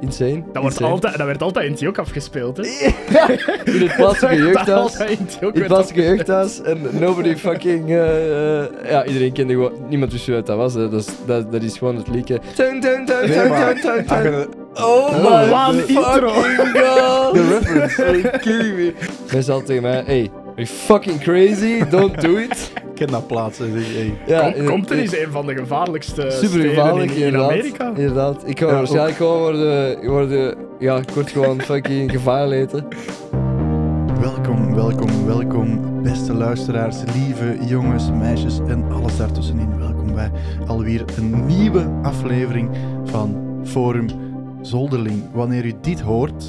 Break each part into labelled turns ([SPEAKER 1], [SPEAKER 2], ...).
[SPEAKER 1] Insane.
[SPEAKER 2] Dat, wordt
[SPEAKER 1] Insane.
[SPEAKER 2] altijd, dat werd altijd in het jok afgespeeld, hè?
[SPEAKER 1] In het
[SPEAKER 2] Dat
[SPEAKER 1] plaatselijke
[SPEAKER 2] werd
[SPEAKER 1] jeugdhuis.
[SPEAKER 2] altijd in het jok
[SPEAKER 1] In het
[SPEAKER 2] werd
[SPEAKER 1] plaatselijke
[SPEAKER 2] afgespeeld.
[SPEAKER 1] jeugdhuis. En nobody fucking... eh, eh, ja, iedereen kende gewoon... Niemand wist wie dat was. Hè. Dat, is dat, dat is gewoon het liedje. Teun, teun, teun,
[SPEAKER 3] Nee,
[SPEAKER 1] teun, teun,
[SPEAKER 3] maar-
[SPEAKER 1] teun,
[SPEAKER 3] Ah,
[SPEAKER 1] teun.
[SPEAKER 3] je-
[SPEAKER 1] Oh my
[SPEAKER 2] Wat een intro.
[SPEAKER 1] fucking god.
[SPEAKER 3] De reference.
[SPEAKER 1] Are you kidding me? Hij zei altijd tegen mij... Hey, are you fucking crazy? Don't do it.
[SPEAKER 3] Ik ken dat plaats. hè, zeg, hey.
[SPEAKER 1] Ja,
[SPEAKER 2] Kom,
[SPEAKER 1] in-
[SPEAKER 2] Compton
[SPEAKER 1] in-
[SPEAKER 2] is een van de gevaarlijkste
[SPEAKER 1] Super
[SPEAKER 2] eh, steden
[SPEAKER 1] gevaarlijk,
[SPEAKER 2] in, in
[SPEAKER 1] inderdaad.
[SPEAKER 2] Amerika.
[SPEAKER 1] Inderdaad. Ik ga
[SPEAKER 3] Ja,
[SPEAKER 1] waarschijnlijk gewoon worden, worden... Ja, ik word gewoon fucking gevaar laten.
[SPEAKER 3] Welkom, welkom, welkom, beste luisteraars, lieve jongens, meisjes en alles daartussenin. Welkom bij alweer een nieuwe aflevering van Forum Zolderling. Wanneer u dit hoort,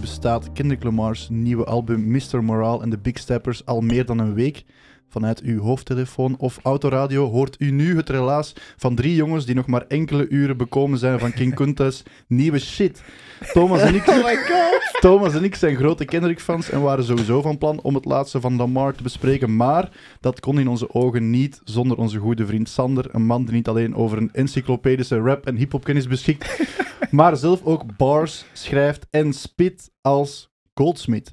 [SPEAKER 3] bestaat Kendrick Lamar's nieuwe album Mr. Morale en The Big Steppers al meer dan een week. Vanuit uw hoofdtelefoon of autoradio hoort u nu het relaas van drie jongens die nog maar enkele uren bekomen zijn van King Kuntas nieuwe shit. Thomas en ik Thomas en ik zijn grote Kendrick-fans en waren sowieso van plan om het laatste van Lamar te bespreken. Maar dat kon in onze ogen niet zonder onze goede vriend Sander. Een man die niet alleen over een encyclopedische rap- en hip-hopkennis beschikt, maar zelf ook bars schrijft en spit als Goldsmith.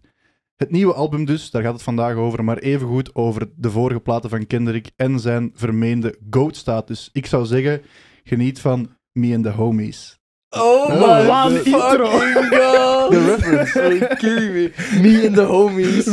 [SPEAKER 3] Het nieuwe album dus, daar gaat het vandaag over, maar evengoed over de vorige platen van Kendrick en zijn vermeende GOAT-status. Ik zou zeggen, geniet van Me and the Homies.
[SPEAKER 1] Oh
[SPEAKER 3] my
[SPEAKER 1] my
[SPEAKER 2] Wat een
[SPEAKER 1] fucking
[SPEAKER 2] intro.
[SPEAKER 1] god!
[SPEAKER 3] The reference.
[SPEAKER 1] Are you kidding me? Me and the homies.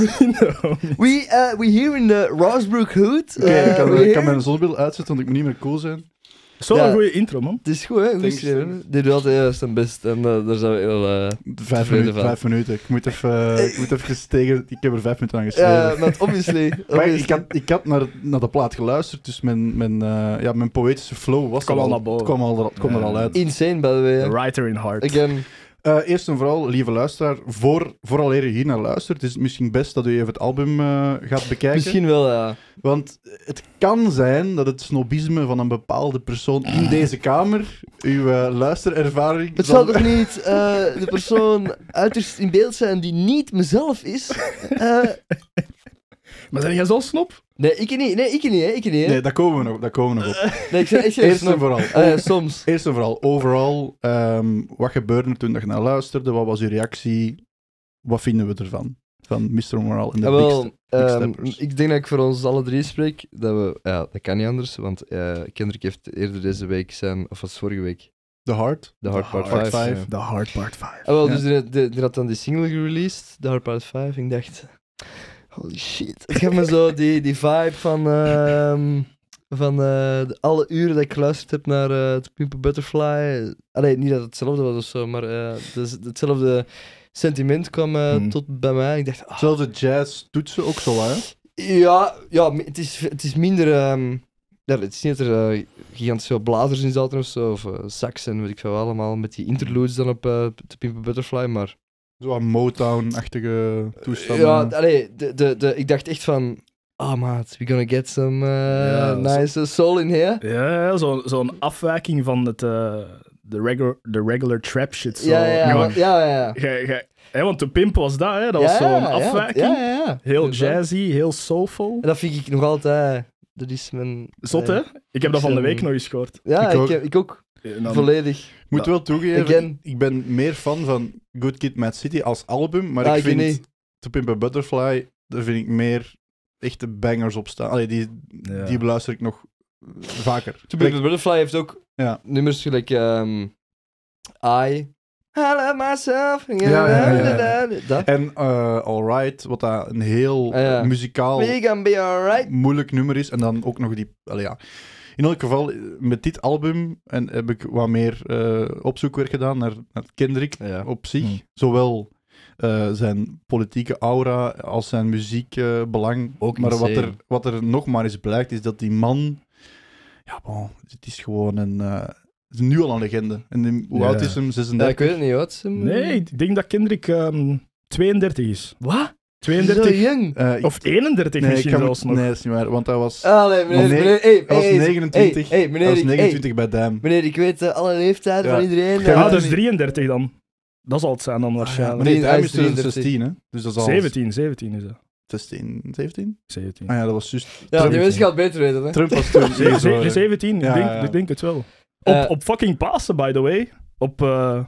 [SPEAKER 1] We, uh, we here in the Rosbrook Hood.
[SPEAKER 3] Oké,
[SPEAKER 1] Uh,
[SPEAKER 3] ik kan,
[SPEAKER 1] we
[SPEAKER 3] ik
[SPEAKER 1] here-
[SPEAKER 3] kan mijn zonnebril uitzetten, want ik moet niet meer cool zijn.
[SPEAKER 2] Zo'n
[SPEAKER 1] Ja.
[SPEAKER 2] goede intro, man.
[SPEAKER 1] Het is goed, hè? Goed
[SPEAKER 3] Thanks.
[SPEAKER 1] geschreven. Dit doet altijd juist zijn best en eh, daar zijn we heel... eh,
[SPEAKER 3] Vijf,
[SPEAKER 1] Tevreden
[SPEAKER 3] minuten,
[SPEAKER 1] van.
[SPEAKER 3] vijf minuten. Ik moet even, eh, ik moet even tegen... Ik heb er vijf minuten aan
[SPEAKER 1] Ja, dus
[SPEAKER 3] geschreven.
[SPEAKER 1] want obviously...
[SPEAKER 3] maar
[SPEAKER 1] obviously.
[SPEAKER 3] ik had, ik had naar, naar de plaat geluisterd, dus mijn, mijn, eh, ja, mijn poëtische flow was
[SPEAKER 2] kwam
[SPEAKER 3] er
[SPEAKER 2] al
[SPEAKER 3] al
[SPEAKER 2] naar boven.
[SPEAKER 3] Het kwam, al, het kwam er
[SPEAKER 2] Ja.
[SPEAKER 3] al uit.
[SPEAKER 1] Insane, by the way. hè.
[SPEAKER 2] Writer in heart.
[SPEAKER 1] Again.
[SPEAKER 3] Eh, eerst en vooral, lieve luisteraar, voor, vooraleer je hier naar luistert, is het misschien best dat u even het album eh, gaat bekijken.
[SPEAKER 1] Misschien wel, ja.
[SPEAKER 3] Want het kan zijn dat het snobisme van een bepaalde persoon in deze kamer uw eh, luisterervaring...
[SPEAKER 1] Ah. Het
[SPEAKER 3] zal-
[SPEAKER 1] zal toch niet eh, de persoon uiterst in beeld zijn die niet mezelf is? Eh,
[SPEAKER 2] Maar zijn jij zo snop?
[SPEAKER 1] nee, ik niet. Nee, ik niet, hè. Ik niet, hè.
[SPEAKER 3] Nee, daar komen we nog, daar komen we nog op.
[SPEAKER 1] Nee, ik zeg echt
[SPEAKER 3] Eerst
[SPEAKER 1] snap.
[SPEAKER 3] en vooral,
[SPEAKER 1] Ah, ja, soms.
[SPEAKER 3] Eerst en vooral, overal, ehm, wat gebeurde er toen dat je naar luisterde? Wat was je reactie? Wat vinden we ervan? Van Mr. Moral en de
[SPEAKER 1] Ja,
[SPEAKER 3] Big
[SPEAKER 1] Ah, wel,
[SPEAKER 3] Step. Big
[SPEAKER 1] ehm,
[SPEAKER 3] Steppers.
[SPEAKER 1] ik denk dat ik voor ons alle drie spreek. Dat, we, ja, dat kan niet anders, want eh Kendrick heeft eerder deze week zijn, of was het vorige week,
[SPEAKER 3] The Heart.
[SPEAKER 1] de Hard Part
[SPEAKER 2] Hard
[SPEAKER 1] 5.
[SPEAKER 3] Ah, Five.
[SPEAKER 1] ja.
[SPEAKER 2] The hard part 5.
[SPEAKER 1] Ah, wel,
[SPEAKER 3] Ja.
[SPEAKER 1] dus die, die, die had dan die single gereleased, de Hard Part 5. Ik dacht, holy shit. Het gaf me zo die, die vibe van, ehm, van eh, de alle uren dat ik geluisterd heb naar eh To Pimp a Butterfly. Allee, niet dat het hetzelfde was of zo, maar eh, dus hetzelfde sentiment kwam eh,
[SPEAKER 3] Mhm.
[SPEAKER 2] Hmm.
[SPEAKER 1] tot bij mij. Ik dacht, ah,
[SPEAKER 3] Zelfs de jazz toetsen ook zo, hè?
[SPEAKER 1] Ja, ja m- het, is, het is minder. ehm, ja, het is niet dat er eh, gigantisch veel blazers in zaten of zo, of eh, sax en weet ik veel allemaal, met die interludes dan op eh The Pimp a Butterfly, maar...
[SPEAKER 3] Zo'n Motown-achtige toestanden.
[SPEAKER 1] ja, allee, de, de, de, ik dacht echt van, ah maat, we gonna get some eh,
[SPEAKER 2] Ja, zo-
[SPEAKER 1] nice eh, soul in here.
[SPEAKER 2] Ja, zo- zo'n afwijking van het, eh, de, regular, de regular trap shit. Zo.
[SPEAKER 1] ja, ja,
[SPEAKER 2] Gewoon-
[SPEAKER 1] want- ja, ja, ja.
[SPEAKER 2] Gij- gij- hè, want de pimp was dat, hè? dat was
[SPEAKER 1] Ja,
[SPEAKER 2] zo'n
[SPEAKER 1] ja,
[SPEAKER 2] afwijking.
[SPEAKER 1] Ja, ja, ja.
[SPEAKER 2] Heel
[SPEAKER 1] Inderdaad.
[SPEAKER 2] jazzy, heel soulful.
[SPEAKER 1] En dat vind ik nog altijd... Dat is mijn...
[SPEAKER 2] Zot,
[SPEAKER 1] eh,
[SPEAKER 2] hè? Ik heb dat van de week
[SPEAKER 1] eh,
[SPEAKER 2] nog eens gehoord.
[SPEAKER 1] Ja,
[SPEAKER 3] Ik
[SPEAKER 1] ik,
[SPEAKER 3] ook.
[SPEAKER 1] heb- ik ook.
[SPEAKER 2] En dan-
[SPEAKER 1] Volledig.
[SPEAKER 3] Ik moet wel
[SPEAKER 1] Again.
[SPEAKER 3] toegeven, ik ben meer fan van Good Kid, Mad City als album, maar
[SPEAKER 1] Ja,
[SPEAKER 3] ik
[SPEAKER 1] Ah, ik
[SPEAKER 3] vind
[SPEAKER 1] niet.
[SPEAKER 3] To Pimp a Butterfly, daar vind ik meer echte bangers op staan. Allee, die,
[SPEAKER 2] Ja.
[SPEAKER 3] die beluister ik nog vaker.
[SPEAKER 1] To Pimp a Butterfly heeft ook
[SPEAKER 3] Ja.
[SPEAKER 1] nummers gelijk ehm, I. I love myself. Ja,
[SPEAKER 3] ja, ja,
[SPEAKER 1] ja, Dat.
[SPEAKER 3] En eh, Alright, wat dat een heel
[SPEAKER 1] Ah, ja.
[SPEAKER 3] eh, muzikaal
[SPEAKER 1] We gonna be alright.
[SPEAKER 3] moeilijk nummer is. En dan ook nog die. allee, ja. In elk geval, eh, met dit album en heb ik wat meer eh, opzoekwerk gedaan naar, naar Kendrick
[SPEAKER 1] Ja.
[SPEAKER 3] op zich.
[SPEAKER 2] Hmm.
[SPEAKER 3] Zowel eh, zijn politieke aura als zijn muziekbelang.
[SPEAKER 1] Ook
[SPEAKER 3] maar wat
[SPEAKER 1] insane.
[SPEAKER 3] er, wat er nog maar eens blijkt, is dat die man. Ja, bon, het is gewoon een. eh, het is nu al een legende. En die- hoe
[SPEAKER 2] Ja.
[SPEAKER 3] oud is hem? 36.
[SPEAKER 1] Nou, ik weet het niet, wat.
[SPEAKER 2] Nee, ik denk dat Kendrick ehm, 32 is.
[SPEAKER 1] Wat? Zo
[SPEAKER 2] 32
[SPEAKER 1] jong.
[SPEAKER 3] Eh, ik-
[SPEAKER 2] of 31
[SPEAKER 3] nee, ik
[SPEAKER 2] misschien
[SPEAKER 3] kan me-
[SPEAKER 2] zelfs nog.
[SPEAKER 3] Nee, dat is niet waar. Want hij was.
[SPEAKER 1] Allee, meneer,
[SPEAKER 3] Nee,
[SPEAKER 1] meneer, hey,
[SPEAKER 3] Hij was
[SPEAKER 1] hey, hey,
[SPEAKER 3] 29.
[SPEAKER 1] Hey, hey, meneer,
[SPEAKER 3] hij was
[SPEAKER 1] ik- hey,
[SPEAKER 3] 29 bij Dam.
[SPEAKER 1] meneer, ik weet eh, alle leeftijden
[SPEAKER 3] Ja.
[SPEAKER 1] van iedereen.
[SPEAKER 3] Ja,
[SPEAKER 2] Ah,
[SPEAKER 1] eh,
[SPEAKER 2] dus 33 dan. Dat zal het zijn
[SPEAKER 1] Ah,
[SPEAKER 2] dan waarschijnlijk.
[SPEAKER 3] Maar nee,
[SPEAKER 1] Nee,
[SPEAKER 3] Dam
[SPEAKER 1] hij
[SPEAKER 3] is
[SPEAKER 1] is 33.
[SPEAKER 3] 2016, hè? Dus dat is al
[SPEAKER 2] 17, 17 is dat.
[SPEAKER 3] 16, 17?
[SPEAKER 2] 17.
[SPEAKER 3] Ah ja, dat was juist.
[SPEAKER 1] Ja, die
[SPEAKER 3] Trump,
[SPEAKER 1] mensen gaan het beter weten. Hè.
[SPEAKER 3] Trump was toen.
[SPEAKER 2] Ze-
[SPEAKER 3] zo,
[SPEAKER 2] ze-
[SPEAKER 3] hè.
[SPEAKER 2] 17,
[SPEAKER 3] Ja,
[SPEAKER 2] ik, denk,
[SPEAKER 3] ja.
[SPEAKER 2] ik denk het wel. Op,
[SPEAKER 1] Eh,
[SPEAKER 2] op fucking Pasen, by the way. Op eh,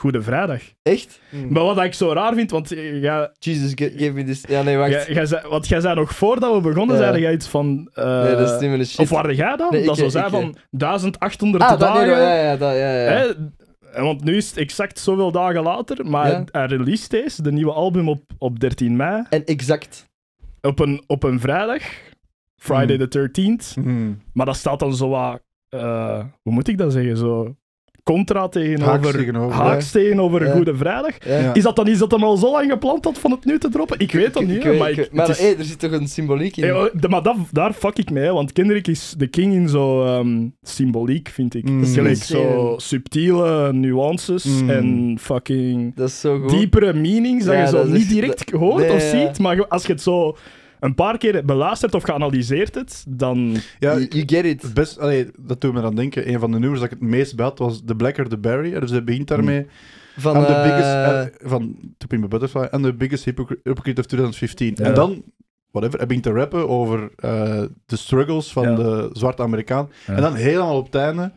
[SPEAKER 2] Goede Vrijdag.
[SPEAKER 1] Echt?
[SPEAKER 2] Maar wat ik zo raar vind, want jij,
[SPEAKER 1] Jesus, ge- geef me this. Ja, nee, wacht.
[SPEAKER 2] jij, jij zei, want jij zei nog voordat we begonnen,
[SPEAKER 1] Ja.
[SPEAKER 2] zei jij iets van... eh,
[SPEAKER 1] nee, dat is niet meer de shit.
[SPEAKER 2] Of waar jij dan?
[SPEAKER 1] Nee, ik-
[SPEAKER 2] dat zo zei
[SPEAKER 1] ik-
[SPEAKER 2] van 1800
[SPEAKER 1] ah, dat
[SPEAKER 2] dagen.
[SPEAKER 1] nee, dat- ja, ja, dat, ja, ja.
[SPEAKER 2] Hè? En Want nu is het exact zoveel dagen later, maar
[SPEAKER 1] Ja.
[SPEAKER 2] hij release deze, de nieuwe album, op, op 13 mei.
[SPEAKER 1] En exact.
[SPEAKER 2] Op een, op een vrijdag, Friday the
[SPEAKER 3] Hmm.
[SPEAKER 2] 13th. Maar dat staat dan zo wat, eh, hoe moet ik dat zeggen, zo contra tegenover,
[SPEAKER 3] Haaks tegenover,
[SPEAKER 2] haaks tegenover
[SPEAKER 1] Ja.
[SPEAKER 2] Goede Vrijdag.
[SPEAKER 1] Ja.
[SPEAKER 3] Ja.
[SPEAKER 2] Is dat dan iets dat hem al zo lang gepland had van het nu te droppen? Ik weet dat
[SPEAKER 1] Ik-
[SPEAKER 2] niet,
[SPEAKER 1] ik
[SPEAKER 2] hè,
[SPEAKER 1] weet-
[SPEAKER 2] maar
[SPEAKER 1] ik
[SPEAKER 2] ik-
[SPEAKER 1] weet- maar
[SPEAKER 2] het is-
[SPEAKER 1] hey, er zit toch een symboliek in?
[SPEAKER 2] Hey, oh, de- maar dat, daar fuck ik mee, hè, want Kendrick is de king in zo ehm, symboliek, vind ik.
[SPEAKER 3] Mm.
[SPEAKER 2] Dat is gelijk zo
[SPEAKER 1] Insane.
[SPEAKER 2] subtiele nuances
[SPEAKER 3] Mm.
[SPEAKER 2] en fucking
[SPEAKER 1] dat is zo goed.
[SPEAKER 2] diepere meanings dat
[SPEAKER 1] Ja,
[SPEAKER 2] je zo
[SPEAKER 1] dat is
[SPEAKER 2] niet
[SPEAKER 1] echt-
[SPEAKER 2] direct hoort
[SPEAKER 1] Nee,
[SPEAKER 2] of
[SPEAKER 1] ja.
[SPEAKER 2] ziet, maar ge- als je het zo een paar keer beluistert of geanalyseerd hebt, dan...
[SPEAKER 3] Ja,
[SPEAKER 1] you, you get it.
[SPEAKER 3] het best, allee, dat doet me dan denken. Een van de nummers dat ik het meest bad was The Blacker the Berry. Dus hij begint daarmee.
[SPEAKER 1] Van,
[SPEAKER 3] I'm the
[SPEAKER 1] eh,
[SPEAKER 3] biggest, eh, van To Pimp a Butterfly. And the biggest hypocr- hypocrite of 2015.
[SPEAKER 2] Ja.
[SPEAKER 3] En dan, whatever, hij begint te rappen over eh, de struggles van
[SPEAKER 2] Ja.
[SPEAKER 3] de zwarte Amerikaan.
[SPEAKER 2] Ja.
[SPEAKER 3] En dan helemaal op het einde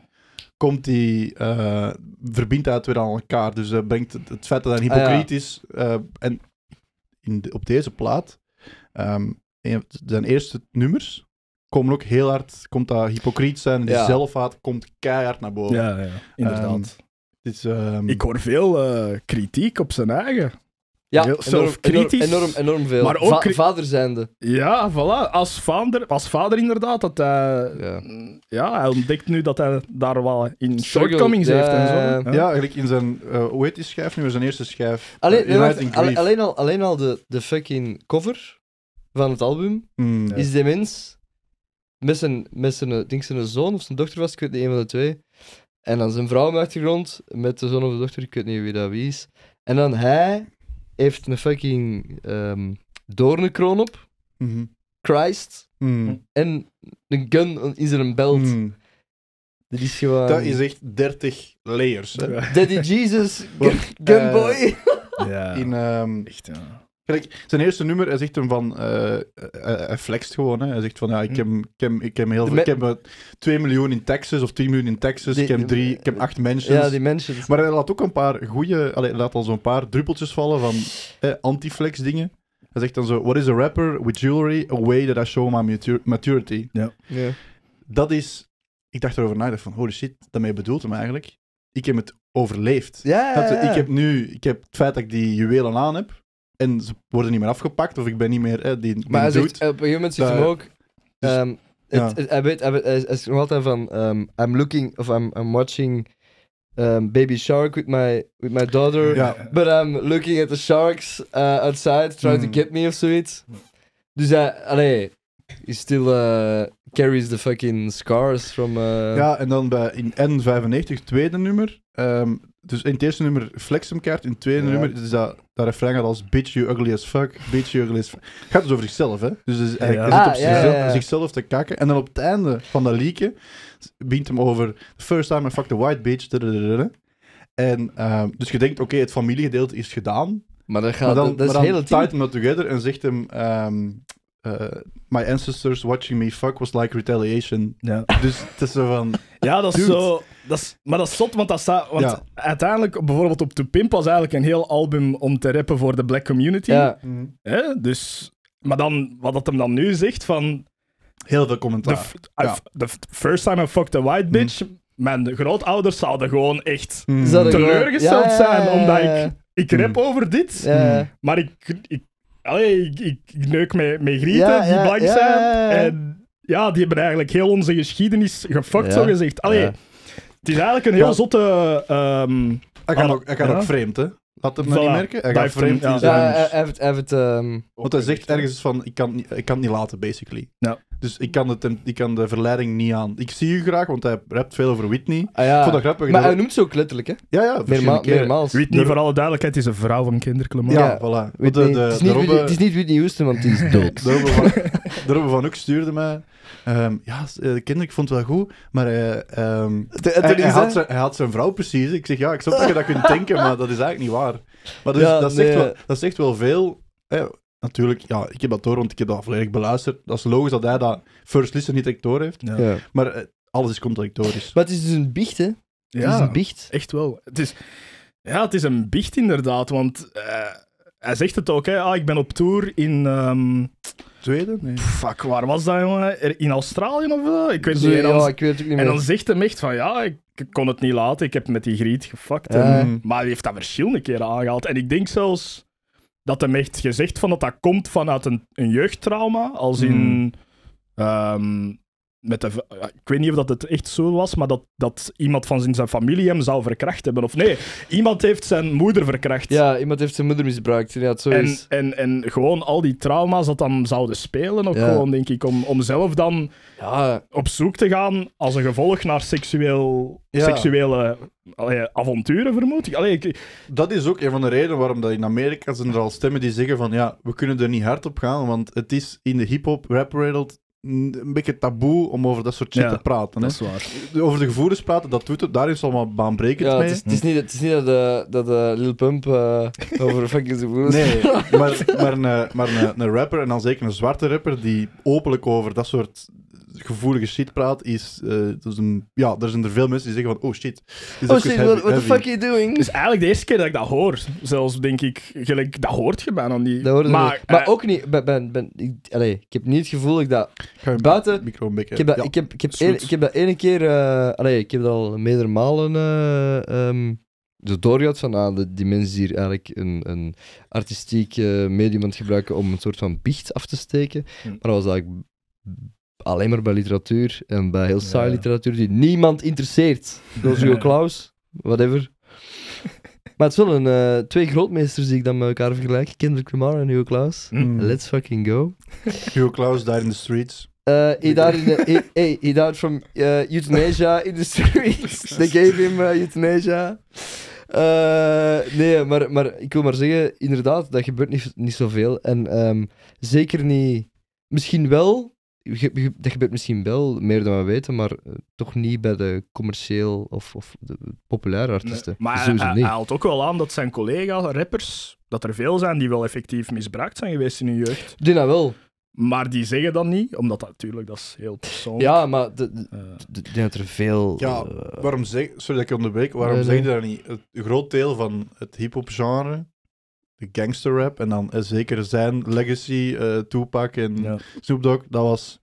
[SPEAKER 3] komt die, eh, verbindt hij het weer aan elkaar. Dus eh, brengt het, het feit dat hij een
[SPEAKER 1] Ah, ja.
[SPEAKER 3] hypocriet is. eh, en in de- op deze plaat, ehm, een- zijn eerste nummers, komen ook heel hard, komt dat hypocriet zijn. en Die
[SPEAKER 1] Ja.
[SPEAKER 3] zelfhaat komt keihard naar boven.
[SPEAKER 2] Ja, ja, inderdaad.
[SPEAKER 3] Het is, ehm,
[SPEAKER 2] ik hoor veel eh, kritiek op zijn eigen.
[SPEAKER 1] ja,
[SPEAKER 2] heel
[SPEAKER 1] enorm,
[SPEAKER 2] zelfkritisch.
[SPEAKER 1] Enorm, enorm, enorm veel.
[SPEAKER 2] Maar ook
[SPEAKER 1] Va-
[SPEAKER 2] cri-
[SPEAKER 1] vader zijnde.
[SPEAKER 2] Ja, voilà. Als vader, als vader inderdaad, dat hij...
[SPEAKER 1] Ja.
[SPEAKER 2] Ja, hij ontdekt nu dat hij daar wel in
[SPEAKER 1] Struggle,
[SPEAKER 2] shortcomings
[SPEAKER 1] ja,
[SPEAKER 2] heeft en
[SPEAKER 1] ja,
[SPEAKER 2] zo.
[SPEAKER 3] ja, eigenlijk in zijn, eh, hoe heet die schijf nu? Zijn eerste schijf.
[SPEAKER 1] Alleen,
[SPEAKER 3] eh,
[SPEAKER 1] nee, wacht,
[SPEAKER 3] Uniting
[SPEAKER 1] alle-
[SPEAKER 3] Grief.
[SPEAKER 1] alleen al, alleen al de, de fucking cover van het album
[SPEAKER 3] Mm.
[SPEAKER 1] is de mens met zijn, met zijn, eh, ik denk zijn zoon of zijn dochter was, ik weet niet, een van de twee. En dan zijn vrouw op de achtergrond met de zoon of de dochter, ik weet niet wie dat wie is. En dan hij heeft een fucking ehm doornenkroon op,
[SPEAKER 3] Mhm.
[SPEAKER 1] Christ,
[SPEAKER 3] Mm.
[SPEAKER 1] en een gun in zijn belt.
[SPEAKER 3] Mm.
[SPEAKER 1] Dat is gewoon...
[SPEAKER 3] Dat is echt 30 layers. Hè?
[SPEAKER 2] Ja.
[SPEAKER 1] Daddy Jesus, gun,
[SPEAKER 3] Want, eh,
[SPEAKER 1] gunboy.
[SPEAKER 2] Ja.
[SPEAKER 3] In, ehm,
[SPEAKER 2] Echt, ja.
[SPEAKER 3] Gelijk, zijn eerste nummer, hij zegt hem van... eh, eh, eh, hij flext gewoon, hè. Hij zegt van, ja, ik heb, ik heb, ik heb heel
[SPEAKER 1] De
[SPEAKER 3] veel...
[SPEAKER 1] Hm. me-
[SPEAKER 3] Ik heb eh, 2 miljoen in Texas, of 10 miljoen in Texas.
[SPEAKER 1] Die-
[SPEAKER 3] ik heb drie, ik heb acht mensen.
[SPEAKER 1] ja, die mensen.
[SPEAKER 3] Maar hij laat ook een paar goede... Allee, hij laat al zo'n paar druppeltjes vallen van eh, anti-flex dingen. Hij zegt dan zo, what is a rapper with jewelry? A way that I show my matur- maturity.
[SPEAKER 1] Ja.
[SPEAKER 3] Dat is... Ik dacht erover na, ik dacht van, holy shit, daarmee bedoelt hem eigenlijk. Ik heb het overleefd.
[SPEAKER 1] Ja,
[SPEAKER 3] Snap je?
[SPEAKER 1] ja, ja.
[SPEAKER 3] Ik heb nu ik heb het feit dat ik die juwelen aan heb. En ze worden niet meer afgepakt, of ik ben niet meer eh, die, die
[SPEAKER 1] Maar hij
[SPEAKER 3] dude.
[SPEAKER 1] zegt, op een gegeven moment zegt
[SPEAKER 3] Dat-
[SPEAKER 1] hem ook. ehm, het-
[SPEAKER 3] ja.
[SPEAKER 1] het- hij, weet, hij, weet- hij is- hij is nog altijd van. ehm, I'm looking of I'm, I'm watching ehm, Baby Shark with my, with my daughter.
[SPEAKER 3] ja.
[SPEAKER 1] But I'm looking at the sharks uh, outside trying
[SPEAKER 3] Hmm.
[SPEAKER 1] to get me of zoiets. Dus hij, allee, he still eh, carries the fucking scars from. eh,
[SPEAKER 3] ja, en dan bij, in N95, het tweede nummer. ehm, dus in het eerste nummer flex hem kaart, in het tweede
[SPEAKER 2] Ja.
[SPEAKER 3] nummer is dat, dat refrein gaat als bitch you ugly as fuck, bitch you ugly as fuck. Het gaat dus over zichzelf, hè. Dus hij, hij
[SPEAKER 2] Ja.
[SPEAKER 3] hij zit op
[SPEAKER 1] Ah, ja, ja,
[SPEAKER 3] zichzelf,
[SPEAKER 1] ja.
[SPEAKER 3] zichzelf te kakken. En dan op het einde van dat liedje begint hem over the first time I fucked a white bitch. dadadadada. En, ehm, dus je denkt, oké, het familiegedeelte is gedaan.
[SPEAKER 1] Maar dat gaat.
[SPEAKER 3] Maar dan,
[SPEAKER 1] dat is
[SPEAKER 3] maar dan
[SPEAKER 1] heel het
[SPEAKER 3] tied hem dat together en zegt hem... ehm, eh, My ancestors watching me fuck was like retaliation.
[SPEAKER 2] Ja.
[SPEAKER 3] Dus het is zo van...
[SPEAKER 2] Ja, dat is
[SPEAKER 3] Dude.
[SPEAKER 2] zo. Dat is, maar dat is zot, want, dat staat, want
[SPEAKER 3] Ja.
[SPEAKER 2] uiteindelijk, bijvoorbeeld op To Pimp, was eigenlijk een heel album om te rappen voor de black community.
[SPEAKER 1] Ja,
[SPEAKER 2] Hè? Dus, maar dan, wat dat hem dan nu zegt van.
[SPEAKER 3] Heel veel
[SPEAKER 2] The,
[SPEAKER 3] commentaar.
[SPEAKER 2] f- I f- the f- first time I fucked a
[SPEAKER 1] Mm.
[SPEAKER 2] white bitch. Mijn grootouders zouden gewoon echt
[SPEAKER 3] Hmm.
[SPEAKER 1] Zou dat-
[SPEAKER 2] teleurgesteld
[SPEAKER 1] Ja, ja, ja,
[SPEAKER 2] zijn,
[SPEAKER 1] ja,
[SPEAKER 2] omdat
[SPEAKER 1] ja. Mm.
[SPEAKER 2] ik, ik rap over dit.
[SPEAKER 1] ja.
[SPEAKER 3] Hmm.
[SPEAKER 2] Maar ik, ik, allee, ik, ik, ik neuk met, met grieten
[SPEAKER 1] Ja,
[SPEAKER 2] die
[SPEAKER 1] ja,
[SPEAKER 2] blank
[SPEAKER 1] ja,
[SPEAKER 2] zijn.
[SPEAKER 1] ja, ja.
[SPEAKER 2] En ja, die hebben eigenlijk heel onze geschiedenis gefokt,
[SPEAKER 1] Ja.
[SPEAKER 2] zo gezegd. Allee,
[SPEAKER 1] Ja.
[SPEAKER 2] het is eigenlijk een heel
[SPEAKER 3] Ja.
[SPEAKER 2] zotte... ehm,
[SPEAKER 3] Hij gaat
[SPEAKER 2] Ah,
[SPEAKER 3] ook, hij gaat
[SPEAKER 2] ja.
[SPEAKER 3] ook vreemd, hè. Laat hem dat
[SPEAKER 2] Voilà.
[SPEAKER 3] niet merken. Hij
[SPEAKER 2] Dat
[SPEAKER 3] gaat
[SPEAKER 2] heeft
[SPEAKER 3] vreemd
[SPEAKER 2] hem-
[SPEAKER 3] in
[SPEAKER 2] ja.
[SPEAKER 3] zijn
[SPEAKER 1] Ja,
[SPEAKER 3] nummers.
[SPEAKER 1] hij- hij heeft, hij heeft het. ehm,
[SPEAKER 3] Want hij zegt ergens van, ik kan, het niet- ik kan het niet laten, basically.
[SPEAKER 2] Ja.
[SPEAKER 3] Dus ik kan, het, hem- ik kan de verleiding niet aan. Ik zie u graag, want hij rapt veel over Whitney. Ik
[SPEAKER 1] ah, ja.
[SPEAKER 3] vond dat grappig.
[SPEAKER 1] Maar
[SPEAKER 3] dat-
[SPEAKER 1] hij noemt ze ook letterlijk, hè?
[SPEAKER 3] Ja, ja, verschillende
[SPEAKER 1] Meerma-
[SPEAKER 3] keren.
[SPEAKER 1] meermaals.
[SPEAKER 2] Whitney, voor alle duidelijkheid, is een vrouw van kinderklemmer.
[SPEAKER 3] Ja,
[SPEAKER 1] Ja.
[SPEAKER 3] voilà. Want
[SPEAKER 1] Whitney-
[SPEAKER 3] de- de-
[SPEAKER 1] het, is
[SPEAKER 3] de
[SPEAKER 1] niet
[SPEAKER 3] Robbe-
[SPEAKER 1] Whitney, het is niet Whitney Houston, want die is dood.
[SPEAKER 3] De Robbe van, de Robbe van Hoek stuurde mij. ehm, ja, s- eh, kinderen, ik vond het wel goed, maar eh, ehm,
[SPEAKER 1] En
[SPEAKER 3] hij,
[SPEAKER 1] toen
[SPEAKER 3] hij
[SPEAKER 1] is
[SPEAKER 3] had
[SPEAKER 1] hij...
[SPEAKER 3] zijn, hij had zijn vrouw precies. Ik zeg ja, ik snap dat je dat kunt denken, maar dat is eigenlijk niet waar. Maar dus,
[SPEAKER 1] Ja,
[SPEAKER 3] dat, zegt
[SPEAKER 1] nee.
[SPEAKER 3] wel, dat zegt wel veel. Eh, natuurlijk, ja, ik heb dat door, want ik heb dat volledig beluisterd. Dat is logisch dat hij dat first listen niet direct door heeft,
[SPEAKER 2] Ja.
[SPEAKER 1] Ja.
[SPEAKER 3] maar eh, alles is contradictorisch.
[SPEAKER 1] Maar het is dus een biecht, hè? Het is
[SPEAKER 2] Ja,
[SPEAKER 1] een biecht.
[SPEAKER 2] echt wel. Het is, Ja, het is een biecht inderdaad, want eh, hij zegt het ook, hè. Ah, ik ben op tour in... ehm,
[SPEAKER 3] Tweede? Nee.
[SPEAKER 2] fuck, waar was dat, jongen? Er- In Australië of zo? Ik weet
[SPEAKER 1] Zo,
[SPEAKER 2] niet. En dan,
[SPEAKER 1] ja, ik weet het ook niet
[SPEAKER 2] en
[SPEAKER 1] meer.
[SPEAKER 2] dan zegt hem echt van, ja, ik kon het niet laten, ik heb met die griet gefakt.
[SPEAKER 1] Ja.
[SPEAKER 2] En- maar hij heeft dat verschillende keren aangehaald. En ik denk zelfs dat hem echt gezegd van dat dat komt vanuit een, een jeugdtrauma, als in...
[SPEAKER 3] Hmm.
[SPEAKER 2] ehm, met de, v- ja, ik weet niet of dat het echt zo was, maar dat, dat iemand van zijn zijn familie hem zou verkracht hebben. Of nee, iemand heeft zijn moeder verkracht.
[SPEAKER 1] Ja, iemand heeft zijn moeder misbruikt. Ja, het zo
[SPEAKER 2] En,
[SPEAKER 1] is.
[SPEAKER 2] en, en gewoon al die trauma's dat dan zouden spelen, ook
[SPEAKER 1] Ja.
[SPEAKER 2] gewoon, denk ik, om, om zelf dan
[SPEAKER 1] Ja,
[SPEAKER 2] op zoek te gaan als een gevolg naar seksueel,
[SPEAKER 1] Ja.
[SPEAKER 2] seksuele allee, avonturen, vermoed ik. Allee, ik-
[SPEAKER 3] Dat is ook een van de redenen waarom dat in Amerika zijn er al stemmen die zeggen van ja, we kunnen er niet hard op gaan, want het is in de hip-hop rap wereld n- een beetje taboe om over dat soort shit
[SPEAKER 2] Ja,
[SPEAKER 3] te praten. Hè?
[SPEAKER 2] dat is waar.
[SPEAKER 3] Over de gevoelens praten, dat doet het. Daar is het allemaal baanbrekend
[SPEAKER 1] ja
[SPEAKER 3] mee.
[SPEAKER 1] het, is, het, is niet, het is niet dat, eh, dat eh, Lil Pump eh, over fucking zijn broers...
[SPEAKER 3] Nee, maar, maar, een, maar eh, een, een rapper, en dan zeker een zwarte rapper, die openlijk over dat soort gevoelige shit praat, is... eh, dat is een, ja, er zijn er veel mensen die zeggen van, oh shit. is
[SPEAKER 1] Oh
[SPEAKER 3] ook
[SPEAKER 1] shit,
[SPEAKER 3] heavy,
[SPEAKER 1] what, what the
[SPEAKER 3] heavy.
[SPEAKER 1] fuck are you doing?
[SPEAKER 2] Het is Dus eigenlijk de eerste keer dat ik dat hoor. Zelfs denk ik, gelijk, dat hoort je bijna niet.
[SPEAKER 1] Dat hoorde
[SPEAKER 2] maar
[SPEAKER 1] maar, maar
[SPEAKER 2] eh,
[SPEAKER 1] ook niet... Ben, ben, ben, ik, allee, ik heb niet het gevoel dat ik dat...
[SPEAKER 3] Ik ga je
[SPEAKER 1] Buiten-
[SPEAKER 3] micro een beetje-
[SPEAKER 1] Ik heb dat,
[SPEAKER 3] ja.
[SPEAKER 1] ik heb, ik heb,
[SPEAKER 3] is
[SPEAKER 1] één-
[SPEAKER 3] goed.
[SPEAKER 1] ik heb dat ene keer... eh, allee, ik heb dat al meerdere malen eh, ehm, zo doorgehad van ah, de, die mensen die hier eigenlijk een, een artistiek eh, medium aan het gebruiken om een soort van biecht af te steken.
[SPEAKER 2] Hm.
[SPEAKER 1] Maar dat was eigenlijk alleen maar bij literatuur en bij heel saai
[SPEAKER 2] Ja.
[SPEAKER 1] literatuur die niemand interesseert. Zoals Hugo Claus, whatever. Maar het is wel een, eh, twee grootmeesters die ik dan met elkaar vergelijk. Kendrick Lamar en Hugo Claus.
[SPEAKER 2] Mm.
[SPEAKER 3] Hm.
[SPEAKER 1] Let's fucking go.
[SPEAKER 3] Hugo Claus died in the streets.
[SPEAKER 1] Uh, he died in the, he, hey, he died from uh, euthanasia in the streets. They gave him uh, euthanasia. Eh, nee, maar, maar ik wil maar zeggen, inderdaad, dat gebeurt niet, niet zoveel. En ehm, zeker niet, misschien wel, ge- ge- dat gebeurt misschien wel, meer dan we weten, maar eh, toch niet bij de commercieel of, of de populaire artiesten. Dus
[SPEAKER 2] Nee, Maar eh, hij,
[SPEAKER 1] Sowieso
[SPEAKER 2] hij
[SPEAKER 1] niet.
[SPEAKER 2] haalt ook wel aan dat zijn collega's, rappers, dat er veel zijn die wel effectief misbruikt zijn geweest in hun jeugd.
[SPEAKER 1] Doe dat wel.
[SPEAKER 2] Maar die zeggen dat niet, omdat dat natuurlijk dat is heel persoonlijk.
[SPEAKER 1] Ja, maar de- de-
[SPEAKER 2] Eh,
[SPEAKER 1] de- ik denk dat er veel...
[SPEAKER 3] Ja,
[SPEAKER 1] eh,
[SPEAKER 3] Waarom zeg... Sorry dat ik je onderbreek. Waarom
[SPEAKER 1] Nee,
[SPEAKER 3] zeg je
[SPEAKER 1] nee.
[SPEAKER 3] dat niet? Het een groot deel van het hip-hop genre, de gangster rap, en dan eh, zeker zijn legacy, eh, Tupac en
[SPEAKER 2] ja.
[SPEAKER 3] Snoop Dogg, dat was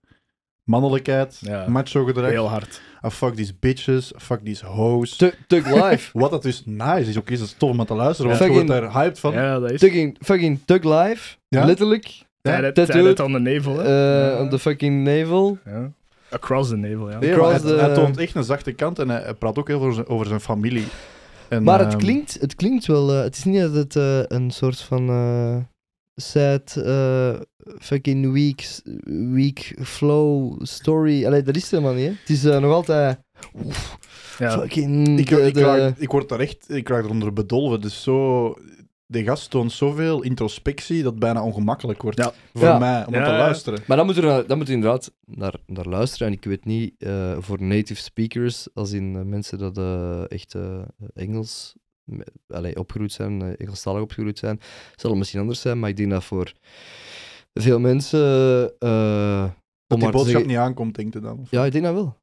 [SPEAKER 3] mannelijkheid,
[SPEAKER 2] Ja.
[SPEAKER 3] macho gedrag.
[SPEAKER 2] Heel hard.
[SPEAKER 3] Ah, fuck these bitches, ah, fuck these hoes.
[SPEAKER 1] Tug Tug Live.
[SPEAKER 3] Wat dat dus nice is, ook is dat is tof om aan te luisteren, want
[SPEAKER 1] Ja.
[SPEAKER 3] je wordt daar hyped van.
[SPEAKER 2] Ja, dat is.
[SPEAKER 1] Fucking, fucking Tug Live.
[SPEAKER 3] Ja.
[SPEAKER 1] Letterlijk.
[SPEAKER 2] Hij
[SPEAKER 1] Ja,
[SPEAKER 2] redt-
[SPEAKER 1] dat
[SPEAKER 2] hij
[SPEAKER 1] doet-
[SPEAKER 2] redt aan de nevel, hè.
[SPEAKER 1] Eh,
[SPEAKER 2] Ja.
[SPEAKER 1] Op de fucking navel.
[SPEAKER 2] Ja. Across the nevel, ja.
[SPEAKER 3] Nee, maar
[SPEAKER 1] Across
[SPEAKER 3] hij,
[SPEAKER 1] the-
[SPEAKER 3] hij toont echt een zachte kant en hij, hij praat ook heel veel over zijn, over zijn familie. En,
[SPEAKER 1] Maar het
[SPEAKER 3] ehm,
[SPEAKER 1] klinkt, het klinkt wel. eh, het is niet dat het eh, een soort van. eh, sad, eh, fucking weak, s- weak flow story. Allee, dat is het helemaal niet. Hè? Het is eh, nog altijd. oef,
[SPEAKER 2] Ja.
[SPEAKER 1] Fucking.
[SPEAKER 3] Ik,
[SPEAKER 1] de-
[SPEAKER 3] ik,
[SPEAKER 1] de-
[SPEAKER 3] raak, ik word daar echt ik raak eronder bedolven. Dus zo, de gast toont zoveel introspectie dat het bijna ongemakkelijk wordt
[SPEAKER 2] Ja.
[SPEAKER 3] voor
[SPEAKER 1] Ja.
[SPEAKER 3] mij om
[SPEAKER 2] Ja,
[SPEAKER 3] te
[SPEAKER 2] ja.
[SPEAKER 3] luisteren.
[SPEAKER 1] Maar dan moeten we, naar- dan moeten we inderdaad naar, naar luisteren. En ik weet niet, eh, voor native speakers, als in eh, mensen dat eh, echt eh, Engels me- allee, opgegroeid zijn, eh, Engelstalig opgegroeid zijn, zal het misschien anders zijn. Maar ik denk dat voor veel mensen... eh,
[SPEAKER 3] Dat
[SPEAKER 1] om maar te
[SPEAKER 3] die boodschap
[SPEAKER 1] zeggen-
[SPEAKER 3] niet aankomt, denk je dan.
[SPEAKER 1] Ja, ik denk dat wel.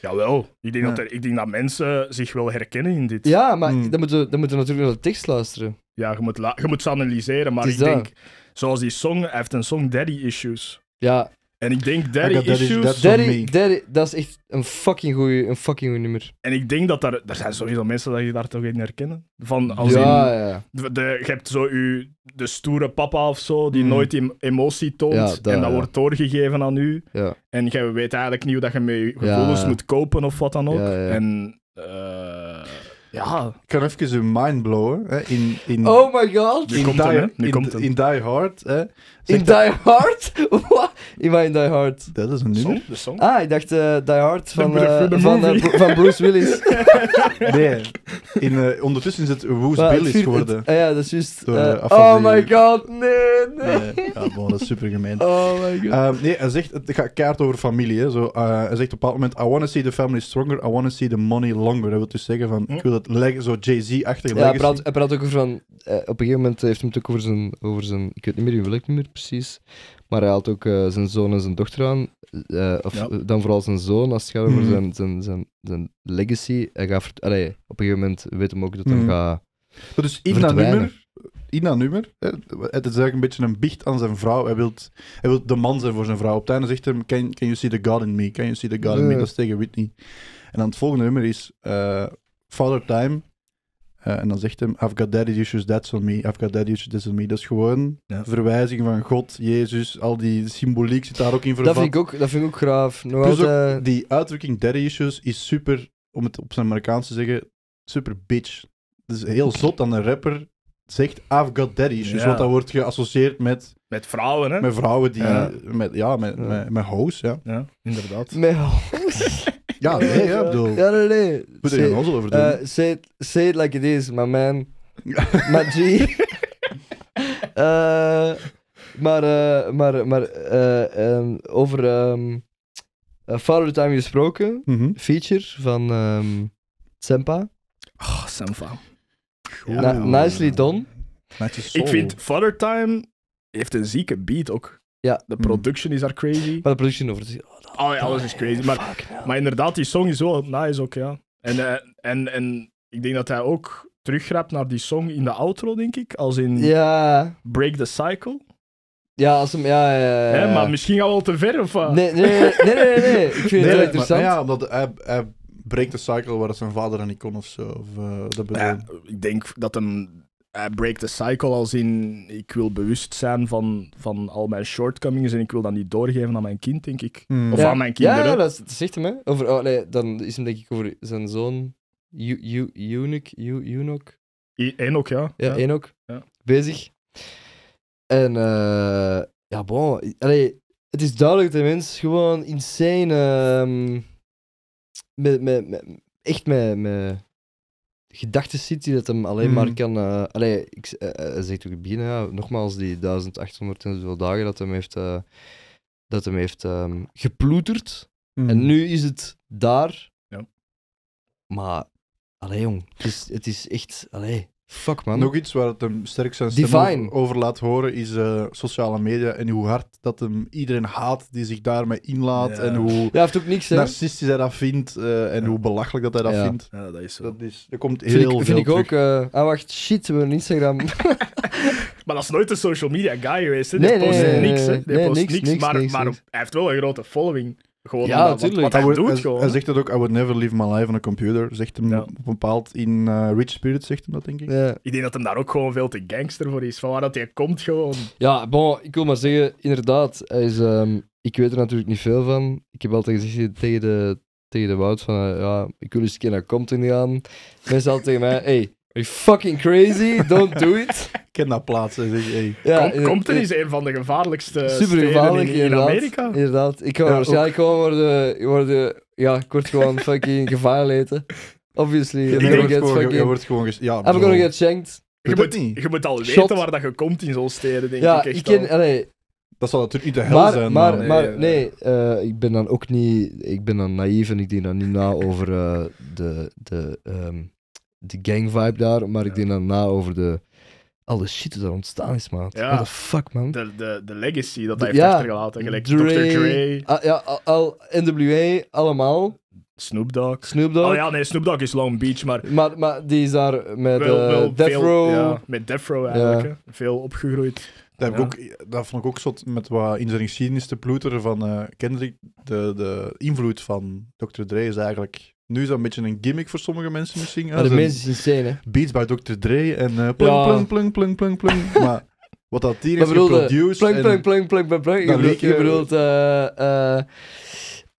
[SPEAKER 2] Jawel. Ik denk,
[SPEAKER 3] Ja.
[SPEAKER 2] dat er, ik denk dat mensen zich wel herkennen in dit.
[SPEAKER 1] Ja, maar
[SPEAKER 3] Hmm.
[SPEAKER 1] dan, moeten we, dan moeten we natuurlijk naar de tekst luisteren.
[SPEAKER 2] Ja, je, moet la- je moet ze analyseren, maar
[SPEAKER 1] Het
[SPEAKER 2] ik
[SPEAKER 1] is dat.
[SPEAKER 2] denk... Zoals die song, hij heeft een song Daddy Issues.
[SPEAKER 1] Ja,
[SPEAKER 2] En ik denk
[SPEAKER 3] I
[SPEAKER 2] Daddy
[SPEAKER 3] got daddy-
[SPEAKER 2] Issues...
[SPEAKER 3] that's on
[SPEAKER 1] Daddy,
[SPEAKER 3] me.
[SPEAKER 1] Daddy, dat is echt een fucking goeie, een fucking goeie nummer.
[SPEAKER 2] En ik denk dat daar... Er zijn sowieso mensen dat je daar toch in herkennen. Van, als in,
[SPEAKER 1] ja, ja.
[SPEAKER 2] de, de- je hebt zo je, de stoere papa of zo, die
[SPEAKER 3] Mm.
[SPEAKER 2] nooit em- emotie toont.
[SPEAKER 1] Ja, dat,
[SPEAKER 2] en dat
[SPEAKER 1] ja.
[SPEAKER 2] wordt doorgegeven aan u.
[SPEAKER 1] Ja.
[SPEAKER 2] En je weet eigenlijk niet hoe dat je met je
[SPEAKER 1] Ja.
[SPEAKER 2] gevoelens moet kopen of wat dan ook.
[SPEAKER 1] Ja, ja.
[SPEAKER 2] En eh, ja,
[SPEAKER 3] Ik kan even een mind blowen. Hè, in, in,
[SPEAKER 1] Oh my god!
[SPEAKER 2] Nu
[SPEAKER 3] in
[SPEAKER 2] komt
[SPEAKER 3] die,
[SPEAKER 2] hem, hè. Nu
[SPEAKER 3] in,
[SPEAKER 2] komt hem.
[SPEAKER 3] in Die Hard. Hè,
[SPEAKER 1] In
[SPEAKER 3] zegt
[SPEAKER 1] Die Hard? Wat? In mijn Die Hard.
[SPEAKER 3] dat, dat is een nummer.
[SPEAKER 2] song, de song.
[SPEAKER 1] Ah, ik dacht eh, Die Hard van,
[SPEAKER 2] Bru-
[SPEAKER 1] eh,
[SPEAKER 2] voor de
[SPEAKER 1] van, eh,
[SPEAKER 2] movie.
[SPEAKER 1] Bru- van Bruce Willis.
[SPEAKER 3] Nee, in, eh, ondertussen is het Woos
[SPEAKER 1] Maar het
[SPEAKER 3] Billies
[SPEAKER 1] viert-
[SPEAKER 3] geworden.
[SPEAKER 1] het- ah ja, dat is juist.
[SPEAKER 3] Door,
[SPEAKER 1] eh,
[SPEAKER 3] eh, af van
[SPEAKER 1] oh
[SPEAKER 3] die-
[SPEAKER 1] my god, nee, nee.
[SPEAKER 3] Nee, ja, bon, dat is super gemeen.
[SPEAKER 1] Oh my god.
[SPEAKER 3] Ehm, nee, hij zegt, het gaat kaart over familie. Hè. Zo, eh, hij zegt op een bepaald moment, I want to see the family stronger, I want to see the money longer. Dat wil dus zeggen van, ik wil het leg- zo Jay-Z-achtige
[SPEAKER 1] Hm? ja, hij
[SPEAKER 3] legacy.
[SPEAKER 1] praat, hij praat ook over van. eh, op een gegeven moment heeft hij het ook over zijn, over zijn. Ik weet niet meer in welk nummer precies. Maar hij haalt ook eh, zijn zoon en zijn dochter aan. eh, of
[SPEAKER 2] Ja.
[SPEAKER 1] eh, dan vooral zijn zoon als het gaat over
[SPEAKER 3] Mhm.
[SPEAKER 1] zijn, zijn, zijn, zijn legacy. Hij gaat vert- allee, op een gegeven moment weet hem ook dat hij
[SPEAKER 3] Mhm.
[SPEAKER 1] gaat
[SPEAKER 3] Maar dus in dat
[SPEAKER 1] Verdwijnen.
[SPEAKER 3] nummer, in dat nummer hè, het is eigenlijk een beetje een biecht aan zijn vrouw. Hij wil hij wilt de man zijn voor zijn vrouw. Op het einde zegt hij, can, can you see the God in me? Can you see the God in me?
[SPEAKER 1] Ja.
[SPEAKER 3] Dat is tegen Whitney. En dan het volgende nummer is eh, Father Time. Eh, en dan zegt hij, I've got daddy issues, that's on me. I've got daddy issues, that's on me. Dat is gewoon
[SPEAKER 2] Ja.
[SPEAKER 3] verwijzing van God, Jezus, al die symboliek zit daar ook in
[SPEAKER 1] Dat
[SPEAKER 3] vervat.
[SPEAKER 1] vind ik ook, dat vind ik ook graaf. Nog
[SPEAKER 3] Plus ook
[SPEAKER 1] altijd-
[SPEAKER 3] die uitdrukking daddy issues is super, om het op zijn Amerikaans te zeggen, super bitch. Het is heel zot dat een rapper zegt I've got daddy issues,
[SPEAKER 2] Ja.
[SPEAKER 3] want dat wordt geassocieerd met,
[SPEAKER 2] Met vrouwen, hè?
[SPEAKER 3] met vrouwen die,
[SPEAKER 2] Ja.
[SPEAKER 3] met, ja, met,
[SPEAKER 1] Ja.
[SPEAKER 3] met, met hoes, ja.
[SPEAKER 2] Ja, inderdaad.
[SPEAKER 1] Met
[SPEAKER 3] Ja, Ah, nee, ja, ik bedoel,
[SPEAKER 1] Ja, nee, nee.
[SPEAKER 3] moet er
[SPEAKER 1] Say-
[SPEAKER 3] geen onzel over doen.
[SPEAKER 1] eh, say, it, say it like it is, my man. maar G. Eh, maar eh, maar, maar eh, ehm, over ehm eh, Father Time gesproken,
[SPEAKER 3] Mhm.
[SPEAKER 1] feature van ehm Sempa.
[SPEAKER 2] Oh, Samfa.
[SPEAKER 3] Ja.
[SPEAKER 1] Na- nicely done.
[SPEAKER 3] Nice soul.
[SPEAKER 2] Ik vind Father Time heeft een zieke beat ook.
[SPEAKER 1] Ja.
[SPEAKER 2] De production is daar crazy.
[SPEAKER 1] Maar de production over het.
[SPEAKER 2] Oh, ja, alles is crazy. Maar,
[SPEAKER 1] Fuck, ja.
[SPEAKER 2] maar inderdaad, die song is wel nice ook, ja. En, eh, en, en ik denk dat hij ook teruggrijpt naar die song in de outro, denk ik. Als in
[SPEAKER 1] ja,
[SPEAKER 2] Break the Cycle.
[SPEAKER 1] ja, als hem. Ja, ja, ja,
[SPEAKER 2] Hè,
[SPEAKER 1] ja.
[SPEAKER 2] maar misschien gaan we al te ver, of wat?
[SPEAKER 1] Eh. Nee, nee, nee, nee, nee, nee. Ik vind
[SPEAKER 3] Nee,
[SPEAKER 1] het
[SPEAKER 3] maar-
[SPEAKER 1] wel interessant.
[SPEAKER 3] ja, omdat hij, hij breekt de cycle waar zijn vader aan niet kon of zo. Of, eh, dat bedoel
[SPEAKER 2] Ja, ik denk dat hem... Hij break the cycle als in... Ik wil bewust zijn van, van al mijn shortcomings en ik wil dat niet doorgeven aan mijn kind, denk ik.
[SPEAKER 3] Hmm.
[SPEAKER 2] Of
[SPEAKER 1] Ja.
[SPEAKER 2] aan mijn
[SPEAKER 1] Ja,
[SPEAKER 2] kinderen.
[SPEAKER 1] ja, dat, is- dat zegt hem, hè. Over, oh, nee, dan is hem denk ik over zijn zoon, Ju- Ju- Eunuch, Ju- Eunuch,
[SPEAKER 2] I- Enoch, ja.
[SPEAKER 1] ja, Enoch,
[SPEAKER 2] Ja.
[SPEAKER 1] bezig. En, eh, ja, bon, allee, het is duidelijk dat de mens gewoon insane, ehm, met, met, met- echt met, met gedachten zit die dat hem alleen
[SPEAKER 3] Mhm.
[SPEAKER 2] Hmm.
[SPEAKER 1] maar kan, eh allee, ik, z- eh, eh, hij zegt ook in het begin, ja, nogmaals, die 1800 en zoveel dagen dat hem heeft, eh, dat hem heeft ehm, geploeterd.
[SPEAKER 3] Hmm.
[SPEAKER 1] En nu is het daar.
[SPEAKER 2] Ja.
[SPEAKER 1] Maar, allee jong, het is, het is echt, allee, fuck man.
[SPEAKER 3] Nog iets waar het hem sterk zijn stem
[SPEAKER 1] Divine.
[SPEAKER 3] over, over laat horen is eh, sociale media en hoe hard dat hem iedereen haat die zich daarmee inlaat
[SPEAKER 2] Ja.
[SPEAKER 3] en hoe
[SPEAKER 1] Ja, heeft ook niks, hè.
[SPEAKER 3] narcistisch hij dat vindt eh, en
[SPEAKER 2] Ja.
[SPEAKER 3] hoe belachelijk dat hij dat
[SPEAKER 1] Ja.
[SPEAKER 3] vindt.
[SPEAKER 2] Ja, dat is zo.
[SPEAKER 3] Dat, is, dat komt heel
[SPEAKER 1] Vind
[SPEAKER 3] veel
[SPEAKER 1] ik, vind ik
[SPEAKER 3] terug.
[SPEAKER 1] ook, eh, ah wacht, shit, we hebben een Instagram.
[SPEAKER 2] Maar dat is nooit een social media guy geweest. Hè. Die
[SPEAKER 1] Nee, nee,
[SPEAKER 2] post
[SPEAKER 3] nee,
[SPEAKER 2] niks. Hè.
[SPEAKER 1] nee,
[SPEAKER 2] Die
[SPEAKER 1] nee,
[SPEAKER 2] post
[SPEAKER 1] niks,
[SPEAKER 2] niks,
[SPEAKER 1] niks,
[SPEAKER 2] maar,
[SPEAKER 1] niks,
[SPEAKER 2] maar
[SPEAKER 1] niks.
[SPEAKER 2] hij heeft wel een grote following. Gewoon
[SPEAKER 1] Ja,
[SPEAKER 2] omdat- want-
[SPEAKER 1] tuurlijk.
[SPEAKER 2] want
[SPEAKER 3] Hij,
[SPEAKER 2] hij
[SPEAKER 3] wordt-
[SPEAKER 2] doet
[SPEAKER 3] hij-
[SPEAKER 2] gewoon.
[SPEAKER 3] hij
[SPEAKER 2] hè.
[SPEAKER 3] zegt dat ook, I would never leave my life on a computer. Zegt hem
[SPEAKER 2] Ja.
[SPEAKER 3] op een bepaald in eh, Rich Spirit, zegt hem dat denk ik.
[SPEAKER 1] ja.
[SPEAKER 2] Ik denk dat hem daar ook gewoon veel te gangster voor is. Van waar dat hij komt gewoon.
[SPEAKER 1] ja, bon, ik wil maar zeggen, inderdaad, hij is, ehm, ik weet er natuurlijk niet veel van. Ik heb altijd gezegd tegen de, tegen de Wout van, eh, ja, ik wil eens een keer naar Compton gaan. Mensen altijd tegen mij, hey, are you fucking crazy? Don't do it.
[SPEAKER 3] Ik ken dat plaats. Hij zegt, hey.
[SPEAKER 1] Ja, eh,
[SPEAKER 2] Kom,
[SPEAKER 1] inderdaad.
[SPEAKER 2] komt er is een van de gevaarlijkste
[SPEAKER 1] Super
[SPEAKER 2] Eh, steden
[SPEAKER 1] gevaarlijk,
[SPEAKER 2] in, in
[SPEAKER 1] inderdaad.
[SPEAKER 2] Amerika.
[SPEAKER 1] Inderdaad. Ik kan
[SPEAKER 3] Ja,
[SPEAKER 1] waarschijnlijk gewoon worden, worden... Ja, ik word gewoon fucking gevaar laten. Obviously. I'm
[SPEAKER 3] Hij
[SPEAKER 1] gonna
[SPEAKER 3] wordt
[SPEAKER 1] get
[SPEAKER 3] gewoon,
[SPEAKER 1] fucking...
[SPEAKER 3] hij wordt gewoon ges- ja,
[SPEAKER 1] I'm
[SPEAKER 3] zo.
[SPEAKER 1] gonna get shanked.
[SPEAKER 2] Je
[SPEAKER 3] Weet het
[SPEAKER 2] moet,
[SPEAKER 3] niet.
[SPEAKER 2] je moet al
[SPEAKER 1] Shot.
[SPEAKER 2] weten waar dat je komt in zo'n steden, denk
[SPEAKER 1] ja,
[SPEAKER 2] ik.
[SPEAKER 1] ik,
[SPEAKER 2] Echt
[SPEAKER 1] ken...
[SPEAKER 2] al.
[SPEAKER 1] Allee,
[SPEAKER 3] Dat zal natuurlijk niet de hel
[SPEAKER 1] maar,
[SPEAKER 3] zijn.
[SPEAKER 1] maar,
[SPEAKER 3] man.
[SPEAKER 1] maar
[SPEAKER 2] Nee,
[SPEAKER 1] nee, eh, ik ben dan ook niet... Ik ben dan naïef en ik denk dan niet na over eh, de, de, ehm, de gang vibe daar, maar ik
[SPEAKER 2] Ja.
[SPEAKER 1] denk dan na over de... Alle shit dat er ontstaan is, maat.
[SPEAKER 2] Ja.
[SPEAKER 1] What the fuck, man.
[SPEAKER 2] De, de, de legacy dat
[SPEAKER 1] De-
[SPEAKER 2] hij heeft
[SPEAKER 1] ja.
[SPEAKER 2] achtergelaten. Gelijk
[SPEAKER 1] Dre,
[SPEAKER 2] Dr. Dre,
[SPEAKER 1] Ah, ja, al, al- NWA, allemaal.
[SPEAKER 2] Snoop Dogg.
[SPEAKER 1] Snoop Dogg.
[SPEAKER 2] Oh ja, nee, Snoop Dogg is Long Beach, maar
[SPEAKER 1] Maar, maar die is daar met
[SPEAKER 2] wel,
[SPEAKER 1] eh,
[SPEAKER 2] wel
[SPEAKER 1] Death
[SPEAKER 2] veel,
[SPEAKER 1] Row.
[SPEAKER 2] ja, met Death Row eigenlijk.
[SPEAKER 1] Ja.
[SPEAKER 2] hè. Veel opgegroeid.
[SPEAKER 3] Dat, heb ik
[SPEAKER 2] Ja.
[SPEAKER 3] ook, dat vond ik ook zot met wat in zijn geschiedenis te ploeteren van eh Kendrick. De, de invloed van Dr. Dre is eigenlijk... Nu is dat een beetje een gimmick voor sommige mensen misschien. hè.
[SPEAKER 1] Maar de
[SPEAKER 3] Zo'n
[SPEAKER 1] mensen is insane, hè.
[SPEAKER 3] Beats by Dr. Dre en eh plung,
[SPEAKER 1] Ja.
[SPEAKER 3] plung, plung, plung, plung, plung. maar wat dat hier
[SPEAKER 1] Maar eh,
[SPEAKER 3] is
[SPEAKER 1] bedoelde,
[SPEAKER 3] geproduced...
[SPEAKER 1] Plank,
[SPEAKER 3] en-
[SPEAKER 1] plank, plank, plank, plank, plank. Je
[SPEAKER 3] Dat
[SPEAKER 1] bedoelt... Je
[SPEAKER 3] liedje-
[SPEAKER 1] bedoelt eh, eh,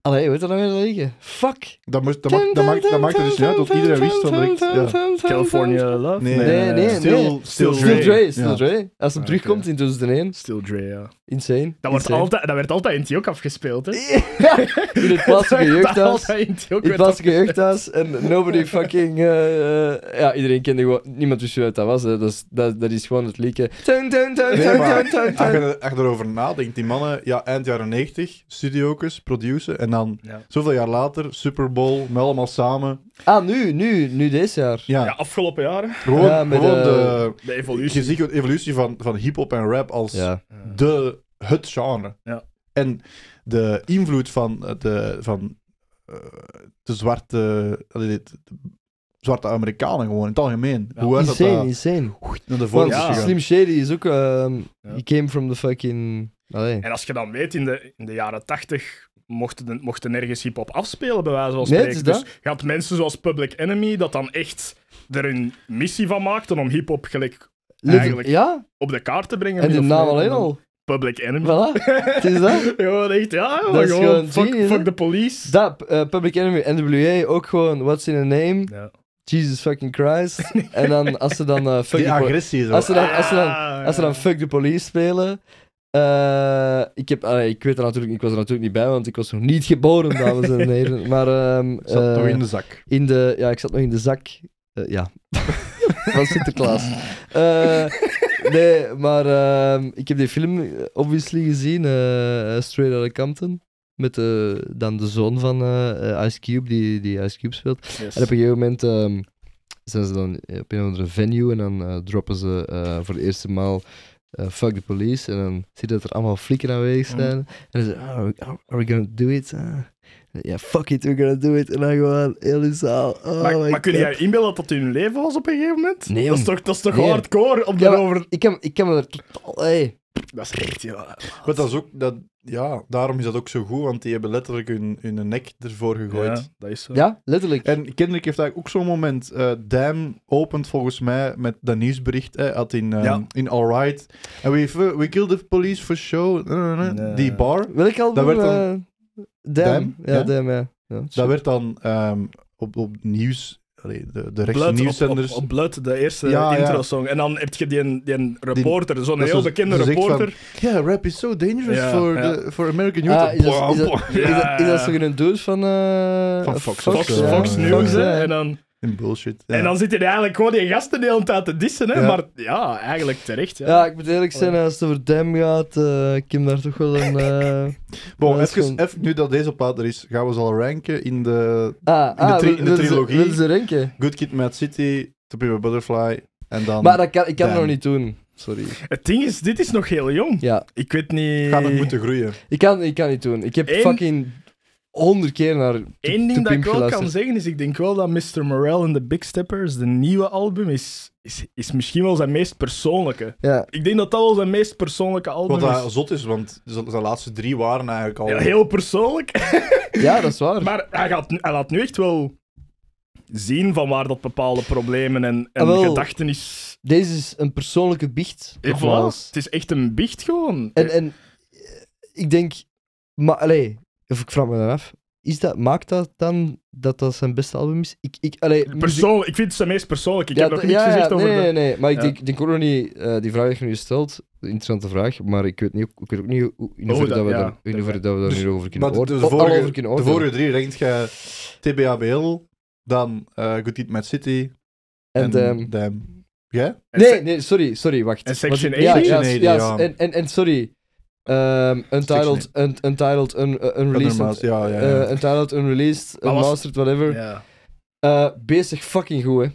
[SPEAKER 1] Allee, hoe heet dat nou weer dat liedje? Fuck!
[SPEAKER 3] Dat, moest, dat, maakt- dat, maakt, dat maakt er dus niet uit, want iedereen wist van direct... Ja.
[SPEAKER 2] California Love?
[SPEAKER 3] Nee,
[SPEAKER 1] Nee, nee,
[SPEAKER 3] Still, still,
[SPEAKER 1] Still Dre, Still
[SPEAKER 3] Ja.
[SPEAKER 1] Dre. Als hem
[SPEAKER 2] Ah,
[SPEAKER 1] terugkomt
[SPEAKER 2] oké.
[SPEAKER 1] in 2001.
[SPEAKER 2] Still Dre, ja.
[SPEAKER 1] Insane.
[SPEAKER 2] Dat, wordt
[SPEAKER 1] Insane.
[SPEAKER 2] altijd, dat werd altijd in het jok afgespeeld, hè?
[SPEAKER 1] in het plaatselijke
[SPEAKER 2] Dat werd
[SPEAKER 1] jeugdhuis.
[SPEAKER 2] altijd in het jok
[SPEAKER 1] In het
[SPEAKER 2] werd
[SPEAKER 1] plaatselijke jeugdhuis. En nobody fucking... eh, eh, ja, iedereen kende gewoon... Niemand wist wie dat was. hè. Dat is, dat, dat is gewoon het liedje. Tun, tun, tun,
[SPEAKER 3] Nee,
[SPEAKER 1] tun,
[SPEAKER 3] maar
[SPEAKER 1] tun, tun,
[SPEAKER 3] als
[SPEAKER 1] tun.
[SPEAKER 3] je er- als je erover nadenkt, die mannen, ja, eind jaren 90, studiokers, produceren en dan
[SPEAKER 2] Ja.
[SPEAKER 3] zoveel jaar later, Super Bowl, met allemaal samen.
[SPEAKER 1] Ah, nu, nu, nu dit jaar.
[SPEAKER 3] Ja,
[SPEAKER 2] Ja, afgelopen jaren.
[SPEAKER 3] gewoon,
[SPEAKER 1] Ja, met,
[SPEAKER 3] gewoon
[SPEAKER 1] eh,
[SPEAKER 3] de...
[SPEAKER 2] De
[SPEAKER 3] Je
[SPEAKER 2] evolutie.
[SPEAKER 3] ziet de evolutie van, van hip-hop en rap als de, het genre.
[SPEAKER 2] Ja.
[SPEAKER 3] En de invloed van de, van, eh, de zwarte. eh, allee, de- de- zwarte Amerikanen gewoon, in het algemeen. Hoe was dat
[SPEAKER 1] insane,
[SPEAKER 3] daar?
[SPEAKER 1] insane.
[SPEAKER 3] naar de
[SPEAKER 1] Want
[SPEAKER 3] voorkant
[SPEAKER 2] Ja.
[SPEAKER 3] gegaan?
[SPEAKER 1] Slim Shady is ook... ehm,
[SPEAKER 2] Ja.
[SPEAKER 1] He came from the fucking... Allee.
[SPEAKER 2] En als je dan weet, in de, in de jaren tachtig mochten, de- mochten nergens hip-hop afspelen, bij wijze van
[SPEAKER 1] Nee,
[SPEAKER 2] spreken.
[SPEAKER 1] het is
[SPEAKER 2] dus
[SPEAKER 1] dat.
[SPEAKER 2] je had mensen zoals Public Enemy dat dan echt er een missie van maakten om hip-hop gelijk
[SPEAKER 1] Lid-
[SPEAKER 2] eigenlijk-
[SPEAKER 1] Ja,
[SPEAKER 2] op de kaart te brengen.
[SPEAKER 1] en
[SPEAKER 2] min
[SPEAKER 1] die
[SPEAKER 2] of
[SPEAKER 1] naam
[SPEAKER 2] meer.
[SPEAKER 1] alleen
[SPEAKER 2] En dan
[SPEAKER 1] al.
[SPEAKER 2] Public Enemy.
[SPEAKER 1] Voilà, het is dat.
[SPEAKER 2] Gewoon echt, ja,
[SPEAKER 1] Dat is
[SPEAKER 2] gewoon,
[SPEAKER 1] gewoon
[SPEAKER 2] fuck,
[SPEAKER 1] genius, hè?
[SPEAKER 2] fuck de police.
[SPEAKER 1] Dat, eh, Public Enemy, NWA, ook gewoon What's in a Name,
[SPEAKER 2] Ja.
[SPEAKER 1] Jesus fucking Christ. en dan als ze dan... eh, fuck
[SPEAKER 3] Die
[SPEAKER 1] the po-
[SPEAKER 3] agressie. Zo.
[SPEAKER 1] als ze dan, als ze dan
[SPEAKER 2] Ah,
[SPEAKER 1] Als ze dan
[SPEAKER 2] ja.
[SPEAKER 1] Fuck the Police spelen. eh, ik, heb, allee, ik weet er natuurlijk, ik was er natuurlijk niet bij, want ik was nog niet geboren, dames en heren. Maar ehm,
[SPEAKER 3] Zat
[SPEAKER 1] eh,
[SPEAKER 3] nog in de zak.
[SPEAKER 1] in de- Ja, ik zat nog in de zak. Eh, ja. Van Sinterklaas. Eh, nee, maar ehm, ik heb die film eh, obviously gezien, eh, eh, Straight Outta Compton. Met eh, dan de zoon van eh, eh, Ice Cube, die, die Ice Cube speelt.
[SPEAKER 2] Yes.
[SPEAKER 1] En op een gegeven moment ehm, zijn ze dan eh, op een of andere venue en dan eh, droppen ze eh, voor de eerste maal eh, Fuck the Police. En dan zie je dat er allemaal flikken aanwezig
[SPEAKER 2] Mm.
[SPEAKER 1] zijn. En dan zeggen oh, are, we- are we gonna do it? Eh, Ja, fuck it, we're gonna do it. En dan gewoon heel die zaal. Oh
[SPEAKER 2] maar
[SPEAKER 1] my
[SPEAKER 2] maar kun
[SPEAKER 1] God.
[SPEAKER 2] jij inbeelden dat dat hun leven was op een gegeven moment?
[SPEAKER 1] Nee,
[SPEAKER 2] dat is
[SPEAKER 1] jong.
[SPEAKER 2] toch, dat is toch
[SPEAKER 1] Nee.
[SPEAKER 2] hardcore om
[SPEAKER 1] Ja, maar-
[SPEAKER 2] daarover...
[SPEAKER 1] Ik kan, ik kan me er totaal... Hey.
[SPEAKER 2] Dat is echt, ja.
[SPEAKER 3] Maar dat is ook, dat, ja, daarom is dat ook zo goed, want die hebben letterlijk hun, hun nek ervoor gegooid.
[SPEAKER 2] Ja, dat is zo.
[SPEAKER 1] Ja, letterlijk.
[SPEAKER 3] En Kendrick heeft eigenlijk ook zo'n moment. eh Dam opent volgens mij met dat nieuwsbericht eh, had in, ehm,
[SPEAKER 2] Ja.
[SPEAKER 3] in Alright. En we, we, we killed the police for show. Eh, eh, eh,
[SPEAKER 2] Nee.
[SPEAKER 3] Die bar.
[SPEAKER 1] Welk album?
[SPEAKER 3] werd dan-
[SPEAKER 1] eh, damn.
[SPEAKER 3] Damn,
[SPEAKER 1] Ja,
[SPEAKER 3] ja.
[SPEAKER 1] Damn, ja. ja.
[SPEAKER 3] Dat werd dan ehm, op, op nieuws, allee, de, de rechtse
[SPEAKER 2] Blood, op, op,
[SPEAKER 3] nieuwszenders.
[SPEAKER 2] op Blood, de eerste
[SPEAKER 3] Ja, ja.
[SPEAKER 2] intro-song. En dan heb je die, die reporter, zo'n
[SPEAKER 3] dat
[SPEAKER 2] heel
[SPEAKER 3] ze-
[SPEAKER 2] bekende
[SPEAKER 3] ze zegt van-
[SPEAKER 2] reporter.
[SPEAKER 3] Ja, rap is so dangerous
[SPEAKER 2] Ja,
[SPEAKER 3] for,
[SPEAKER 2] ja.
[SPEAKER 3] The, for American youth.
[SPEAKER 1] Ah, is, dat, is, dat,
[SPEAKER 3] Blah, blah.
[SPEAKER 1] is, dat, is dat zo
[SPEAKER 2] Ja.
[SPEAKER 1] een doos van... eh,
[SPEAKER 3] Van Fox,
[SPEAKER 2] Fox,
[SPEAKER 3] Fox,
[SPEAKER 2] Fox
[SPEAKER 3] ja.
[SPEAKER 2] News,
[SPEAKER 3] Fox,
[SPEAKER 2] hè.
[SPEAKER 1] ja.
[SPEAKER 2] En dan,
[SPEAKER 3] En bullshit. ja.
[SPEAKER 2] en dan zit hij eigenlijk gewoon die gasten de hele tijd te dissen, hè.
[SPEAKER 3] Ja.
[SPEAKER 2] Maar ja, eigenlijk terecht, ja.
[SPEAKER 1] Oh, Ja, ik moet eerlijk zijn, als het over Dem gaat, eh, ik heb daar toch wel een... eh,
[SPEAKER 3] Bon,
[SPEAKER 1] dat is
[SPEAKER 3] even,
[SPEAKER 1] gewoon-
[SPEAKER 3] even, nu dat deze plaat er is, gaan we ze al ranken in de
[SPEAKER 1] Ah,
[SPEAKER 3] de
[SPEAKER 1] ah,
[SPEAKER 3] tri-
[SPEAKER 1] wil-
[SPEAKER 3] in de
[SPEAKER 1] wil ze-
[SPEAKER 3] trilogie.
[SPEAKER 1] Wil ze renken?
[SPEAKER 3] Good Kid, Mad City, To Be a Butterfly en dan...
[SPEAKER 1] Maar dat kan, ik kan het
[SPEAKER 3] Damn.
[SPEAKER 1] nog niet doen. Sorry.
[SPEAKER 2] Het ding is, dit is nog heel jong.
[SPEAKER 1] Ja,
[SPEAKER 2] Ik weet niet...
[SPEAKER 3] gaat nog moeten groeien.
[SPEAKER 1] ik kan, ik kan niet doen. Ik heb
[SPEAKER 2] Eén-
[SPEAKER 1] fucking honderd keer naar...
[SPEAKER 2] Eén ding
[SPEAKER 1] te
[SPEAKER 2] dat ik
[SPEAKER 1] pimp
[SPEAKER 2] wel kan
[SPEAKER 1] geluisterd.
[SPEAKER 2] zeggen is, ik denk wel dat Mr. Morel en The Big Steppers, de nieuwe album, is, is, is misschien wel zijn meest persoonlijke.
[SPEAKER 1] Ja,
[SPEAKER 2] Ik denk dat dat wel zijn meest persoonlijke album
[SPEAKER 3] Wat dat
[SPEAKER 2] is.
[SPEAKER 3] zot is, want z- zijn laatste drie waren eigenlijk al...
[SPEAKER 2] Ja, heel persoonlijk.
[SPEAKER 1] ja dat is waar.
[SPEAKER 2] Maar hij, gaat, nu- hij laat nu echt wel zien van waar dat bepaalde problemen en, en
[SPEAKER 1] Ah, wel.
[SPEAKER 2] gedachten is.
[SPEAKER 1] Deze is een persoonlijke biecht.
[SPEAKER 2] Eh, voilà.
[SPEAKER 1] nogmaals.
[SPEAKER 2] Het is echt een biecht gewoon.
[SPEAKER 1] En, en eh, ik denk... Maar, allee, of ik vraag me dan af. Is dat, maakt dat dan dat dat zijn beste album is? Ik, ik, allee, muziek-
[SPEAKER 2] Persoonlijk, Eh, ik vind het zijn meest persoonlijk. Ik heb nog
[SPEAKER 1] d-
[SPEAKER 2] niks gezegd
[SPEAKER 1] nee,
[SPEAKER 2] over de...
[SPEAKER 1] nee, nee. Maar ik
[SPEAKER 2] Ja.
[SPEAKER 1] denk, denk ook nog niet... eh, die vraag die je nu stelt, een interessante vraag, maar ik weet, niet, ik weet ook niet hoe- in hoeverre
[SPEAKER 2] Oh, dat-
[SPEAKER 1] dat we
[SPEAKER 2] ja,
[SPEAKER 1] daar- in
[SPEAKER 2] dat-
[SPEAKER 1] hoeverre dat we daar
[SPEAKER 3] Dus-
[SPEAKER 1] nu over kunnen
[SPEAKER 3] Maar de,
[SPEAKER 1] oordelen. Oh,
[SPEAKER 3] de,
[SPEAKER 1] Al
[SPEAKER 3] vorige,
[SPEAKER 1] over kunnen
[SPEAKER 3] de
[SPEAKER 1] oordelen.
[SPEAKER 3] vorige drie denkt je TBABL, dan eh Good Eat Mad City
[SPEAKER 1] En,
[SPEAKER 3] en,
[SPEAKER 1] ehm,
[SPEAKER 3] Damn. Ja?
[SPEAKER 2] En
[SPEAKER 1] nee,
[SPEAKER 2] se-
[SPEAKER 1] nee, sorry, sorry, wacht.
[SPEAKER 2] En Section
[SPEAKER 1] Want- Ja,
[SPEAKER 2] 80?
[SPEAKER 1] ja,
[SPEAKER 3] Section
[SPEAKER 1] ja,
[SPEAKER 3] 80, ja.
[SPEAKER 1] En, en, en sorry. ehm untitled, un, untitled, un, uh, unreleased,
[SPEAKER 3] Othermaise, Ja, ja, ja.
[SPEAKER 1] eh, untitled, unreleased,
[SPEAKER 2] Maar was-
[SPEAKER 1] unmastered, whatever.
[SPEAKER 2] Ja.
[SPEAKER 1] Eh, bezig fucking goed, hè.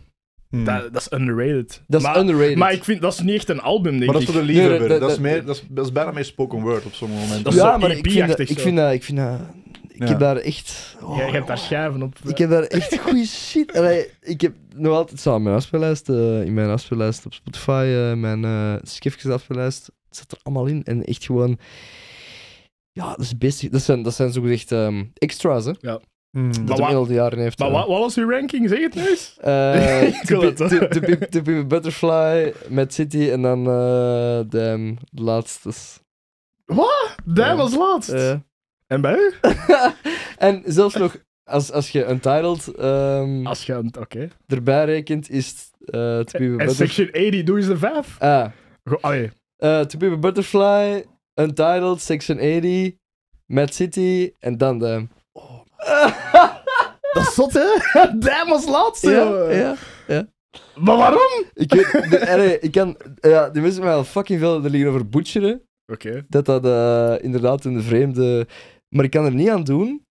[SPEAKER 3] Hmm.
[SPEAKER 2] Dat, dat is underrated.
[SPEAKER 1] Dat is
[SPEAKER 2] maar,
[SPEAKER 1] underrated.
[SPEAKER 2] Maar ik vind, dat is niet echt een album, denk
[SPEAKER 3] Maar dat
[SPEAKER 2] ik.
[SPEAKER 3] is voor de liefhebber.
[SPEAKER 1] Nee, dat-
[SPEAKER 3] dat, is
[SPEAKER 1] dat-
[SPEAKER 3] meer, dat, is, dat is bijna meer spoken word op sommige momenten.
[SPEAKER 2] Dat is
[SPEAKER 1] ja,
[SPEAKER 2] zo
[SPEAKER 1] maar ik vind, dat,
[SPEAKER 2] EP-achtig
[SPEAKER 1] ik
[SPEAKER 2] zo.
[SPEAKER 1] vind dat... Ik, vind dat, ik
[SPEAKER 3] Ja.
[SPEAKER 1] heb daar echt... oh,
[SPEAKER 2] Jij hebt daar schijven op. eh.
[SPEAKER 1] Ik heb daar echt goede shit. Allee, ik heb nog altijd het staat op mijn afspeellijst, eh, in mijn afspeellijst op Spotify, eh, mijn eh schriftjes afspeellijst. Het zat er allemaal in. En echt gewoon. Ja, dat is best. Dat zijn, dat zijn zogezegd ehm extra's, hè?
[SPEAKER 3] Hmm.
[SPEAKER 1] Dat
[SPEAKER 2] wa-
[SPEAKER 1] hij al die jaren heeft.
[SPEAKER 2] Maar
[SPEAKER 1] eh.
[SPEAKER 2] wat, wat was uw ranking? Zeg het nu eens.
[SPEAKER 1] Eh,
[SPEAKER 2] Ik wil het,
[SPEAKER 1] to
[SPEAKER 2] hoor.
[SPEAKER 1] be- to- to be- To Be a Butterfly, Mad City en dan eh de laatste.
[SPEAKER 2] Dij
[SPEAKER 1] Ja.
[SPEAKER 2] was laatst.
[SPEAKER 1] Eh,
[SPEAKER 2] En bij u?
[SPEAKER 1] en zelfs nog, als, als je Untitled ehm,
[SPEAKER 2] Als je... Oké.
[SPEAKER 1] erbij rekent, is het eh, To Be a
[SPEAKER 2] En
[SPEAKER 1] Butterfly.
[SPEAKER 2] Section 80, doe eens de vijf.
[SPEAKER 1] Ah,
[SPEAKER 2] Go- Allee.
[SPEAKER 1] Eh, to Be a Butterfly, Untitled, Section 80, Mad City en dan de.
[SPEAKER 3] Oh,
[SPEAKER 2] Dat is zot, hè? Dij was laatst,
[SPEAKER 1] ja,
[SPEAKER 2] joh.
[SPEAKER 1] ja.
[SPEAKER 2] Maar waarom?
[SPEAKER 1] Ik, weet, de- allee, ik kan. eh, Ja, die mensen mij al fucking veel er liggen over butcheren.
[SPEAKER 2] Oké.
[SPEAKER 1] Dat dat eh, inderdaad een vreemde. Maar ik kan er niet aan doen.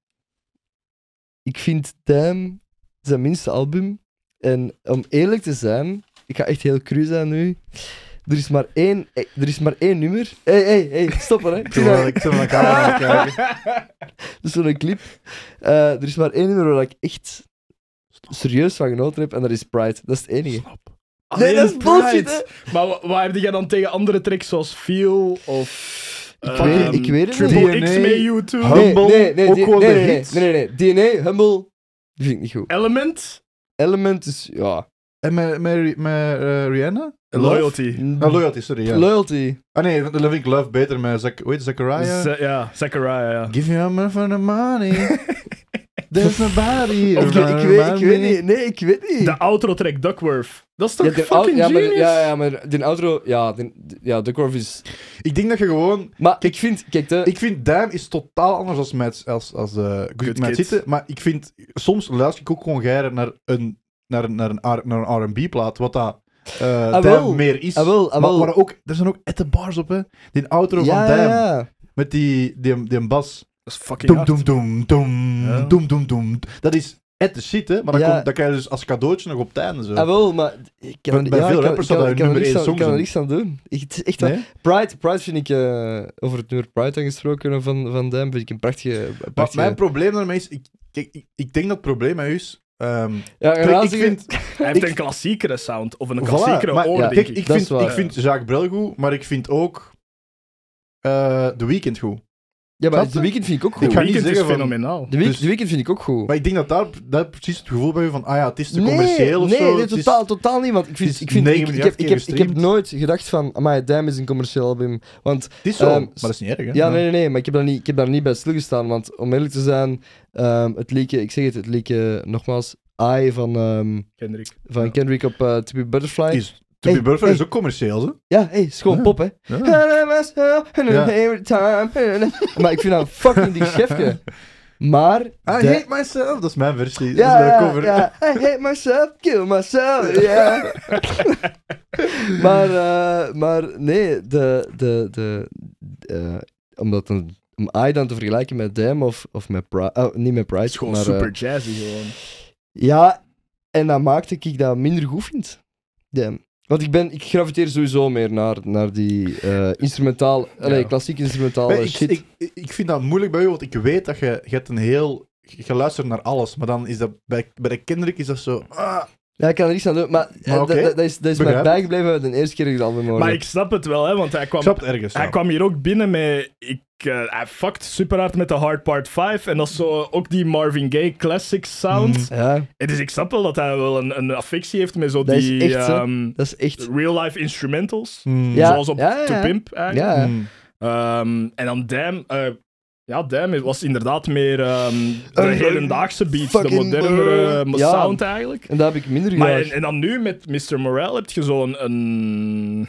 [SPEAKER 1] Ik vind Time zijn minste album. En om eerlijk te zijn, ik ga echt heel cru zijn nu. Er is maar één, eh, er is maar één nummer. hey, hey, hey, stoppen hè. Ik
[SPEAKER 3] Ik
[SPEAKER 1] zie
[SPEAKER 3] zit
[SPEAKER 1] dat-
[SPEAKER 3] wel- Ik zit naar elkaar aan het kijken.
[SPEAKER 1] Dus Dat is zo'n clip. Eh, er is maar één nummer waar ik echt serieus van genoten heb en dat is Pride. Dat is het enige.
[SPEAKER 3] Snap.
[SPEAKER 1] Nee, dat is
[SPEAKER 2] Alleen
[SPEAKER 1] bullshit,
[SPEAKER 2] Pride. Maar wa- waar heb jij dan tegen andere tracks zoals Feel of...
[SPEAKER 1] Ik weet-
[SPEAKER 2] ehm,
[SPEAKER 1] ik weet het niet.
[SPEAKER 2] Triple X
[SPEAKER 3] DNA,
[SPEAKER 2] mee YouTube.
[SPEAKER 3] Hub- Humble,
[SPEAKER 1] nee, nee, nee,
[SPEAKER 3] ook
[SPEAKER 1] die-
[SPEAKER 3] wel
[SPEAKER 1] nee,
[SPEAKER 3] de
[SPEAKER 1] nee, nee,
[SPEAKER 3] hits.
[SPEAKER 1] nee, nee, nee. DNA, Humble, die vind ik niet goed.
[SPEAKER 2] Element.
[SPEAKER 1] Element is, ja...
[SPEAKER 3] En Eh, met, met, met eh, Rihanna?
[SPEAKER 2] Loyalty.
[SPEAKER 3] Ah, Loyalty, sorry. Ja.
[SPEAKER 1] Loyalty.
[SPEAKER 3] ah nee, dan vind ik Love beter met Zach, hoe heet het,
[SPEAKER 1] Ah,
[SPEAKER 3] Zachariah.
[SPEAKER 2] Z- ja, Zachariah, ja.
[SPEAKER 3] Give you a man for the money. There's nobody.
[SPEAKER 1] Of, ik,
[SPEAKER 3] around
[SPEAKER 1] ik weet, ik weet
[SPEAKER 3] me.
[SPEAKER 1] niet. Nee, ik weet niet.
[SPEAKER 2] De outro track Duckworth. Dat is toch
[SPEAKER 1] ja, de
[SPEAKER 2] fucking
[SPEAKER 1] ja, maar,
[SPEAKER 2] genius?
[SPEAKER 1] ja, ja, maar de outro... Ja, de, de- ja, de curve is...
[SPEAKER 3] Ik denk dat je gewoon.
[SPEAKER 1] Maar ik vind... Kijk, de,
[SPEAKER 3] Ik vind Duim is totaal anders als met als, als eh,
[SPEAKER 2] Good Kids.
[SPEAKER 3] met zitten. Maar ik vind soms luister ik ook gewoon geir naar een naar een, naar een, R- naar een R&B plaat wat dat eh
[SPEAKER 1] Ah,
[SPEAKER 3] Duim
[SPEAKER 1] wel.
[SPEAKER 3] meer is.
[SPEAKER 1] Ah, wel, ah,
[SPEAKER 3] maar,
[SPEAKER 1] wel.
[SPEAKER 3] maar ook er zijn ook ette bars op hè. Die outro van
[SPEAKER 1] ja,
[SPEAKER 3] Duim
[SPEAKER 1] ja.
[SPEAKER 3] met die die, die bas.
[SPEAKER 2] Dat is fucking
[SPEAKER 3] Doem
[SPEAKER 2] hard.
[SPEAKER 3] doem doem doem
[SPEAKER 2] Ja.
[SPEAKER 3] doem doem doem. Dat is ette shit hè. Maar dan
[SPEAKER 1] Ja.
[SPEAKER 3] komt, dat krijg je dus als cadeautje nog op het einde zo.
[SPEAKER 1] Ah, wel, maar... Ik kan,
[SPEAKER 3] Bij- bij
[SPEAKER 1] ja, ik
[SPEAKER 3] veel
[SPEAKER 1] kan,
[SPEAKER 3] rappers
[SPEAKER 1] ik kan,
[SPEAKER 3] staat dat
[SPEAKER 1] ik kan,
[SPEAKER 3] nummer
[SPEAKER 1] er niks
[SPEAKER 3] één
[SPEAKER 1] aan- ik
[SPEAKER 3] songs
[SPEAKER 1] kan er
[SPEAKER 3] in.
[SPEAKER 1] niks aan doen. Ik- het is echt wel-
[SPEAKER 3] Nee?
[SPEAKER 1] Pride, Pride vind ik... eh, over het nummer Pride aangesproken van, van Dam vind ik een prachtige...
[SPEAKER 3] Maar
[SPEAKER 1] prachtige
[SPEAKER 3] mijn probleem daarmee is, ik, ik, ik, ik denk dat het probleem met u is. ehm,
[SPEAKER 1] ja,
[SPEAKER 3] kijk,
[SPEAKER 1] raar
[SPEAKER 3] ik
[SPEAKER 1] zeggen-
[SPEAKER 3] vind,
[SPEAKER 2] Hij heeft
[SPEAKER 3] Ik-
[SPEAKER 2] een klassiekere sound. Of een
[SPEAKER 3] Voilà,
[SPEAKER 2] klassiekere
[SPEAKER 3] maar
[SPEAKER 2] oor,
[SPEAKER 1] ja,
[SPEAKER 2] denk
[SPEAKER 3] kijk,
[SPEAKER 2] ik.
[SPEAKER 3] ik
[SPEAKER 1] Dat is
[SPEAKER 3] vind,
[SPEAKER 1] waar.
[SPEAKER 3] ik vind Jacques Brel goed, maar ik vind ook eh The Weeknd goed.
[SPEAKER 1] Ja, maar
[SPEAKER 3] Snap
[SPEAKER 1] The
[SPEAKER 3] je?
[SPEAKER 1] Weeknd vind ik ook
[SPEAKER 3] Ik
[SPEAKER 1] goed.
[SPEAKER 3] ga
[SPEAKER 2] Weeknd
[SPEAKER 3] niet
[SPEAKER 2] is
[SPEAKER 3] zeggen van-
[SPEAKER 2] fenomenaal.
[SPEAKER 1] De, week,
[SPEAKER 3] dus-
[SPEAKER 1] de Weeknd vind ik ook goed.
[SPEAKER 3] Maar ik denk dat daar, daar heb precies het gevoel bij je van, ah ja, het is te commercieel of
[SPEAKER 1] nee,
[SPEAKER 3] zo.
[SPEAKER 1] Nee,
[SPEAKER 3] het is-
[SPEAKER 1] totaal, totaal niet. Want ik,
[SPEAKER 3] het
[SPEAKER 1] vind,
[SPEAKER 3] is
[SPEAKER 1] ik, vind,
[SPEAKER 3] 9
[SPEAKER 1] ik, ik,
[SPEAKER 3] miljard
[SPEAKER 1] heb, ik, heb,
[SPEAKER 3] keer
[SPEAKER 1] ik heb
[SPEAKER 3] gestreamd.
[SPEAKER 1] nooit gedacht van, amai, Damn is een commercieel album. Want,
[SPEAKER 3] Het is zo,
[SPEAKER 1] ehm,
[SPEAKER 3] maar dat is niet erg, hè?
[SPEAKER 1] ja, nee, nee, nee, maar ik heb daar niet, ik heb daar niet bij stilgestaan. Want om eerlijk te zijn, ehm, het leaken, ik zeg het, het leaken nogmaals, I van, ehm,
[SPEAKER 2] Kendrick.
[SPEAKER 1] van
[SPEAKER 2] Ja.
[SPEAKER 1] Kendrick op eh To Be Butterfly.
[SPEAKER 3] Is, to
[SPEAKER 1] Hey,
[SPEAKER 3] be perfect is
[SPEAKER 1] hey.
[SPEAKER 3] ook commercieel, hè?
[SPEAKER 1] Ja, hé, hey, is gewoon
[SPEAKER 3] Ja.
[SPEAKER 1] pop, hè.
[SPEAKER 3] Ja. Ja.
[SPEAKER 1] Every time. Maar ik vind dat een fucking die chefje. Maar...
[SPEAKER 3] I
[SPEAKER 1] de-
[SPEAKER 3] hate myself, dat is mijn versie.
[SPEAKER 1] Ja,
[SPEAKER 3] Ah, dat is
[SPEAKER 1] ja,
[SPEAKER 3] mijn cover.
[SPEAKER 1] ja. I hate myself, kill myself, yeah. maar, eh, maar nee, de, de, de, eh, omdat een, om I dan te vergelijken met Dam of, of met Pride, niet met Pride,
[SPEAKER 2] Het is gewoon
[SPEAKER 1] maar, eh,
[SPEAKER 2] super jazzy gewoon.
[SPEAKER 1] ja, en dat maakte ik dat minder goed vind. Damn. Want ik, ben, ik graviteer sowieso meer naar, naar die eh instrumentaal, allee, klassiek instrumentaal
[SPEAKER 3] Maar
[SPEAKER 1] eh,
[SPEAKER 3] ik,
[SPEAKER 1] shit.
[SPEAKER 3] ik, ik, ik vind dat moeilijk bij u, want ik weet dat je, je hebt een heel... Je luistert naar alles, maar dan is dat... Bij, bij de Kendrick is dat zo... Ah,
[SPEAKER 1] ja, ik kan er niks aan doen, maar, eh,
[SPEAKER 3] Maar oké,
[SPEAKER 1] dat, dat- dat is, dat is mij
[SPEAKER 3] begrijp ik.
[SPEAKER 1] bijgebleven de eerste keer dat ik het album hoorde.
[SPEAKER 2] Maar ik snap het wel, hè, want hij kwam,
[SPEAKER 3] ik snap het ergens.
[SPEAKER 2] hij
[SPEAKER 3] ja.
[SPEAKER 2] kwam hier ook binnen met... Ik, eh, hij fucked super hard met de Hard Part 5. En dat is zo ook die Marvin Gaye classic sound.
[SPEAKER 3] Mhm.
[SPEAKER 1] Ja,
[SPEAKER 2] En dus ik snap wel dat hij wel een, een affectie heeft met zo
[SPEAKER 1] Dat is
[SPEAKER 2] die
[SPEAKER 1] echt zo.
[SPEAKER 2] ehm,
[SPEAKER 1] dat is echt...
[SPEAKER 2] real-life instrumentals.
[SPEAKER 3] Hmm.
[SPEAKER 1] Ja.
[SPEAKER 2] Zoals op
[SPEAKER 1] ja, ja, ja.
[SPEAKER 2] To Pimp eigenlijk.
[SPEAKER 1] Ja.
[SPEAKER 3] Hmm.
[SPEAKER 2] Ehm, en dan Damn. eh, ja, Damn het was inderdaad meer ehm, de
[SPEAKER 1] Een-
[SPEAKER 2] hedendaagse beats, de
[SPEAKER 1] fucking-
[SPEAKER 2] modernere eh,
[SPEAKER 1] Ja.
[SPEAKER 2] sound eigenlijk.
[SPEAKER 1] En dat heb ik minder
[SPEAKER 2] Maar
[SPEAKER 1] graag.
[SPEAKER 2] en, en dan nu met Mr. Morel heb je zo'n... Een,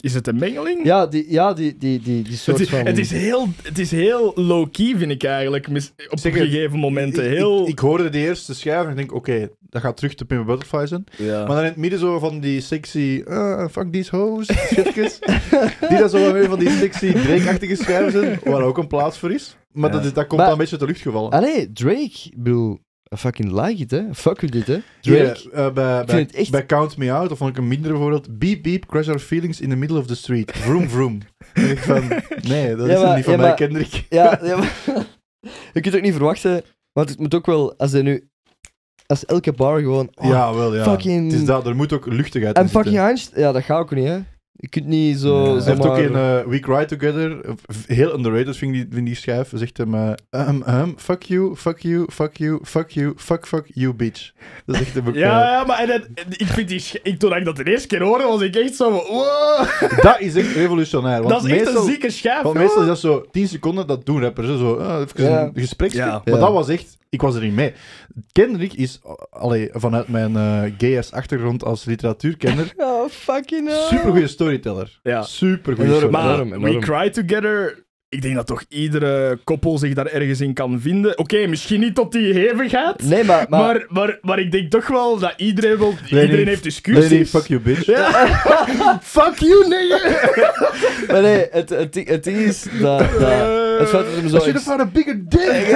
[SPEAKER 2] is het een mengeling?
[SPEAKER 1] Ja, die, ja die, die, die, die soort
[SPEAKER 2] Het is,
[SPEAKER 1] van...
[SPEAKER 2] het, is heel, het is heel low-key, vind ik eigenlijk, mis- op
[SPEAKER 3] Zeg,
[SPEAKER 2] gegeven momenten.
[SPEAKER 3] Ik- ik-
[SPEAKER 2] Heel...
[SPEAKER 3] Ik, hoorde die eerste schijf en ik denk, oké, dat gaat terug te Pimp a Butterfly zijn.
[SPEAKER 2] ja.
[SPEAKER 3] Maar dan in het midden zo van die sexy, eh, fuck these hoes, shitjes. die dan zo wel weer van die sexy Drake-achtige schijven zijn, waar ook een plaats voor is. Maar
[SPEAKER 2] Ja.
[SPEAKER 3] dat, is- dat komt
[SPEAKER 1] Maar-
[SPEAKER 3] dan een beetje uit de lucht gevallen.
[SPEAKER 1] Ah nee, Drake, ik bedoel, I fucking like it, hè. Fuck with it, hè.
[SPEAKER 3] Hier,
[SPEAKER 1] Drake.
[SPEAKER 3] eh, bij,
[SPEAKER 1] Ik
[SPEAKER 3] bij,
[SPEAKER 1] vind het echt-
[SPEAKER 3] bij Count Me Out, of vond ik een minder bijvoorbeeld. Beep beep, crash our feelings in the middle of the street. Vroom vroom. Dan denk ik van, nee, dat
[SPEAKER 1] Ja,
[SPEAKER 3] is
[SPEAKER 1] maar-
[SPEAKER 3] het niet van
[SPEAKER 1] ja,
[SPEAKER 3] mij,
[SPEAKER 1] maar-
[SPEAKER 3] Kendrick.
[SPEAKER 1] Ja, ja maar, je kunt het ook niet verwachten, want het moet ook wel, als hij nu... Als elke bar gewoon... oh,
[SPEAKER 3] ja, wel, ja.
[SPEAKER 1] fucking-
[SPEAKER 3] Het is dat, er moet ook luchtigheid
[SPEAKER 1] En
[SPEAKER 3] in zitten.
[SPEAKER 1] fucking Einstein, ja, dat gaat ook niet, hè. Je kunt niet zo...
[SPEAKER 2] Ja.
[SPEAKER 3] Hij heeft ook
[SPEAKER 1] zomaar-
[SPEAKER 3] in eh, We Cry Together, eh, v- heel underrated vind ik die, vind ik die schijf, zegt hem eh, ehm, ehm, fuck you, fuck you, fuck you, fuck you, fuck fuck you bitch. Dat is echt hem ook,
[SPEAKER 2] Ja, ja, maar en, en- ik vind die, sch- ik, toen ik dat de eerste keer hoorde, was ik echt zo van, wow.
[SPEAKER 3] eh, dat is echt revolutionair. Want
[SPEAKER 2] Dat is echt
[SPEAKER 3] meestal,
[SPEAKER 2] een zieke schijf.
[SPEAKER 3] Want
[SPEAKER 2] joh.
[SPEAKER 3] meestal is dat zo 10 seconden, dat doen rappers, hè, zo eh, even
[SPEAKER 1] Ja.
[SPEAKER 3] een gesprekje.
[SPEAKER 2] Ja.
[SPEAKER 3] Maar
[SPEAKER 1] Ja.
[SPEAKER 3] dat was echt, ik was er niet mee. Kendrick is, eh, allee, vanuit mijn GS achtergrond als literatuurkenner,
[SPEAKER 1] Oh, fucking hell.
[SPEAKER 3] supergoeie storyteller.
[SPEAKER 2] Ja.
[SPEAKER 3] Supergoeie
[SPEAKER 1] Enorm,
[SPEAKER 2] Maar
[SPEAKER 1] Waarom,
[SPEAKER 3] storyteller.
[SPEAKER 2] We
[SPEAKER 1] waarom?
[SPEAKER 2] Cry Together, ik denk dat toch iedere koppel zich daar ergens in kan vinden. Oké, misschien niet tot die hevigheid,
[SPEAKER 1] Nee, maar...
[SPEAKER 2] maar,
[SPEAKER 1] maar,
[SPEAKER 2] maar, maar, ik denk toch wel dat iedereen wel... iedereen heeft discussies.
[SPEAKER 3] Lady, fuck you bitch.
[SPEAKER 2] Ja. fuck you, nigga!
[SPEAKER 1] maar nee, het, het, ding- het ding is dat... dat het feit dat hem zo...
[SPEAKER 3] I should have had a bigger dick.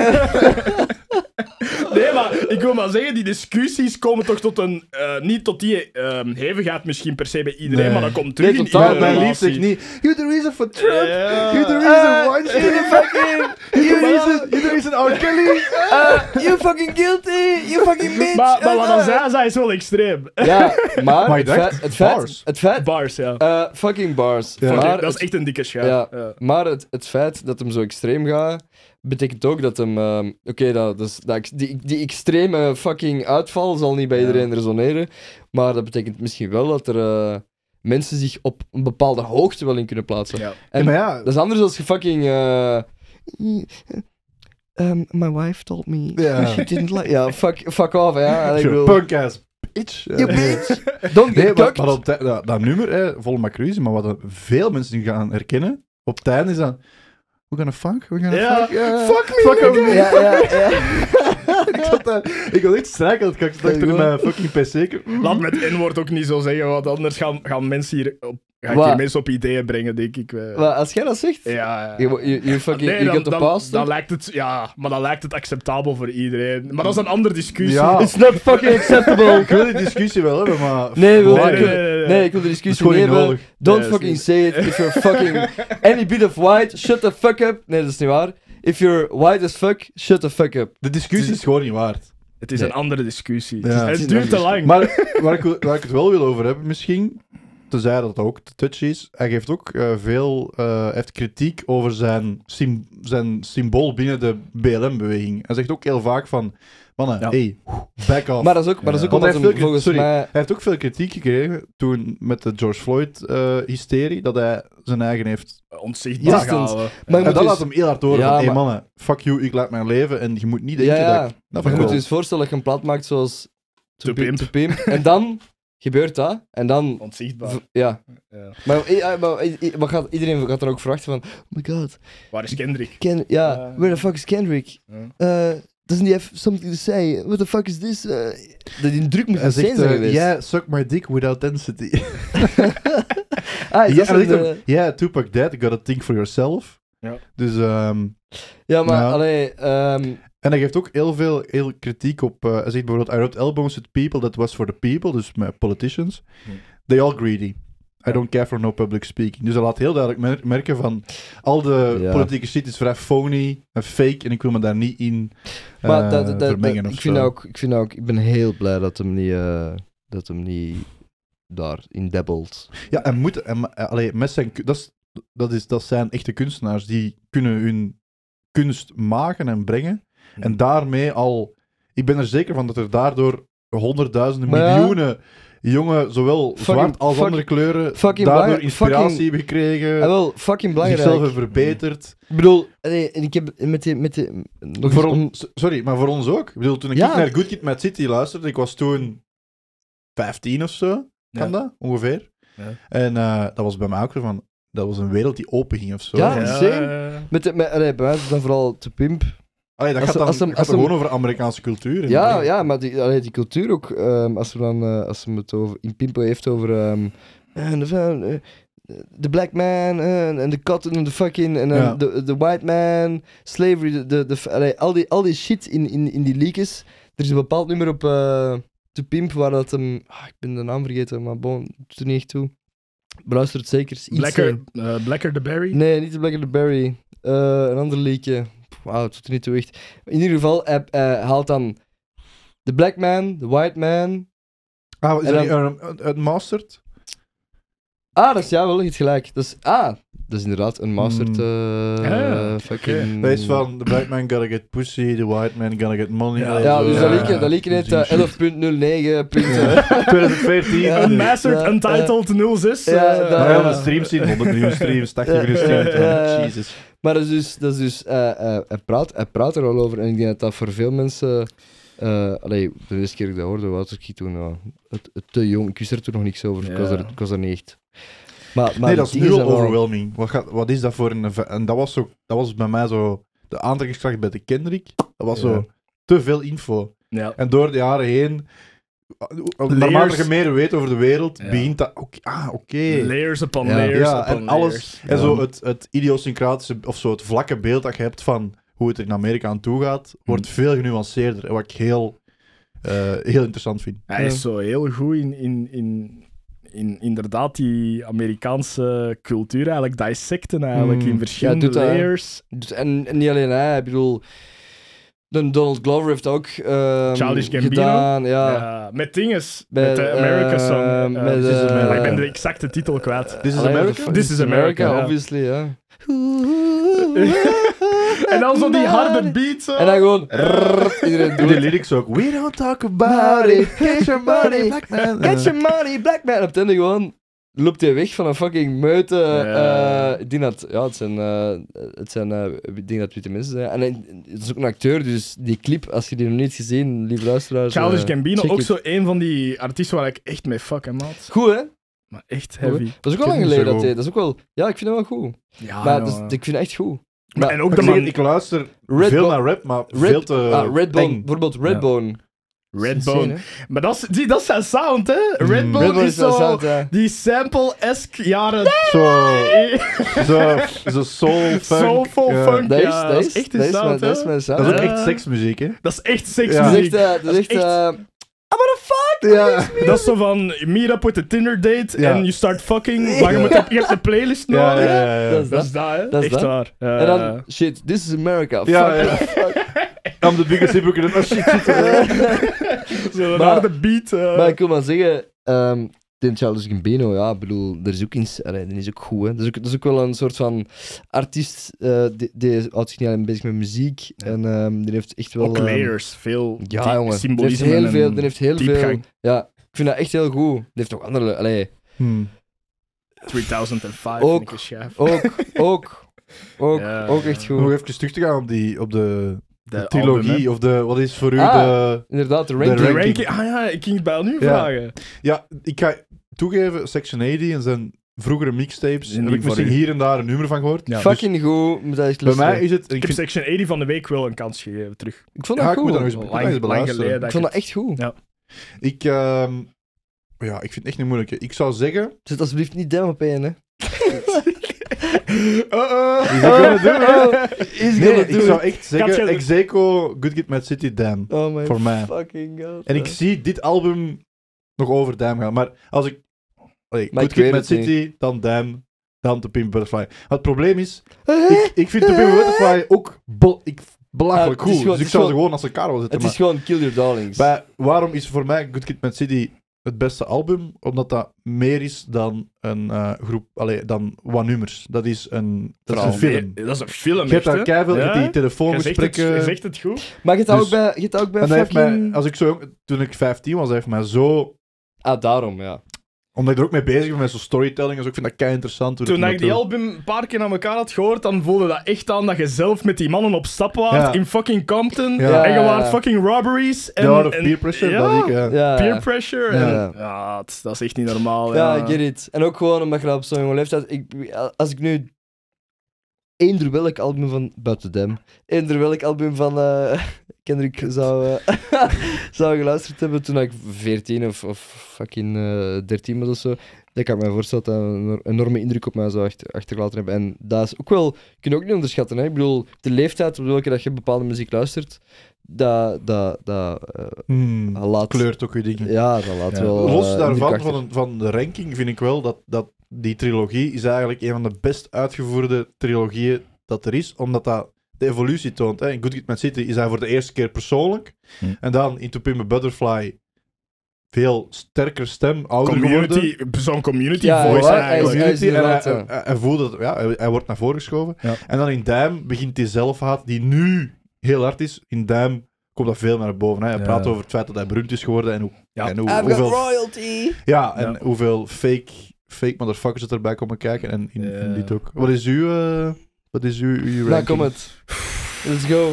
[SPEAKER 2] Nee, maar ik wil maar zeggen, die discussies komen toch tot een... eh, niet tot die ehm hevigheid misschien per se bij iedereen,
[SPEAKER 3] Nee.
[SPEAKER 2] maar dat komt terug
[SPEAKER 1] Nee,
[SPEAKER 2] in
[SPEAKER 1] totaal.
[SPEAKER 2] iedere
[SPEAKER 1] Mijn
[SPEAKER 2] relatie.
[SPEAKER 1] liefde niet.
[SPEAKER 3] You're the reason for Trump.
[SPEAKER 2] Ja.
[SPEAKER 3] You're the
[SPEAKER 1] Eh,
[SPEAKER 3] reason why. You're the
[SPEAKER 1] fucking... eh,
[SPEAKER 3] you're the reason, you're the reason R. Kelly.
[SPEAKER 1] you fucking guilty! You fucking bitch! eh,
[SPEAKER 2] Maar, maar wat dan zij zei is wel extreem.
[SPEAKER 1] Ja, maar,
[SPEAKER 3] Maar
[SPEAKER 1] het,
[SPEAKER 3] je dacht,
[SPEAKER 1] feit, het feit...
[SPEAKER 3] bars.
[SPEAKER 1] Het feit...
[SPEAKER 2] Bars, ja.
[SPEAKER 1] eh, fucking bars.
[SPEAKER 3] Ja.
[SPEAKER 2] Fuck,
[SPEAKER 1] Maar
[SPEAKER 2] dat is
[SPEAKER 1] het-
[SPEAKER 2] echt een dikke schaar.
[SPEAKER 1] Ja.
[SPEAKER 2] Ja.
[SPEAKER 1] Maar het, het feit dat hem zo extreem gaat, betekent ook dat hem. ehm, Oké, dat, dus, dat, ex- die, die extreme fucking uitval zal niet bij
[SPEAKER 2] Ja.
[SPEAKER 1] iedereen resoneren. Maar dat betekent misschien wel dat er eh, mensen zich op een bepaalde hoogte wel in kunnen plaatsen.
[SPEAKER 2] Ja.
[SPEAKER 1] En
[SPEAKER 3] maar ja,
[SPEAKER 1] Dat is anders als je fucking. eh, Um, my wife told me
[SPEAKER 3] Ja.
[SPEAKER 1] she didn't like... Ja, fuck, fuck off, ja. Ik bedoel,
[SPEAKER 3] punk ass bitch.
[SPEAKER 1] You bitch! Don't
[SPEAKER 3] Nee,
[SPEAKER 1] get
[SPEAKER 3] maar,
[SPEAKER 1] cucked.
[SPEAKER 3] maar op tij- dat, dat nummer, hè, volle macruzie, maar wat er veel mensen nu gaan herkennen, op het einde is dat... We gonna fuck, we gonna
[SPEAKER 2] Ja.
[SPEAKER 3] fuck. ja, ja.
[SPEAKER 2] Fuck me
[SPEAKER 3] fuck
[SPEAKER 2] again.
[SPEAKER 3] me.
[SPEAKER 1] Ja, ja, ja.
[SPEAKER 3] ik, zat daar, ik wil echt strijken, want ik dacht in mijn fucking pc.
[SPEAKER 2] Laat me het N-woord ook niet zo zeggen, want anders gaan, gaan mensen hier op, ga ik
[SPEAKER 1] Wat?
[SPEAKER 2] hier mensen op ideeën brengen, denk ik. eh.
[SPEAKER 1] Maar als jij dat zegt...
[SPEAKER 2] Ja, ja.
[SPEAKER 1] You, you, you fucking...
[SPEAKER 2] Nee,
[SPEAKER 1] you
[SPEAKER 2] dan,
[SPEAKER 1] get the
[SPEAKER 2] dan,
[SPEAKER 1] pass.
[SPEAKER 2] dan lijkt het, ja, maar dan lijkt het acceptabel voor iedereen. Maar dat is een andere discussie.
[SPEAKER 3] Ja.
[SPEAKER 1] It's not fucking acceptable.
[SPEAKER 3] Ik wil die discussie wel hebben, maar...
[SPEAKER 1] Nee, wil-
[SPEAKER 3] Why?
[SPEAKER 1] nee, nee,
[SPEAKER 3] Het
[SPEAKER 1] nee, nee, ik wil de
[SPEAKER 3] is
[SPEAKER 1] discussie
[SPEAKER 3] gewoon
[SPEAKER 1] niet
[SPEAKER 3] niet
[SPEAKER 1] hebben.
[SPEAKER 3] nodig.
[SPEAKER 1] Don't
[SPEAKER 2] Ja, dat
[SPEAKER 1] fucking
[SPEAKER 2] is
[SPEAKER 1] say it if you're fucking any bit of white. Shut the fuck up. Nee, dat is niet waar. If you're white as fuck, shut the fuck up.
[SPEAKER 3] De discussie is gewoon niet waard.
[SPEAKER 2] Het is
[SPEAKER 1] Nee.
[SPEAKER 2] een andere discussie.
[SPEAKER 3] Ja.
[SPEAKER 2] Het duurt te lang.
[SPEAKER 3] Maar waar ik, waar ik het wel wil over hebben, misschien, tenzij dat het ook te touchy is, hij geeft ook eh, veel eh, hij heeft kritiek over zijn, sym- zijn symbool binnen de BLM-beweging. Hij zegt ook heel vaak van, mannen,
[SPEAKER 2] Ja.
[SPEAKER 3] hey, back off.
[SPEAKER 1] Maar dat is ook, maar dat is ook
[SPEAKER 3] Want hij
[SPEAKER 1] omdat
[SPEAKER 3] heeft
[SPEAKER 1] hem
[SPEAKER 3] veel-
[SPEAKER 1] volgens
[SPEAKER 3] sorry.
[SPEAKER 1] mij...
[SPEAKER 3] Hij heeft ook veel kritiek gekregen toen met de George Floyd-hysterie, dat hij zijn eigen heeft.
[SPEAKER 2] Eh, Onzichtbaar
[SPEAKER 1] Ja.
[SPEAKER 2] gehouden.
[SPEAKER 1] Maar je
[SPEAKER 3] en
[SPEAKER 1] moet
[SPEAKER 3] dat
[SPEAKER 1] eens-
[SPEAKER 3] laat hem heel hard horen
[SPEAKER 1] Ja,
[SPEAKER 3] van, hey
[SPEAKER 1] maar-
[SPEAKER 3] mannen, fuck you, ik laat mijn leven en je moet niet denken
[SPEAKER 1] Ja, ja.
[SPEAKER 3] dat ik... Dat
[SPEAKER 1] Maar
[SPEAKER 3] vind
[SPEAKER 1] je moet
[SPEAKER 3] ik
[SPEAKER 1] dus je
[SPEAKER 3] wel.
[SPEAKER 1] eens voorstellen dat je een plaat maakt zoals...
[SPEAKER 2] To Pimp.
[SPEAKER 1] To En dan gebeurt dat. En dan...
[SPEAKER 3] Oh.
[SPEAKER 2] Onzichtbaar.
[SPEAKER 1] Ja.
[SPEAKER 2] Ja.
[SPEAKER 1] Maar, eh, eh, maar, eh, wat gaat, iedereen gaat dan ook verwachten van... Oh my god.
[SPEAKER 2] Waar is Kendrick?
[SPEAKER 1] Ken, ja,
[SPEAKER 2] Ja.
[SPEAKER 1] where the fuck is Kendrick?
[SPEAKER 2] Ja.
[SPEAKER 1] Uh, doesn't he have something to say? What the fuck is this? Uh, dat die druk moet
[SPEAKER 3] Hij
[SPEAKER 1] insane
[SPEAKER 3] zegt,
[SPEAKER 1] zijn
[SPEAKER 3] eh,
[SPEAKER 1] geweest.
[SPEAKER 3] yeah, suck my dick without density.
[SPEAKER 1] Ah, is
[SPEAKER 3] Ja,
[SPEAKER 1] dat
[SPEAKER 3] en dan
[SPEAKER 1] zo'n,
[SPEAKER 3] zegt
[SPEAKER 1] eh,
[SPEAKER 3] hij, yeah, Tupac dead, gotta think for yourself.
[SPEAKER 2] Ja.
[SPEAKER 3] Dus, ehm,
[SPEAKER 1] ja, maar
[SPEAKER 3] Ja.
[SPEAKER 1] allee, ehm,
[SPEAKER 3] en hij geeft ook heel veel heel kritiek op, eh, hij zegt bijvoorbeeld, I rubbed elbows with people, that was for the people, dus met politicians.
[SPEAKER 2] Hm.
[SPEAKER 3] They all greedy. I don't care for no public speaking. Dus hij laat heel duidelijk mer- merken van, al de
[SPEAKER 1] Ja.
[SPEAKER 3] politieke shit is vrij phony en fake en ik wil me daar niet in eh,
[SPEAKER 1] maar dat, dat- dat-
[SPEAKER 3] vermengen of
[SPEAKER 1] ik, vind
[SPEAKER 3] zo.
[SPEAKER 1] dat ook, ik vind dat ook, ik ben heel blij dat hem niet, eh, dat hem niet daarin dabbelt.
[SPEAKER 3] Ja, en moet, en, ma- eh, allee, met zijn, ku- dat, is, dat, is, dat zijn echte kunstenaars die kunnen hun kunst maken en brengen.
[SPEAKER 1] Mhm.
[SPEAKER 3] En daarmee al, ik ben er zeker van dat er daardoor honderdduizenden,
[SPEAKER 1] Maar ja.
[SPEAKER 3] miljoenen jongen, zowel zwart als
[SPEAKER 1] fuck-
[SPEAKER 3] andere kleuren,
[SPEAKER 1] fucking
[SPEAKER 3] daardoor
[SPEAKER 1] belang-
[SPEAKER 3] inspiratie
[SPEAKER 1] fucking-
[SPEAKER 3] hebben
[SPEAKER 1] Ah,
[SPEAKER 3] gekregen,
[SPEAKER 1] wel, fucking
[SPEAKER 3] zichzelf
[SPEAKER 1] belangrijk.
[SPEAKER 3] hebben verbeterd.
[SPEAKER 1] Ik bedoel, allee, en ik heb met die, met die, nog eens
[SPEAKER 3] Voor
[SPEAKER 1] om-
[SPEAKER 3] ons, sorry, maar voor ons ook. Ik bedoel, toen ik
[SPEAKER 1] Ja.
[SPEAKER 3] naar Good Kid, Mad City luisterde, ik was toen 15 of zo.
[SPEAKER 2] Ja.
[SPEAKER 3] kan dat ongeveer.
[SPEAKER 2] Ja.
[SPEAKER 3] En eh, dat was bij mij ook zo van, dat was een wereld die open ging of zo. Dus,
[SPEAKER 1] Ja,
[SPEAKER 3] Van-
[SPEAKER 1] insane.
[SPEAKER 2] Eh,
[SPEAKER 1] met, die- met, allee, bij mij is het dan vooral te pimp.
[SPEAKER 3] Allee, dat
[SPEAKER 1] Als
[SPEAKER 3] gaat
[SPEAKER 1] ze-
[SPEAKER 3] dan,
[SPEAKER 1] als ze-
[SPEAKER 3] gaat
[SPEAKER 1] als
[SPEAKER 3] dan
[SPEAKER 1] ze-
[SPEAKER 3] gewoon over Amerikaanse cultuur. en-
[SPEAKER 1] Ja, ja, maar die, allee, die cultuur ook, ehm, als, we dan, eh, als ze het over, in Pimpo heeft over ehm, eh, de vrouw, eh, de black man eh, en de cotton en de fucking en dan
[SPEAKER 3] Ja.
[SPEAKER 1] de, de white man, slavery, de, de, de- allee, al, die, al die shit in, in, in die leakes. Er is een bepaald nummer op eh To Pimp waar dat hem, ah, ik ben de naam vergeten, maar bon, doet er niet echt toe. Beluister het zeker. is
[SPEAKER 2] Blacker,
[SPEAKER 1] insane.
[SPEAKER 2] eh, Blacker the Berry?
[SPEAKER 1] Nee, niet de Black and the Berry. Eh, een ander liedje. Wauw, het doet er niet toe echt. In ieder geval, hij eh, haalt dan de black man, de white man.
[SPEAKER 3] Ah, is
[SPEAKER 1] En
[SPEAKER 3] dat niet een- een mastered?
[SPEAKER 1] Ah, dat is ja, wel je hebt gelijk. Dat is, ah, dat is inderdaad een mastered
[SPEAKER 3] Hmm.
[SPEAKER 1] eh,
[SPEAKER 2] Ah,
[SPEAKER 1] fucking...
[SPEAKER 3] Dat is van, the black man gotta get pussy, the white man gotta get money.
[SPEAKER 2] Ja.
[SPEAKER 3] Allee,
[SPEAKER 1] Ja,
[SPEAKER 3] zo,
[SPEAKER 1] dus dat
[SPEAKER 2] Ja.
[SPEAKER 1] liedje, dat liedje heet eh, 11.09 punten.
[SPEAKER 3] Ja. 2014.
[SPEAKER 1] Ja.
[SPEAKER 2] Een
[SPEAKER 1] nee.
[SPEAKER 2] Mastered
[SPEAKER 1] Ja,
[SPEAKER 2] Untitled 06?
[SPEAKER 1] ja,
[SPEAKER 2] eh,
[SPEAKER 1] dat-
[SPEAKER 3] Maar
[SPEAKER 1] ja.
[SPEAKER 3] ja, de streams zien, 100 miljoen streams, 80 miljoen
[SPEAKER 1] Ja,
[SPEAKER 3] streams.
[SPEAKER 1] ja, ja.
[SPEAKER 3] Jesus.
[SPEAKER 1] Maar dat is dus, dat is dus eh, eh, hij, praat, hij praat er al over en ik denk dat dat voor veel mensen... eh allee, de eerste keer dat ik dat hoorde, was ik toen ja, het, het te jong. Ik wist er toen nog niks over, ik, was er,
[SPEAKER 2] Ja.
[SPEAKER 1] ik was er niet echt. Maar, maar
[SPEAKER 3] nee, dat is
[SPEAKER 1] dingen
[SPEAKER 3] nu al
[SPEAKER 1] zijn wel-
[SPEAKER 3] overwhelming. Wat, gaat, wat is dat voor een... ev- En dat was, zo, dat was bij mij zo... De aantrekkingskracht bij de Kendrick, dat was
[SPEAKER 2] Ja.
[SPEAKER 3] zo te veel info.
[SPEAKER 2] ja.
[SPEAKER 3] En door de jaren heen, naarmate
[SPEAKER 2] Layers.
[SPEAKER 3] je meer weet over de wereld,
[SPEAKER 2] Ja.
[SPEAKER 3] begint dat... oké, ah, oké.
[SPEAKER 2] Layers upon
[SPEAKER 1] Ja.
[SPEAKER 2] layers
[SPEAKER 3] Ja,
[SPEAKER 2] upon
[SPEAKER 3] en alles.
[SPEAKER 2] layers.
[SPEAKER 3] En
[SPEAKER 1] Ja.
[SPEAKER 3] zo het, het idiosyncratische, of zo het vlakke beeld dat je hebt van hoe het er in Amerika aan toe gaat, wordt veel genuanceerder. en Wat ik heel, eh, heel interessant vind.
[SPEAKER 2] Hij is zo heel goed in, in, in, in inderdaad die Amerikaanse cultuur eigenlijk, dissecten eigenlijk
[SPEAKER 3] Mm.
[SPEAKER 2] in
[SPEAKER 3] Ja,
[SPEAKER 2] verschillende
[SPEAKER 1] Hmm. doet dat, hè.
[SPEAKER 2] layers.
[SPEAKER 1] Dus- En, en niet alleen hij, ik bedoel... dan Donald Glover heeft ook ehm,
[SPEAKER 2] Childish Gambino?
[SPEAKER 1] gedaan. Ja.
[SPEAKER 2] Ja, met dinges,
[SPEAKER 1] Bij,
[SPEAKER 2] met de
[SPEAKER 1] eh,
[SPEAKER 2] America Song. eh,
[SPEAKER 1] met,
[SPEAKER 2] This is
[SPEAKER 1] eh,
[SPEAKER 2] America. ik ben de exacte titel kwijt.
[SPEAKER 3] This is
[SPEAKER 1] Allee,
[SPEAKER 3] America?
[SPEAKER 1] what the fuck?
[SPEAKER 2] This is America, ja.
[SPEAKER 1] obviously, ja.
[SPEAKER 2] en dan zo die harde beats.
[SPEAKER 1] En dan gewoon... iedereen
[SPEAKER 3] En
[SPEAKER 1] doet
[SPEAKER 3] de
[SPEAKER 1] het.
[SPEAKER 3] lyrics ook. We don't talk about it. Get your money, black man.
[SPEAKER 1] Get your money, black man. Op het einde gewoon loopt hij weg van een fucking meute.
[SPEAKER 2] Ja.
[SPEAKER 1] eh, die dat, ja, het zijn, eh, het zijn eh, ik denk dat witte mensen zijn. En hij- het is ook een acteur, dus die clip, als je die nog niet hebt gezien, lieve luisteraars.
[SPEAKER 2] Childish
[SPEAKER 1] eh,
[SPEAKER 2] Gambino,
[SPEAKER 1] check
[SPEAKER 2] ook
[SPEAKER 1] it.
[SPEAKER 2] zo een van die artiesten waar ik echt mee fuck en maat.
[SPEAKER 1] Goed, hè?
[SPEAKER 2] Maar echt heavy.
[SPEAKER 1] Dat is ook
[SPEAKER 3] Ik
[SPEAKER 1] al lang
[SPEAKER 3] vind
[SPEAKER 1] geleden
[SPEAKER 3] het
[SPEAKER 1] dat
[SPEAKER 3] zo
[SPEAKER 1] hij... Dat is ook wel... Ja, ik vind hem wel goed.
[SPEAKER 2] Ja,
[SPEAKER 1] maar
[SPEAKER 2] ja,
[SPEAKER 1] dat is-
[SPEAKER 2] ja.
[SPEAKER 1] ik vind het echt goed. maar-
[SPEAKER 2] Ah, en ook
[SPEAKER 3] Ik,
[SPEAKER 2] de
[SPEAKER 3] zeg het,
[SPEAKER 2] man
[SPEAKER 3] ik luister
[SPEAKER 1] Red
[SPEAKER 3] veel
[SPEAKER 1] Bull-
[SPEAKER 3] naar rap, maar
[SPEAKER 1] Red-
[SPEAKER 3] veel te
[SPEAKER 1] ah, Redbone,
[SPEAKER 3] eng.
[SPEAKER 1] bijvoorbeeld Redbone.
[SPEAKER 2] Redbone.
[SPEAKER 1] Insane, hè?
[SPEAKER 2] Maar dat is, zie, dat is zijn sound, hè? Redbone
[SPEAKER 1] Redbone
[SPEAKER 2] is
[SPEAKER 1] is wel
[SPEAKER 2] zo
[SPEAKER 1] zout, hè.
[SPEAKER 2] die sample-esque jaren...
[SPEAKER 3] Zo, zo, zo soul, funk.
[SPEAKER 2] Soulful
[SPEAKER 3] ja.
[SPEAKER 2] funk.
[SPEAKER 1] Dat is,
[SPEAKER 2] Ja,
[SPEAKER 1] dat is,
[SPEAKER 2] echt een
[SPEAKER 1] dat is
[SPEAKER 2] sound,
[SPEAKER 1] mijn-
[SPEAKER 2] hè?
[SPEAKER 1] dat is mijn sound.
[SPEAKER 3] Dat is ook
[SPEAKER 2] Ja.
[SPEAKER 3] echt seksmuziek, hè?
[SPEAKER 2] Dat is echt seks
[SPEAKER 3] Ja.
[SPEAKER 1] Dat is eh,
[SPEAKER 2] muziek.
[SPEAKER 1] echt... eh, Dat is echt...
[SPEAKER 2] echt-
[SPEAKER 1] eh,
[SPEAKER 3] Ja.
[SPEAKER 2] Dat is zo van, meet up with a Tinder date en
[SPEAKER 3] Ja.
[SPEAKER 2] you start fucking, maar je, moet, je hebt een playlist
[SPEAKER 3] Ja,
[SPEAKER 2] nodig.
[SPEAKER 3] ja, ja, ja.
[SPEAKER 1] Dat is
[SPEAKER 2] Dat is dat, hè?
[SPEAKER 1] Dat is
[SPEAKER 2] echt
[SPEAKER 1] dat.
[SPEAKER 2] waar. Eh,
[SPEAKER 1] En dan, shit, this is America.
[SPEAKER 3] Ja,
[SPEAKER 1] fuck,
[SPEAKER 3] ja.
[SPEAKER 1] fuck.
[SPEAKER 3] I'm the biggest hypocrite. Oh shit, shit.
[SPEAKER 2] Zo'n
[SPEAKER 1] Maar-
[SPEAKER 2] harde beat. eh.
[SPEAKER 1] Maar ik wil maar zeggen, ehm Tim Charles Gambino, ja, ik bedoel, er is ook iets, allee, die is ook goed, hè. Dat is ook, dat is ook wel een soort van artiest, eh, die, die houdt zich niet alleen bezig met muziek, en ehm, die heeft echt wel...
[SPEAKER 2] ook
[SPEAKER 1] ehm,
[SPEAKER 2] layers, veel
[SPEAKER 1] ja,
[SPEAKER 2] die-
[SPEAKER 1] jongen, die heeft
[SPEAKER 2] symbolisme
[SPEAKER 1] heel
[SPEAKER 2] en
[SPEAKER 1] veel, die heeft heel veel...
[SPEAKER 2] diepgang.
[SPEAKER 1] Ja, ik vind dat echt heel goed. Die heeft ook andere, allee,
[SPEAKER 2] 3005
[SPEAKER 1] Ook-
[SPEAKER 2] vind ik een schijf.
[SPEAKER 1] ook, ook, ook,
[SPEAKER 2] Ja,
[SPEAKER 1] ook
[SPEAKER 2] ja.
[SPEAKER 1] echt
[SPEAKER 3] Om nog
[SPEAKER 1] goed.
[SPEAKER 3] even terug te gaan op, die, op de,
[SPEAKER 2] De
[SPEAKER 3] trilogie,
[SPEAKER 2] album, hè.
[SPEAKER 3] of de, wat is voor u
[SPEAKER 1] Ah.
[SPEAKER 3] de...
[SPEAKER 1] Inderdaad, de
[SPEAKER 3] De
[SPEAKER 1] ranking.
[SPEAKER 2] De
[SPEAKER 3] ranking.
[SPEAKER 2] ranking. Ah ja, ik ging het bij nu
[SPEAKER 3] Ja.
[SPEAKER 2] vragen.
[SPEAKER 3] Ja, ik ga toegeven, Section 80 en zijn vroegere mixtapes,
[SPEAKER 2] Zijn
[SPEAKER 3] heb
[SPEAKER 2] die
[SPEAKER 3] ik
[SPEAKER 2] voor u?
[SPEAKER 3] misschien hier en daar een nummer van gehoord.
[SPEAKER 2] Ja,
[SPEAKER 1] Fucking goed, moet dat echt
[SPEAKER 3] dus- Bij
[SPEAKER 1] luisteren.
[SPEAKER 3] mij is het...
[SPEAKER 2] Ik
[SPEAKER 3] Ik
[SPEAKER 2] heb
[SPEAKER 3] vind,
[SPEAKER 2] Section 80 van de week wel een kans gegeven, terug.
[SPEAKER 1] Ik vond dat
[SPEAKER 3] ja, ik moet
[SPEAKER 1] goed.
[SPEAKER 3] dat nog eens, ik
[SPEAKER 1] ik
[SPEAKER 3] moet dat nog eens
[SPEAKER 2] Lang, lang geleden.
[SPEAKER 3] beluisteren.
[SPEAKER 2] dat
[SPEAKER 1] vond
[SPEAKER 2] ik
[SPEAKER 1] dat echt goed.
[SPEAKER 3] Ik, ehm, ja, ik vind het echt niet moeilijk. hè. Ik zou zeggen...
[SPEAKER 1] Zit alsjeblieft niet down op één, hè. Eh,
[SPEAKER 2] Uh-oh.
[SPEAKER 3] Is dat gonna do it?
[SPEAKER 1] Is
[SPEAKER 3] Nee, ik zou echt
[SPEAKER 2] jij
[SPEAKER 3] zeggen,
[SPEAKER 2] doen?
[SPEAKER 3] Execo, Good Kid, Mad City, Damn.
[SPEAKER 1] Oh my
[SPEAKER 3] Voor mij.
[SPEAKER 1] fucking god.
[SPEAKER 3] En ik zie dit album nog over Dam gaan. Maar als ik. Allee,
[SPEAKER 1] Maar
[SPEAKER 3] Good
[SPEAKER 1] ik weet
[SPEAKER 3] Kid, Mad
[SPEAKER 1] het niet.
[SPEAKER 3] City, dan Dam, dan The Pimp Butterfly. Maar het probleem is,
[SPEAKER 1] Eh,
[SPEAKER 3] ik, ik vind The Pimp Butterfly ook bel- ik, belachelijk
[SPEAKER 1] Ah, het is gewoon-
[SPEAKER 3] cool. Dus ik
[SPEAKER 1] het is
[SPEAKER 3] zou ze gewoon als elkaar willen zetten.
[SPEAKER 1] het
[SPEAKER 3] Maar,
[SPEAKER 1] is gewoon Kill Your Darlings.
[SPEAKER 3] maar waarom is voor mij Good Kid, Mad City het beste album? Omdat dat meer is dan een eh, groep, allee, dan wat nummers. Dat is een, dat is een film.
[SPEAKER 2] Dat is een film,
[SPEAKER 3] Je hebt
[SPEAKER 2] echt,
[SPEAKER 3] daar
[SPEAKER 2] hè?
[SPEAKER 3] keiveel, je hebt
[SPEAKER 2] Ja?
[SPEAKER 3] die
[SPEAKER 2] Jij zegt het-
[SPEAKER 3] telefoongesprekken.
[SPEAKER 2] jij zegt het goed.
[SPEAKER 1] Maar je hebt dat
[SPEAKER 3] dus-
[SPEAKER 1] ook bij, je hebt dat ook bij
[SPEAKER 3] En dat heeft mij,
[SPEAKER 1] fucking...
[SPEAKER 3] als ik zo jong, toen ik 15 was, dat heeft mij zo
[SPEAKER 1] Ah, daarom, ja.
[SPEAKER 3] Omdat ik er ook mee bezig ben met zo'n storytelling. Dus ik vind dat kei interessant. hoe
[SPEAKER 2] Toen
[SPEAKER 3] dat
[SPEAKER 2] ik die
[SPEAKER 3] iemand
[SPEAKER 2] album een paar keer aan elkaar had gehoord, dan voelde dat echt aan dat je zelf met die mannen op stap was
[SPEAKER 3] Ja.
[SPEAKER 2] in fucking Compton.
[SPEAKER 3] Ja.
[SPEAKER 2] En je
[SPEAKER 1] Ja.
[SPEAKER 2] waren fucking robberies.
[SPEAKER 3] doet.
[SPEAKER 2] En,
[SPEAKER 3] The Art of
[SPEAKER 2] en-
[SPEAKER 3] Peer Pressure,
[SPEAKER 2] ja,
[SPEAKER 3] dat ik... eh, ja.
[SPEAKER 1] Ja,
[SPEAKER 2] Peer pressure. en-
[SPEAKER 1] Ja.
[SPEAKER 2] Ja, het is- dat is echt niet
[SPEAKER 3] Oh,
[SPEAKER 2] normaal.
[SPEAKER 1] ja, I get it. En ook gewoon omdat je dat op zo'n jonge leeftijd... Ik, als ik nu... Eender welk album van... Buiten Dem. Eender welk album van... eh Kendrick zou, eh, zou geluisterd hebben toen ik 14 of, of fucking eh 13 was of zo. Dat kan ik me voorstellen dat dat een enorme indruk op mij zou achter- achtergelaten hebben. En dat is ook wel... Kun je ook niet onderschatten, hè. Ik bedoel, de leeftijd op welke dat je bepaalde muziek luistert, dat... dat, dat eh,
[SPEAKER 3] Hmm,
[SPEAKER 1] laat...
[SPEAKER 3] Kleurt ook je dingen.
[SPEAKER 1] Ja, dat laat
[SPEAKER 2] Ja.
[SPEAKER 1] wel... eh,
[SPEAKER 3] Los
[SPEAKER 1] indruk
[SPEAKER 3] daarvan,
[SPEAKER 1] achter.
[SPEAKER 3] van, een- van de ranking, vind ik wel dat, dat die trilogie is eigenlijk een van de best uitgevoerde trilogieën dat er is. Omdat dat de evolutie toont. Hè. In Good Kid, Mad City is hij voor de eerste keer persoonlijk.
[SPEAKER 2] Hm.
[SPEAKER 3] En dan in To Pimp a Butterfly veel sterker stem, ouder geworden.
[SPEAKER 2] community, zo'n community
[SPEAKER 1] Ja,
[SPEAKER 2] voice
[SPEAKER 1] voilà,
[SPEAKER 2] eigenlijk.
[SPEAKER 1] hij is
[SPEAKER 3] community. En hij,
[SPEAKER 1] inderdaad,
[SPEAKER 3] hij,
[SPEAKER 1] ja.
[SPEAKER 3] hij voelt dat ja, hij, hij wordt naar voren geschoven.
[SPEAKER 2] Ja.
[SPEAKER 3] En dan in Duim begint die zelfhaat, die nu heel hard is. In Duim komt dat veel meer naar boven. Hè. Hij
[SPEAKER 2] Ja.
[SPEAKER 3] praat over het feit dat hij beroemd is geworden en, hoe,
[SPEAKER 2] Ja.
[SPEAKER 3] en hoe,
[SPEAKER 1] I've got
[SPEAKER 3] hoeveel,
[SPEAKER 1] royalty.
[SPEAKER 3] ja, en
[SPEAKER 2] Ja.
[SPEAKER 3] hoeveel fake, fake motherfuckers het erbij komen kijken. En in, in
[SPEAKER 2] Ja.
[SPEAKER 3] dit ook. Wat is uw, eh, wat is uw, uw
[SPEAKER 1] Nou,
[SPEAKER 3] ranking?
[SPEAKER 1] kom het. Let's go.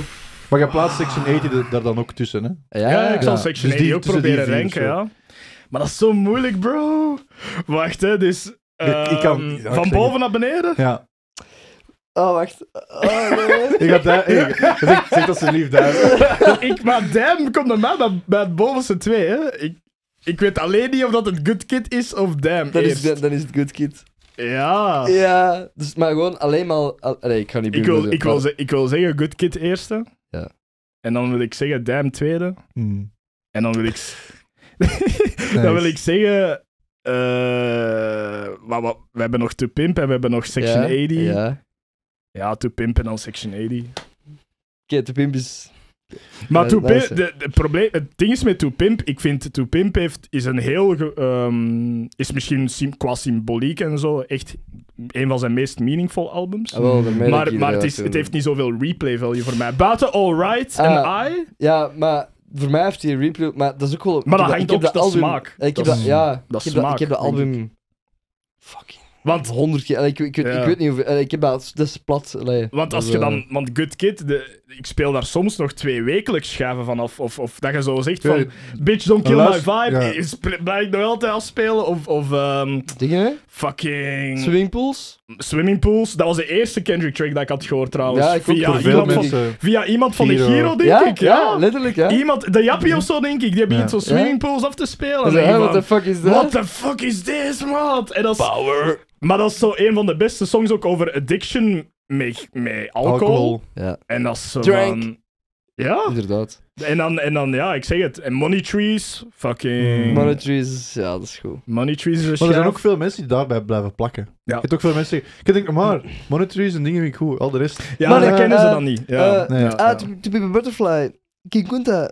[SPEAKER 3] Maar je plaatst Section
[SPEAKER 2] Ah.
[SPEAKER 3] 80 er- daar dan ook tussen. Hè.
[SPEAKER 1] Ja,
[SPEAKER 2] Ja, ik zal
[SPEAKER 3] Ja.
[SPEAKER 2] Section
[SPEAKER 3] Dus die
[SPEAKER 2] 80 ook
[SPEAKER 3] tussen die
[SPEAKER 2] proberen
[SPEAKER 3] vier
[SPEAKER 2] ranken,
[SPEAKER 3] zo.
[SPEAKER 2] ja. Maar dat is zo moeilijk, bro. Wacht, hè, dus...
[SPEAKER 3] Ik- ik kan-
[SPEAKER 2] ehm,
[SPEAKER 3] ja, ik
[SPEAKER 2] van
[SPEAKER 3] zeg
[SPEAKER 2] boven naar beneden?
[SPEAKER 3] Ja.
[SPEAKER 1] Oh, wacht. Oh, nee.
[SPEAKER 3] Ik had daar... Hey, zeg, zeg dat ze lief duim.
[SPEAKER 2] ik, maar damn, kom naar mij bij, bij het bovenste twee, hè. Ik, ik weet alleen niet of dat het Good Kid is of damn
[SPEAKER 1] dan, is,
[SPEAKER 2] eerst. Ah.
[SPEAKER 1] dan, dan is het Good Kid.
[SPEAKER 2] Ja.
[SPEAKER 1] Ja, dus, maar gewoon alleen maar... al- Allee, ik ga niet dus buurman
[SPEAKER 2] Ik wil,
[SPEAKER 1] doen,
[SPEAKER 2] ik, wil,
[SPEAKER 1] maar-
[SPEAKER 2] ze- ik wil zeggen Good Kid eerste.
[SPEAKER 1] Ja.
[SPEAKER 2] En dan wil ik zeggen Damn tweede.
[SPEAKER 3] Hmm.
[SPEAKER 2] En dan wil ik... s- Dan wil ik zeggen... eh, maar, wat- we hebben nog To Pimp en we hebben nog Section
[SPEAKER 1] Ja,
[SPEAKER 2] 80. Ja.
[SPEAKER 1] Ja.
[SPEAKER 2] To Pimp en dan Section 80.
[SPEAKER 1] Oké, de pimp is...
[SPEAKER 2] Maar
[SPEAKER 1] Ja,
[SPEAKER 2] To
[SPEAKER 1] dat is
[SPEAKER 2] Pimp,
[SPEAKER 1] het.
[SPEAKER 2] de, de probleem, het ding is met To Pimp, ik vind To Pimp heeft, is een heel, ge- ehm, is misschien sym- qua symboliek en zo, echt een van zijn meest meaningful albums.
[SPEAKER 1] Ah, wel, daar merk
[SPEAKER 2] maar
[SPEAKER 1] ik
[SPEAKER 2] maar het,
[SPEAKER 1] inderdaad
[SPEAKER 2] is, het
[SPEAKER 1] wel.
[SPEAKER 2] heeft niet zoveel replay value voor mij. Buiten Alright en
[SPEAKER 1] Ah.
[SPEAKER 2] I,
[SPEAKER 1] Ja, maar voor mij heeft hij een replay... Maar dat is ook wel... ik
[SPEAKER 2] dat
[SPEAKER 1] heb
[SPEAKER 2] hangt
[SPEAKER 1] ik heb
[SPEAKER 2] op, dat is
[SPEAKER 1] album,
[SPEAKER 2] smaak.
[SPEAKER 1] Ik heb
[SPEAKER 2] Dat
[SPEAKER 1] dat,
[SPEAKER 2] is-
[SPEAKER 1] ja,
[SPEAKER 2] dat is
[SPEAKER 1] ik heb dat,
[SPEAKER 2] smaak,
[SPEAKER 1] ik heb dat
[SPEAKER 2] denk
[SPEAKER 1] album... Fucking...
[SPEAKER 2] want,
[SPEAKER 1] 100 keer. Allee, Ik, ik, weet-
[SPEAKER 2] Ja.
[SPEAKER 1] ik weet niet hoeveel... allee, Ik heb dat... Dat is plat. allee.
[SPEAKER 2] want als
[SPEAKER 1] Dat
[SPEAKER 2] je
[SPEAKER 1] is, eh,
[SPEAKER 2] dan, want Good Kid, de, ik speel daar soms nog twee wekelijks schaven vanaf, of, of dat je zo zegt van,
[SPEAKER 1] Tuurlijk.
[SPEAKER 2] bitch don't kill my
[SPEAKER 3] Luister-
[SPEAKER 2] vibe,
[SPEAKER 3] ja.
[SPEAKER 2] is, blijf ik nog altijd afspelen, of, of ehm,
[SPEAKER 1] Dingen, hè?
[SPEAKER 2] fucking...
[SPEAKER 1] Swingpools?
[SPEAKER 2] Swimmingpools, dat was de eerste Kendrick track dat ik had gehoord trouwens.
[SPEAKER 1] Ja, ik ook.
[SPEAKER 2] via,
[SPEAKER 1] Voor
[SPEAKER 3] Veel
[SPEAKER 2] iemand van,
[SPEAKER 3] mensen.
[SPEAKER 2] via iemand van de
[SPEAKER 3] Giro.
[SPEAKER 2] Giro, denk
[SPEAKER 1] ja,
[SPEAKER 2] ik.
[SPEAKER 1] ja,
[SPEAKER 2] Ja.
[SPEAKER 1] letterlijk, ja.
[SPEAKER 2] Iemand, de Jappie of zo, denk ik, die begint
[SPEAKER 3] Ja.
[SPEAKER 2] zo Swimmingpools af te spelen.
[SPEAKER 1] Dat is,
[SPEAKER 2] En
[SPEAKER 1] hè,
[SPEAKER 2] ik
[SPEAKER 1] what
[SPEAKER 2] van,
[SPEAKER 1] the fuck is
[SPEAKER 2] What
[SPEAKER 1] dat?
[SPEAKER 2] the fuck is this, man? En dat is, Power. Maar dat is zo een van de beste songs ook over addiction met, met alcohol.
[SPEAKER 3] Alcohol.
[SPEAKER 1] Ja,
[SPEAKER 2] En dat is zo
[SPEAKER 1] Drank.
[SPEAKER 2] van- Ja,
[SPEAKER 1] inderdaad.
[SPEAKER 2] en dan, en dan, ja, ik zeg het. En Money Trees, fucking...
[SPEAKER 3] Mm.
[SPEAKER 2] Money,
[SPEAKER 1] Monetary is... Ja, dat is goed.
[SPEAKER 2] Trees is een
[SPEAKER 3] Maar er zijn
[SPEAKER 2] schaaf.
[SPEAKER 3] ook veel mensen die daarbij blijven plakken.
[SPEAKER 2] Ja.
[SPEAKER 3] Je hebt ook veel mensen die... Ik denk, maar, monetaries en dingen vind ik goed. Al de rest...
[SPEAKER 2] Ja,
[SPEAKER 1] Maar
[SPEAKER 2] dat
[SPEAKER 1] ik-
[SPEAKER 2] kennen ze
[SPEAKER 1] eh,
[SPEAKER 2] dan niet. Ja,
[SPEAKER 1] eh,
[SPEAKER 3] Nee,
[SPEAKER 2] ja,
[SPEAKER 3] ah,
[SPEAKER 1] Ah,
[SPEAKER 2] ja.
[SPEAKER 1] to, to be a butterfly. King Kunta.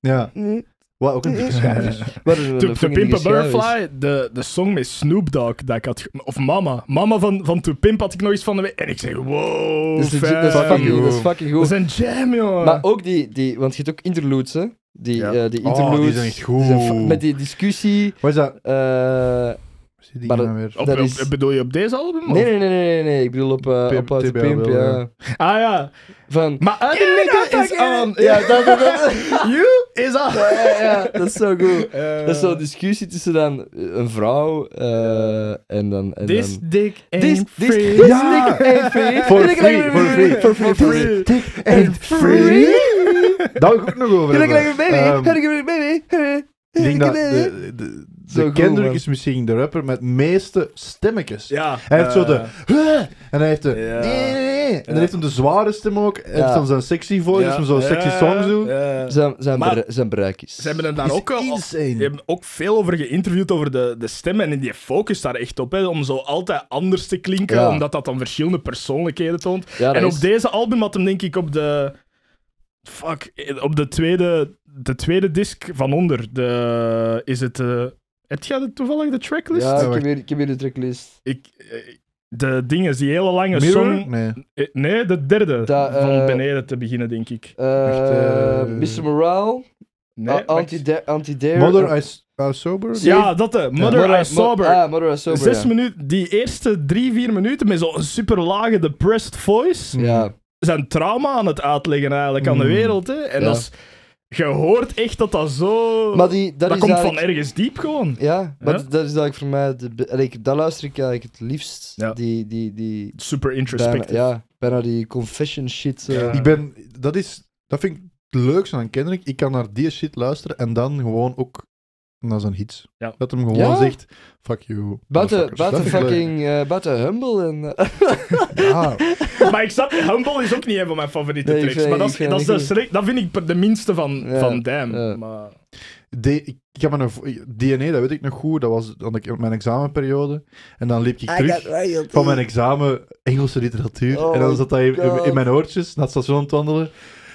[SPEAKER 3] Ja.
[SPEAKER 1] Mm.
[SPEAKER 3] Wat ook een dikke schijf is.
[SPEAKER 1] Wat is er
[SPEAKER 2] To,
[SPEAKER 1] een
[SPEAKER 2] to
[SPEAKER 1] fucking
[SPEAKER 2] Pimp a
[SPEAKER 1] dikke schijf is?
[SPEAKER 2] Butterfly, de, de song met Snoop Dogg, dat ik had, ge- of Mama. Mama van, van To Pimp had ik nog eens van de week. En ik zeg, wow,
[SPEAKER 1] Dat is, legit-
[SPEAKER 2] fam.
[SPEAKER 1] dat is fucking,
[SPEAKER 3] Fam.
[SPEAKER 1] dat is fucking
[SPEAKER 2] oh, Dat
[SPEAKER 1] goed.
[SPEAKER 2] is een jam, jongen.
[SPEAKER 1] Maar ook die, die, want je hebt ook interludes, hè? Die,
[SPEAKER 2] Ja.
[SPEAKER 1] eh, die
[SPEAKER 3] Oh,
[SPEAKER 1] interludes.
[SPEAKER 3] die zijn echt goed.
[SPEAKER 1] die zijn fa- met die discussie.
[SPEAKER 3] Wat is dat?
[SPEAKER 1] eh,
[SPEAKER 3] Wat is die
[SPEAKER 1] Maar
[SPEAKER 3] dingen
[SPEAKER 1] dat-
[SPEAKER 3] nou weer?
[SPEAKER 2] op,
[SPEAKER 1] dat
[SPEAKER 2] op-
[SPEAKER 1] is-
[SPEAKER 2] bedoel je op deze album? of-
[SPEAKER 1] nee, nee, nee, nee, nee, nee. Ik bedoel op, eh
[SPEAKER 3] Pimp,
[SPEAKER 1] op uit de
[SPEAKER 3] TBL
[SPEAKER 1] Pimp,
[SPEAKER 3] wel,
[SPEAKER 1] ja.
[SPEAKER 2] Ah ja.
[SPEAKER 1] Van.
[SPEAKER 2] Maar ah, die
[SPEAKER 1] Yeah,
[SPEAKER 2] nigga
[SPEAKER 1] that's
[SPEAKER 2] is
[SPEAKER 1] it.
[SPEAKER 2] on.
[SPEAKER 1] Ja, dat, dat, dat.
[SPEAKER 2] You is on.
[SPEAKER 1] Ja, ja, ja, dat is zo goed.
[SPEAKER 2] Eh,
[SPEAKER 1] Dat is zo'n discussie tussen dan een vrouw eh, en dan... En
[SPEAKER 2] This
[SPEAKER 1] dan
[SPEAKER 2] dick ain't
[SPEAKER 1] This- this-
[SPEAKER 2] free.
[SPEAKER 1] this
[SPEAKER 3] Ja.
[SPEAKER 1] nigga ain't free.
[SPEAKER 3] For
[SPEAKER 1] Klik, klik,
[SPEAKER 3] free, for free,
[SPEAKER 1] for free, for free. Dick ain't free. Um,
[SPEAKER 3] Daar wil ik ook nog over
[SPEAKER 1] Klik,
[SPEAKER 3] hebben.
[SPEAKER 1] klik, baby.
[SPEAKER 3] Ehm,
[SPEAKER 1] Klik, klik, baby. Klik,
[SPEAKER 3] Ik denk dat
[SPEAKER 1] klik,
[SPEAKER 3] de,
[SPEAKER 1] baby.
[SPEAKER 3] de, de,
[SPEAKER 1] Zo goed,
[SPEAKER 3] Kendrick
[SPEAKER 1] man.
[SPEAKER 3] is misschien de rapper met meeste stemmetjes.
[SPEAKER 2] Ja.
[SPEAKER 3] Hij heeft zo de...
[SPEAKER 2] eh,
[SPEAKER 3] En hij heeft de...
[SPEAKER 2] Ja.
[SPEAKER 3] Nee, nee, nee. En
[SPEAKER 2] Ja.
[SPEAKER 3] dan heeft hem de zware stem ook. Hij heeft
[SPEAKER 1] Ja.
[SPEAKER 3] dan zijn sexy voice,
[SPEAKER 2] ja,
[SPEAKER 3] dus hem zo sexy
[SPEAKER 2] ja,
[SPEAKER 3] songs doen.
[SPEAKER 2] ja.
[SPEAKER 1] Zijn- Zijn
[SPEAKER 2] Maar-
[SPEAKER 1] bere- zijn bereikjes.
[SPEAKER 2] Ze hebben hem daar
[SPEAKER 3] Is
[SPEAKER 2] ook al...
[SPEAKER 3] insane.
[SPEAKER 2] Je hebt ook veel over geïnterviewd over de, de stem en die focus daar echt op. Hè, om zo altijd anders te klinken,
[SPEAKER 1] Ja.
[SPEAKER 2] omdat dat dan verschillende persoonlijkheden toont.
[SPEAKER 1] Ja, dat
[SPEAKER 2] en op
[SPEAKER 1] is-
[SPEAKER 2] deze album had hem denk ik op de... Fuck, eh, op de tweede, de tweede disc van onder. De, is het... eh heb jij de, toevallig de tracklist?
[SPEAKER 1] Ja, ik
[SPEAKER 3] wacht.
[SPEAKER 1] heb hier- ik heb hier de tracklist.
[SPEAKER 2] Ik, eh, de dingen, die hele lange
[SPEAKER 3] Mirror?
[SPEAKER 2] song...
[SPEAKER 3] Nee.
[SPEAKER 2] eh, Nee, de derde.
[SPEAKER 1] Dat, eh,
[SPEAKER 2] van beneden te beginnen, denk ik.
[SPEAKER 1] Eh,
[SPEAKER 3] eh,
[SPEAKER 1] Mr. Morale,
[SPEAKER 2] Nee,
[SPEAKER 1] eh,
[SPEAKER 2] wacht.
[SPEAKER 1] Anti-Da- Anti-Dare. Oh,
[SPEAKER 3] Mother, I, s- I Sober?
[SPEAKER 1] Zie-
[SPEAKER 2] ja, dat de. Mother, I Sober.
[SPEAKER 1] Ah, Mother I Sober.
[SPEAKER 2] Zes
[SPEAKER 1] ja.
[SPEAKER 2] minuten, die eerste drie, vier minuten met zo'n super lage depressed voice.
[SPEAKER 1] Ja,
[SPEAKER 2] Zijn trauma aan het uitleggen eigenlijk aan de
[SPEAKER 3] Mm.
[SPEAKER 2] wereld. Hè? En
[SPEAKER 1] Ja.
[SPEAKER 2] dat is, je hoort echt dat dat zo.
[SPEAKER 1] maar die, dat,
[SPEAKER 2] dat
[SPEAKER 1] is
[SPEAKER 2] komt
[SPEAKER 1] eigenlijk-
[SPEAKER 2] van ergens diep gewoon.
[SPEAKER 1] Ja, maar
[SPEAKER 2] Ja?
[SPEAKER 1] dat is eigenlijk voor mij... De, be- allee, ik- dat luister ik eigenlijk het liefst.
[SPEAKER 2] Ja.
[SPEAKER 1] Die, die, die,
[SPEAKER 2] Super
[SPEAKER 1] bijna,
[SPEAKER 2] introspective.
[SPEAKER 1] ja, bijna die confession shit. eh.
[SPEAKER 2] Ja.
[SPEAKER 1] Ja.
[SPEAKER 3] Ik ben... Dat is... Dat vind ik het leukste aan Kendrick. Ik kan naar die shit luisteren en dan gewoon ook naar zijn hits.
[SPEAKER 2] Ja.
[SPEAKER 3] Dat hem gewoon
[SPEAKER 1] Ja?
[SPEAKER 3] zegt... Fuck you.
[SPEAKER 1] Buiten,
[SPEAKER 3] motherfuckers.
[SPEAKER 1] buiten
[SPEAKER 3] Dat vind ik leuk.
[SPEAKER 1] fucking... eh, buiten humble en... eh,
[SPEAKER 3] Ja.
[SPEAKER 2] Maar ik snap, Humble is ook niet een van mijn favoriete
[SPEAKER 1] Nee, ik
[SPEAKER 2] tracks.
[SPEAKER 1] vind-
[SPEAKER 2] maar dat,
[SPEAKER 1] ik
[SPEAKER 2] is,
[SPEAKER 1] vind
[SPEAKER 2] dat, is
[SPEAKER 1] dat
[SPEAKER 2] de
[SPEAKER 1] niet
[SPEAKER 2] slecht- dat vind ik de minste van,
[SPEAKER 1] Ja,
[SPEAKER 2] van Damn.
[SPEAKER 1] ja.
[SPEAKER 2] Maar,
[SPEAKER 3] De, ik, ik heb me nog, DNA, dat weet ik nog goed. Dat was aan de- mijn examenperiode. En dan liep ik terug van mijn examen Engelse literatuur.
[SPEAKER 1] Oh
[SPEAKER 3] en dan zat dat in, in,
[SPEAKER 1] God.
[SPEAKER 3] in mijn oortjes naar het station aan het wandelen.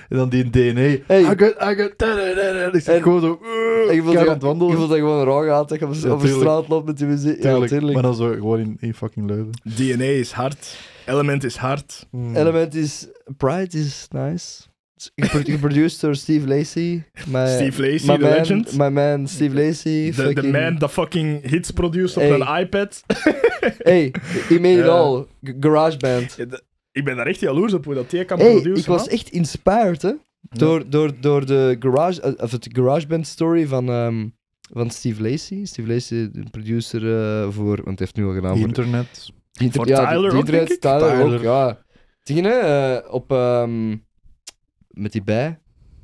[SPEAKER 3] En dan die DNA.
[SPEAKER 1] Hey.
[SPEAKER 3] E. I got, I got, da, da, da, da. Ik zit
[SPEAKER 1] En-
[SPEAKER 3] gewoon zo... Uh,
[SPEAKER 1] Ik wil
[SPEAKER 3] keihard
[SPEAKER 1] dat-
[SPEAKER 3] aan het wandelen.
[SPEAKER 1] Ik voel dat gewoon raar gaat, dat je op,
[SPEAKER 3] Ja,
[SPEAKER 1] op de
[SPEAKER 3] tuurlijk.
[SPEAKER 1] straat loopt met die muziek. Ja,
[SPEAKER 3] Tuurlijk.
[SPEAKER 1] tuurlijk.
[SPEAKER 3] Maar dan zo gewoon in, in fucking Leuven.
[SPEAKER 2] DNA is hard. Element is hard.
[SPEAKER 1] Element is... Pride is nice. Het is gepro- Geproduced door Steve Lacey. My,
[SPEAKER 2] Steve Lacey,
[SPEAKER 1] my
[SPEAKER 2] the
[SPEAKER 1] man,
[SPEAKER 2] legend.
[SPEAKER 1] My man, Steve Lacey.
[SPEAKER 2] De, de
[SPEAKER 1] fucking-
[SPEAKER 2] man dat fucking hits produceert op
[SPEAKER 1] Hey.
[SPEAKER 2] een iPad.
[SPEAKER 1] Hey, he made it
[SPEAKER 2] Ja.
[SPEAKER 1] all. G- Garage band.
[SPEAKER 2] Ja, de- Ik ben daar echt jaloers op hoe dat die kan
[SPEAKER 1] Hey,
[SPEAKER 2] produceren.
[SPEAKER 1] ik was
[SPEAKER 2] man.
[SPEAKER 1] echt inspired, hè. Door, door, door de garage, eh, of het GarageBand story van, ehm, van Steve Lacey. Steve Lacey, de producer eh, voor, want hij heeft nu al gedaan voor
[SPEAKER 3] Internet.
[SPEAKER 1] Die inter-
[SPEAKER 2] Voor
[SPEAKER 1] ja,
[SPEAKER 2] Tyler
[SPEAKER 1] die- die
[SPEAKER 2] ook, denk
[SPEAKER 1] internet-
[SPEAKER 2] ik.
[SPEAKER 1] Tyler, ook,
[SPEAKER 3] Tyler.
[SPEAKER 1] ja. Dingen, hè, eh, op... ehm, met die bij.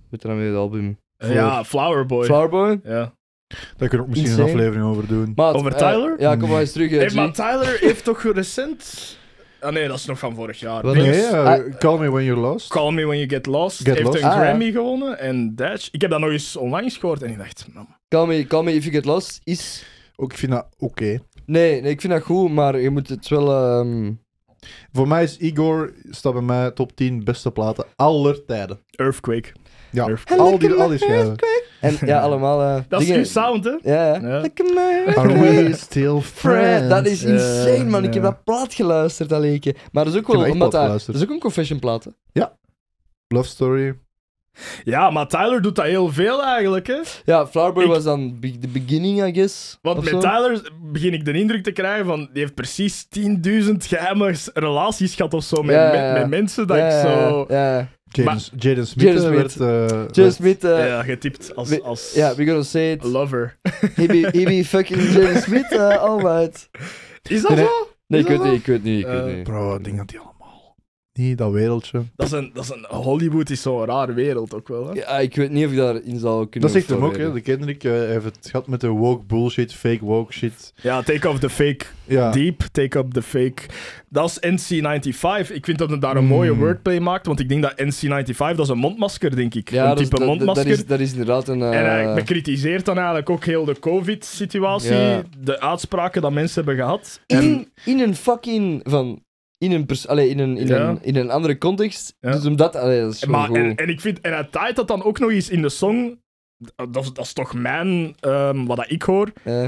[SPEAKER 1] Met dan weer het album.
[SPEAKER 2] Ja, Flowerboy.
[SPEAKER 1] Flowerboy.
[SPEAKER 2] ja.
[SPEAKER 3] Daar kunnen we ook misschien een
[SPEAKER 1] Insane.
[SPEAKER 3] aflevering over doen.
[SPEAKER 1] Maat,
[SPEAKER 2] Over
[SPEAKER 1] eh,
[SPEAKER 2] Tyler?
[SPEAKER 1] ja, kom maar eens terug. eh,
[SPEAKER 2] Hey,
[SPEAKER 1] G.
[SPEAKER 2] maar Tyler heeft toch recent... Ah nee, dat is nog van vorig jaar.
[SPEAKER 1] Wat?
[SPEAKER 3] nee,
[SPEAKER 2] Dings,
[SPEAKER 3] ja,
[SPEAKER 1] Ah.
[SPEAKER 3] Call Me When You're Lost.
[SPEAKER 2] Call Me When You Get Lost
[SPEAKER 3] Get
[SPEAKER 2] heeft
[SPEAKER 3] Lost.
[SPEAKER 2] een
[SPEAKER 1] Ah, ja.
[SPEAKER 2] Grammy gewonnen. En Dash... Ik heb dat nog eens onlangs gehoord en ik dacht... Man,
[SPEAKER 1] Call me, call me if you get lost is...
[SPEAKER 3] Ook, ik vind dat oké.
[SPEAKER 1] Nee, nee, ik vind dat goed, maar je moet het wel... ehm,
[SPEAKER 3] Voor mij is Igor, staat bij mij top 10 beste platen aller tijden.
[SPEAKER 2] Earthquake.
[SPEAKER 3] Ja,
[SPEAKER 2] Earthquake.
[SPEAKER 3] al die, al die schijven.
[SPEAKER 1] En ja, allemaal... eh,
[SPEAKER 2] Dat is
[SPEAKER 1] dingen-
[SPEAKER 2] uw sound, hè?
[SPEAKER 1] Ja, ja.
[SPEAKER 2] Ja.
[SPEAKER 1] Lekker man.
[SPEAKER 3] Are we still friends?
[SPEAKER 1] Fred, dat is insane, man. Ik heb
[SPEAKER 3] Ja.
[SPEAKER 1] dat plaat geluisterd, alleen keer. Maar dat is ook wel...
[SPEAKER 3] heb dat echt
[SPEAKER 1] omdat
[SPEAKER 3] plaat
[SPEAKER 1] dat, dat
[SPEAKER 3] geluisterd.
[SPEAKER 1] is ook een confession plaat, hè.
[SPEAKER 3] Love Story.
[SPEAKER 2] Ja, maar Tyler doet dat heel veel eigenlijk, hè?
[SPEAKER 1] Ja, Flowerboy
[SPEAKER 2] Ik-
[SPEAKER 1] was dan be- the beginning, I guess.
[SPEAKER 2] Want
[SPEAKER 1] of
[SPEAKER 2] met
[SPEAKER 1] zo.
[SPEAKER 2] Tyler begin ik de indruk te krijgen van... Die heeft precies 10.000 geheime relaties gehad of zo met,
[SPEAKER 1] Ja, ja,
[SPEAKER 2] met,
[SPEAKER 1] ja.
[SPEAKER 2] met mensen. Dat
[SPEAKER 1] Ja,
[SPEAKER 2] ik zo...
[SPEAKER 1] Ja, ja.
[SPEAKER 3] Jaden
[SPEAKER 2] Maar-
[SPEAKER 3] Jaden Smith,
[SPEAKER 1] Jaden
[SPEAKER 3] eh,
[SPEAKER 1] Smith.
[SPEAKER 3] werd... eh,
[SPEAKER 1] Just
[SPEAKER 3] werd-
[SPEAKER 1] Smith, eh,
[SPEAKER 2] ja, getypt als,
[SPEAKER 1] we-
[SPEAKER 2] als
[SPEAKER 1] ja, we gonna say it.
[SPEAKER 2] lover.
[SPEAKER 1] He be, he be fucking James Smith, eh, alright.
[SPEAKER 2] Is dat
[SPEAKER 3] Nee,
[SPEAKER 2] zo?
[SPEAKER 1] Nee, ik
[SPEAKER 2] Is
[SPEAKER 1] weet
[SPEAKER 2] dat zo?
[SPEAKER 1] niet, ik weet niet, ik weet
[SPEAKER 2] Eh,
[SPEAKER 1] niet.
[SPEAKER 3] Bro, ik denk dat die allemaal... Niet dat wereldje.
[SPEAKER 2] Dat is, een, dat is een... Hollywood is zo'n raar wereld ook wel, hè?
[SPEAKER 1] Ja, ik weet niet of ik daarin zou kunnen...
[SPEAKER 3] Dat zegt hem ook, hè.
[SPEAKER 1] floreren.
[SPEAKER 3] De Kendrick eh, heeft het gehad met de woke bullshit, fake woke shit.
[SPEAKER 2] Ja, take off the fake
[SPEAKER 3] Ja.
[SPEAKER 2] deep, take up the fake. Dat is NC95. Ik vind dat het daar
[SPEAKER 1] Hmm.
[SPEAKER 2] een
[SPEAKER 3] Mm.
[SPEAKER 2] mooie wordplay maakt, want ik denk dat NC95, dat is een mondmasker, denk ik.
[SPEAKER 1] Ja,
[SPEAKER 2] een
[SPEAKER 1] dat is-
[SPEAKER 2] type
[SPEAKER 1] dat- dat, dat,
[SPEAKER 2] mondmasker.
[SPEAKER 1] is, dat is inderdaad een... eh,
[SPEAKER 2] En hij bekritiseert dan eigenlijk ook heel de COVID-situatie,
[SPEAKER 1] Ja.
[SPEAKER 2] de uitspraken dat mensen hebben gehad. En
[SPEAKER 1] in, in een fucking... Van, in een, pers- allee, in, een, in,
[SPEAKER 2] Ja.
[SPEAKER 1] een, in een andere context.
[SPEAKER 2] Ja.
[SPEAKER 1] Dus omdat... Allee, dat is gewoon
[SPEAKER 2] maar,
[SPEAKER 1] goed.
[SPEAKER 2] en, en ik vind, en hij taait dat dan ook nog eens in de song. Dat, dat is toch mijn, ehm, wat dat ik hoor,
[SPEAKER 1] Eh,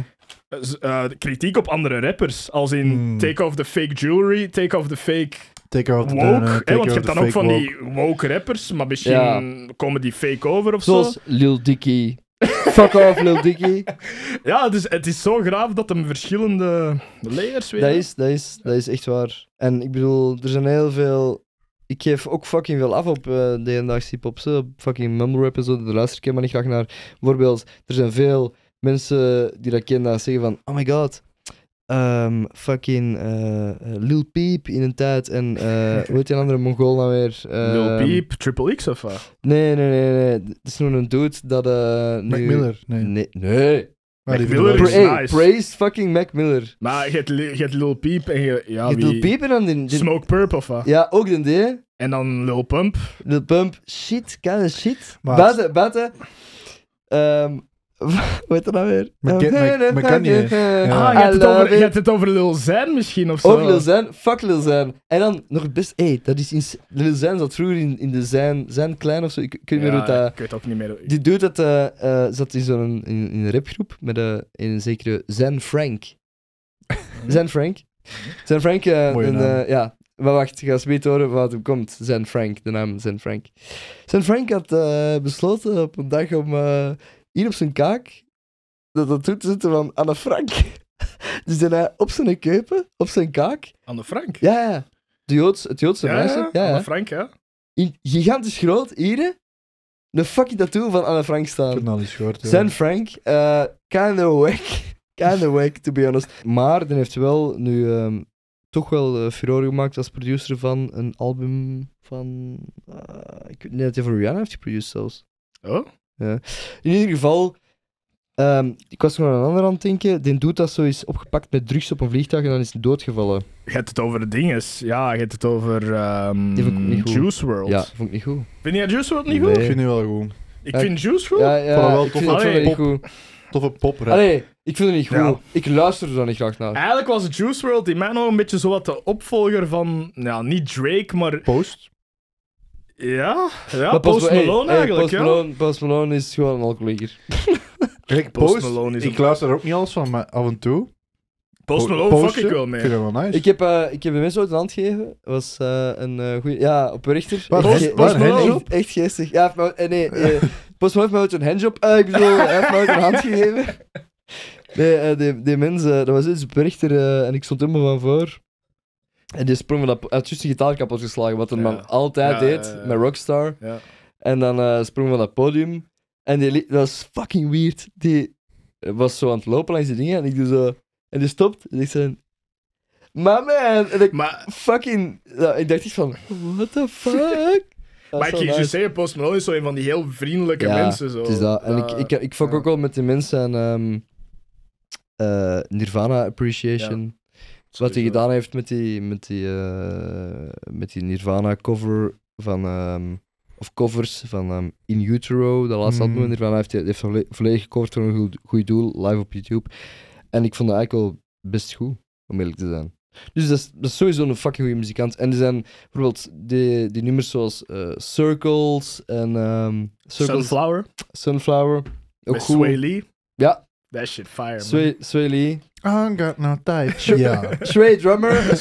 [SPEAKER 2] eh, kritiek op andere rappers. Als in
[SPEAKER 3] Hmm.
[SPEAKER 2] take off the fake jewelry, take off the fake
[SPEAKER 3] Take out the
[SPEAKER 2] woke.
[SPEAKER 3] banana,
[SPEAKER 2] hè,
[SPEAKER 3] eh, take
[SPEAKER 2] want je hebt
[SPEAKER 3] out the
[SPEAKER 2] dan ook
[SPEAKER 3] fake
[SPEAKER 2] van
[SPEAKER 3] woke.
[SPEAKER 2] die woke rappers, maar misschien komen die fake over of
[SPEAKER 1] zoals
[SPEAKER 2] zo.
[SPEAKER 1] Lil Dicky. Fuck off, Lil Dicky.
[SPEAKER 2] Ja, dus het is zo graaf dat hem verschillende layers weer.
[SPEAKER 1] Dat is, dat, is, dat is echt waar. En ik bedoel, er zijn heel veel. Ik geef ook fucking veel af op eh de hedendaagse hip-hop. zo, op Fucking mumble rap en zo. Daar luister ik helemaal niet graag naar. Bijvoorbeeld, er zijn veel mensen die dat kennen dat zeggen van: Oh my god. ehm, fucking eh, eh, Lil Peep in een tijd. En eh hoe heet die andere Mongool nou weer?
[SPEAKER 2] Lil
[SPEAKER 1] Ehm,
[SPEAKER 2] Peep, Triple X of wat?
[SPEAKER 1] Nee, nee, nee, nee. Het is nog een dude dat. eh nu...
[SPEAKER 3] Mac Miller, nee.
[SPEAKER 1] Nee. nee.
[SPEAKER 3] Maar die
[SPEAKER 2] Mac
[SPEAKER 3] vinden
[SPEAKER 2] Miller
[SPEAKER 3] we wel
[SPEAKER 2] is-
[SPEAKER 3] eens.
[SPEAKER 1] Pra-
[SPEAKER 2] nice.
[SPEAKER 1] Praise fucking Mac Miller.
[SPEAKER 2] Maar je hebt, Li- je hebt Lil Peep en je... Ja,
[SPEAKER 1] Je
[SPEAKER 2] wie-
[SPEAKER 1] Lil Peep en dan die- die-
[SPEAKER 2] Smoke Purp of wat?
[SPEAKER 1] Ja, ook dan die.
[SPEAKER 2] En dan Lil Pump.
[SPEAKER 1] De pump, shit, kale shit.
[SPEAKER 3] Maar-
[SPEAKER 1] Buiten, buiten. Ehm, hoe heet dat nou weer?
[SPEAKER 3] Maar ken- maar- maar kan niet, Ja.
[SPEAKER 2] Ah, je hebt, het
[SPEAKER 1] I love
[SPEAKER 2] over, je
[SPEAKER 1] it.
[SPEAKER 2] hebt het over Lil Zen misschien of zo.
[SPEAKER 1] Ook Lil Zen, fuck Lil Zen. En dan nog het best, hey, dat is ins- Lil Zen zat vroeger in, in de Zen, Zen Klein of zo. Ik, ik weet niet meer
[SPEAKER 2] Ja,
[SPEAKER 1] hoe dat.
[SPEAKER 2] Ik weet ook niet meer. hoe-
[SPEAKER 1] Die dude dat, eh, eh, zat in zo'n in, in een rapgroep met eh, een zekere Zen Frank. Zen Frank. Zen Frank, eh,
[SPEAKER 3] Mooie
[SPEAKER 1] een,
[SPEAKER 3] naam.
[SPEAKER 1] eh, ja. Maar wacht, je gaat zometeen horen waar het op komt. Zen Frank, de naam Zen Frank. Zen Frank had eh, besloten op een dag om eh, hier op zijn kaak dat dat toe te zitten van Anne Frank. dus dan hij op zijn keupen, op zijn kaak.
[SPEAKER 2] Anne Frank.
[SPEAKER 1] Ja, ja. De Joods, het Joodse meisje. Ja, ja.
[SPEAKER 2] Anne Frank, ja.
[SPEAKER 1] In, gigantisch groot, hier. hè, Een fucking tattoo van Anne Frank
[SPEAKER 3] Ik
[SPEAKER 1] staan.
[SPEAKER 3] heb het al eens gehoord. ja.
[SPEAKER 1] San Frank, eh kinda wack. Kinda wack, to be honest. Maar die heeft wel nu ehm, toch wel eh, furore gemaakt als producer van een album van... eh, ik weet niet dat hij voor Rihanna heeft geproduced zelfs.
[SPEAKER 2] Oh.
[SPEAKER 1] In ieder geval, ehm, ik was nog aan een ander aan het denken. Die doet dat zo is opgepakt met drugs op een vliegtuig en dan is hij doodgevallen.
[SPEAKER 2] Je hebt het over dinges. Ja, je hebt het over ehm,
[SPEAKER 1] Die vond ik niet goed.
[SPEAKER 2] Juice World.
[SPEAKER 1] Ja, vond ik niet goed.
[SPEAKER 2] Vind jij Juice World niet goed?
[SPEAKER 1] Nee.
[SPEAKER 3] Ik vind die wel goed.
[SPEAKER 2] Ik
[SPEAKER 1] Ja.
[SPEAKER 2] vind Juice World.
[SPEAKER 1] Ja, ja,
[SPEAKER 3] vond het wel
[SPEAKER 1] ik
[SPEAKER 3] tof
[SPEAKER 1] vind ik
[SPEAKER 2] dat
[SPEAKER 1] vond het niet
[SPEAKER 3] pop-
[SPEAKER 1] goed.
[SPEAKER 3] Toffe poprap.
[SPEAKER 1] Allee, ik vind het niet goed.
[SPEAKER 2] Ja.
[SPEAKER 1] Ik luister er dan niet graag naar.
[SPEAKER 2] Eigenlijk was Juice World in mijn ogen een beetje zowat de opvolger van, nou, niet Drake, maar
[SPEAKER 3] Post.
[SPEAKER 2] ja, ja
[SPEAKER 1] Maar
[SPEAKER 2] Post
[SPEAKER 1] hey,
[SPEAKER 2] Malone
[SPEAKER 1] hey,
[SPEAKER 2] eigenlijk.
[SPEAKER 1] Post Malone, Post Malone is gewoon een alcoholieker.
[SPEAKER 3] Kijk,
[SPEAKER 2] Post
[SPEAKER 3] Post,
[SPEAKER 2] Malone is
[SPEAKER 3] ik
[SPEAKER 2] een-
[SPEAKER 3] luister er ook niet alles van, maar af en toe.
[SPEAKER 2] ja. Post Malone
[SPEAKER 3] Post,
[SPEAKER 2] fuck ik wel
[SPEAKER 3] Ik
[SPEAKER 2] mee.
[SPEAKER 3] vind dat wel nice.
[SPEAKER 1] Ik heb, eh, ik heb de mensen ooit een hand gegeven. Dat was eh, een eh goede. Ja, op een richter.
[SPEAKER 3] Wat,
[SPEAKER 1] echt,
[SPEAKER 2] hand-
[SPEAKER 1] ge-
[SPEAKER 2] wat,
[SPEAKER 1] echt-
[SPEAKER 2] een handjob?
[SPEAKER 1] echt, echt geestig. Ja, hij heeft me ooit- eh, nee. eh, Post Malone heeft mij ooit een handjob. eh, ik bedoel, hij heeft mij ooit een hand gegeven. Nee, eh, die, die mensen, dat was eens op een richter eh, en ik stond helemaal van voor. En die sprong van dat, hij had juist de gitaar kapot geslagen, wat een
[SPEAKER 2] Ja.
[SPEAKER 1] man altijd
[SPEAKER 2] Ja,
[SPEAKER 1] deed
[SPEAKER 2] ja, ja.
[SPEAKER 1] met Rockstar.
[SPEAKER 2] Ja.
[SPEAKER 1] En dan eh, sprong van dat podium. En die li- dat was fucking weird. Die was zo aan het lopen langs die dingen en ik doe zo. En die stopt en ik zei. My man! En ik
[SPEAKER 2] Maar,
[SPEAKER 1] fucking. nou, ik dacht echt van, what the fuck?
[SPEAKER 2] maar
[SPEAKER 1] wel
[SPEAKER 2] ik ging
[SPEAKER 1] nice.
[SPEAKER 2] juist zeggen, Post Malone is zo een van die heel vriendelijke
[SPEAKER 1] Ja,
[SPEAKER 2] mensen. Zo.
[SPEAKER 1] Het is dat. En
[SPEAKER 2] Ja.
[SPEAKER 1] ik, ik, ik vond
[SPEAKER 2] ja.
[SPEAKER 1] ook wel met die mensen aan ehm, eh, Nirvana Appreciation. Dus Wat hij
[SPEAKER 2] Sowieso.
[SPEAKER 1] gedaan heeft met die, met die, eh, met die Nirvana cover van. ehm, of covers van ehm, In Utero, de laatste
[SPEAKER 3] Mm.
[SPEAKER 2] Hmm.
[SPEAKER 1] album van Nirvana, heeft hij heeft volle- volledig gecoverd voor een goed, goed doel, live op YouTube. En ik vond dat eigenlijk wel best goed, om eerlijk te zijn. Dus dat is, dat is sowieso een fucking goede muzikant. En er zijn bijvoorbeeld die, die nummers zoals eh, Circles en ehm, Circles,
[SPEAKER 2] Sunflower,
[SPEAKER 1] Sunflower. Ook
[SPEAKER 2] met Sway
[SPEAKER 1] goed.
[SPEAKER 2] Lee.
[SPEAKER 1] Ja.
[SPEAKER 2] That shit fire, man.
[SPEAKER 1] Sway, Sway Lee.
[SPEAKER 3] I got no type. Ja.
[SPEAKER 1] Shrey Drummer. eh,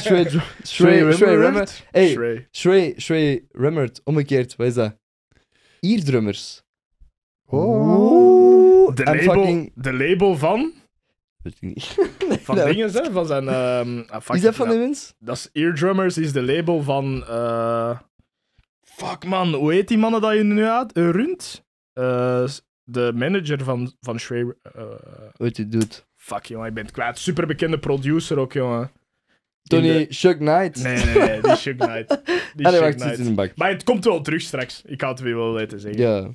[SPEAKER 1] Shrey Dru- Shrey Shrey Drummer. Hey,
[SPEAKER 2] Shrey.
[SPEAKER 1] Shrey, Shrey Remmert, omgekeerd, wat is dat? Ierdrummers.
[SPEAKER 3] Oh.
[SPEAKER 2] De
[SPEAKER 1] I'm
[SPEAKER 2] label,
[SPEAKER 1] fucking-
[SPEAKER 2] de label van,
[SPEAKER 1] Weet ik niet.
[SPEAKER 2] van
[SPEAKER 1] Nee.
[SPEAKER 2] dingen, hè? Van zijn... ehm, ah, fuck,
[SPEAKER 1] Is dat van de mens?
[SPEAKER 2] Dat is Eardrummers, is de label van... eh, Fuck, man. Hoe heet die mannen dat je nu uit? eh, runt? Eh, s- de manager van, van Shrey... eh,
[SPEAKER 1] Wat hij doet.
[SPEAKER 2] fuck, jongen. Ik ben het kwijt. Superbekende producer ook, jongen. In
[SPEAKER 1] Tony Chuck Knight.
[SPEAKER 2] de- Nee, nee, nee. Die Shug Knight. Die
[SPEAKER 1] Allee,
[SPEAKER 2] Shug
[SPEAKER 1] Ah, wacht,
[SPEAKER 2] Knight.
[SPEAKER 1] zit in een bak.
[SPEAKER 2] Maar het komt wel terug straks. Ik had het weer wel weten zeggen.
[SPEAKER 1] Ja,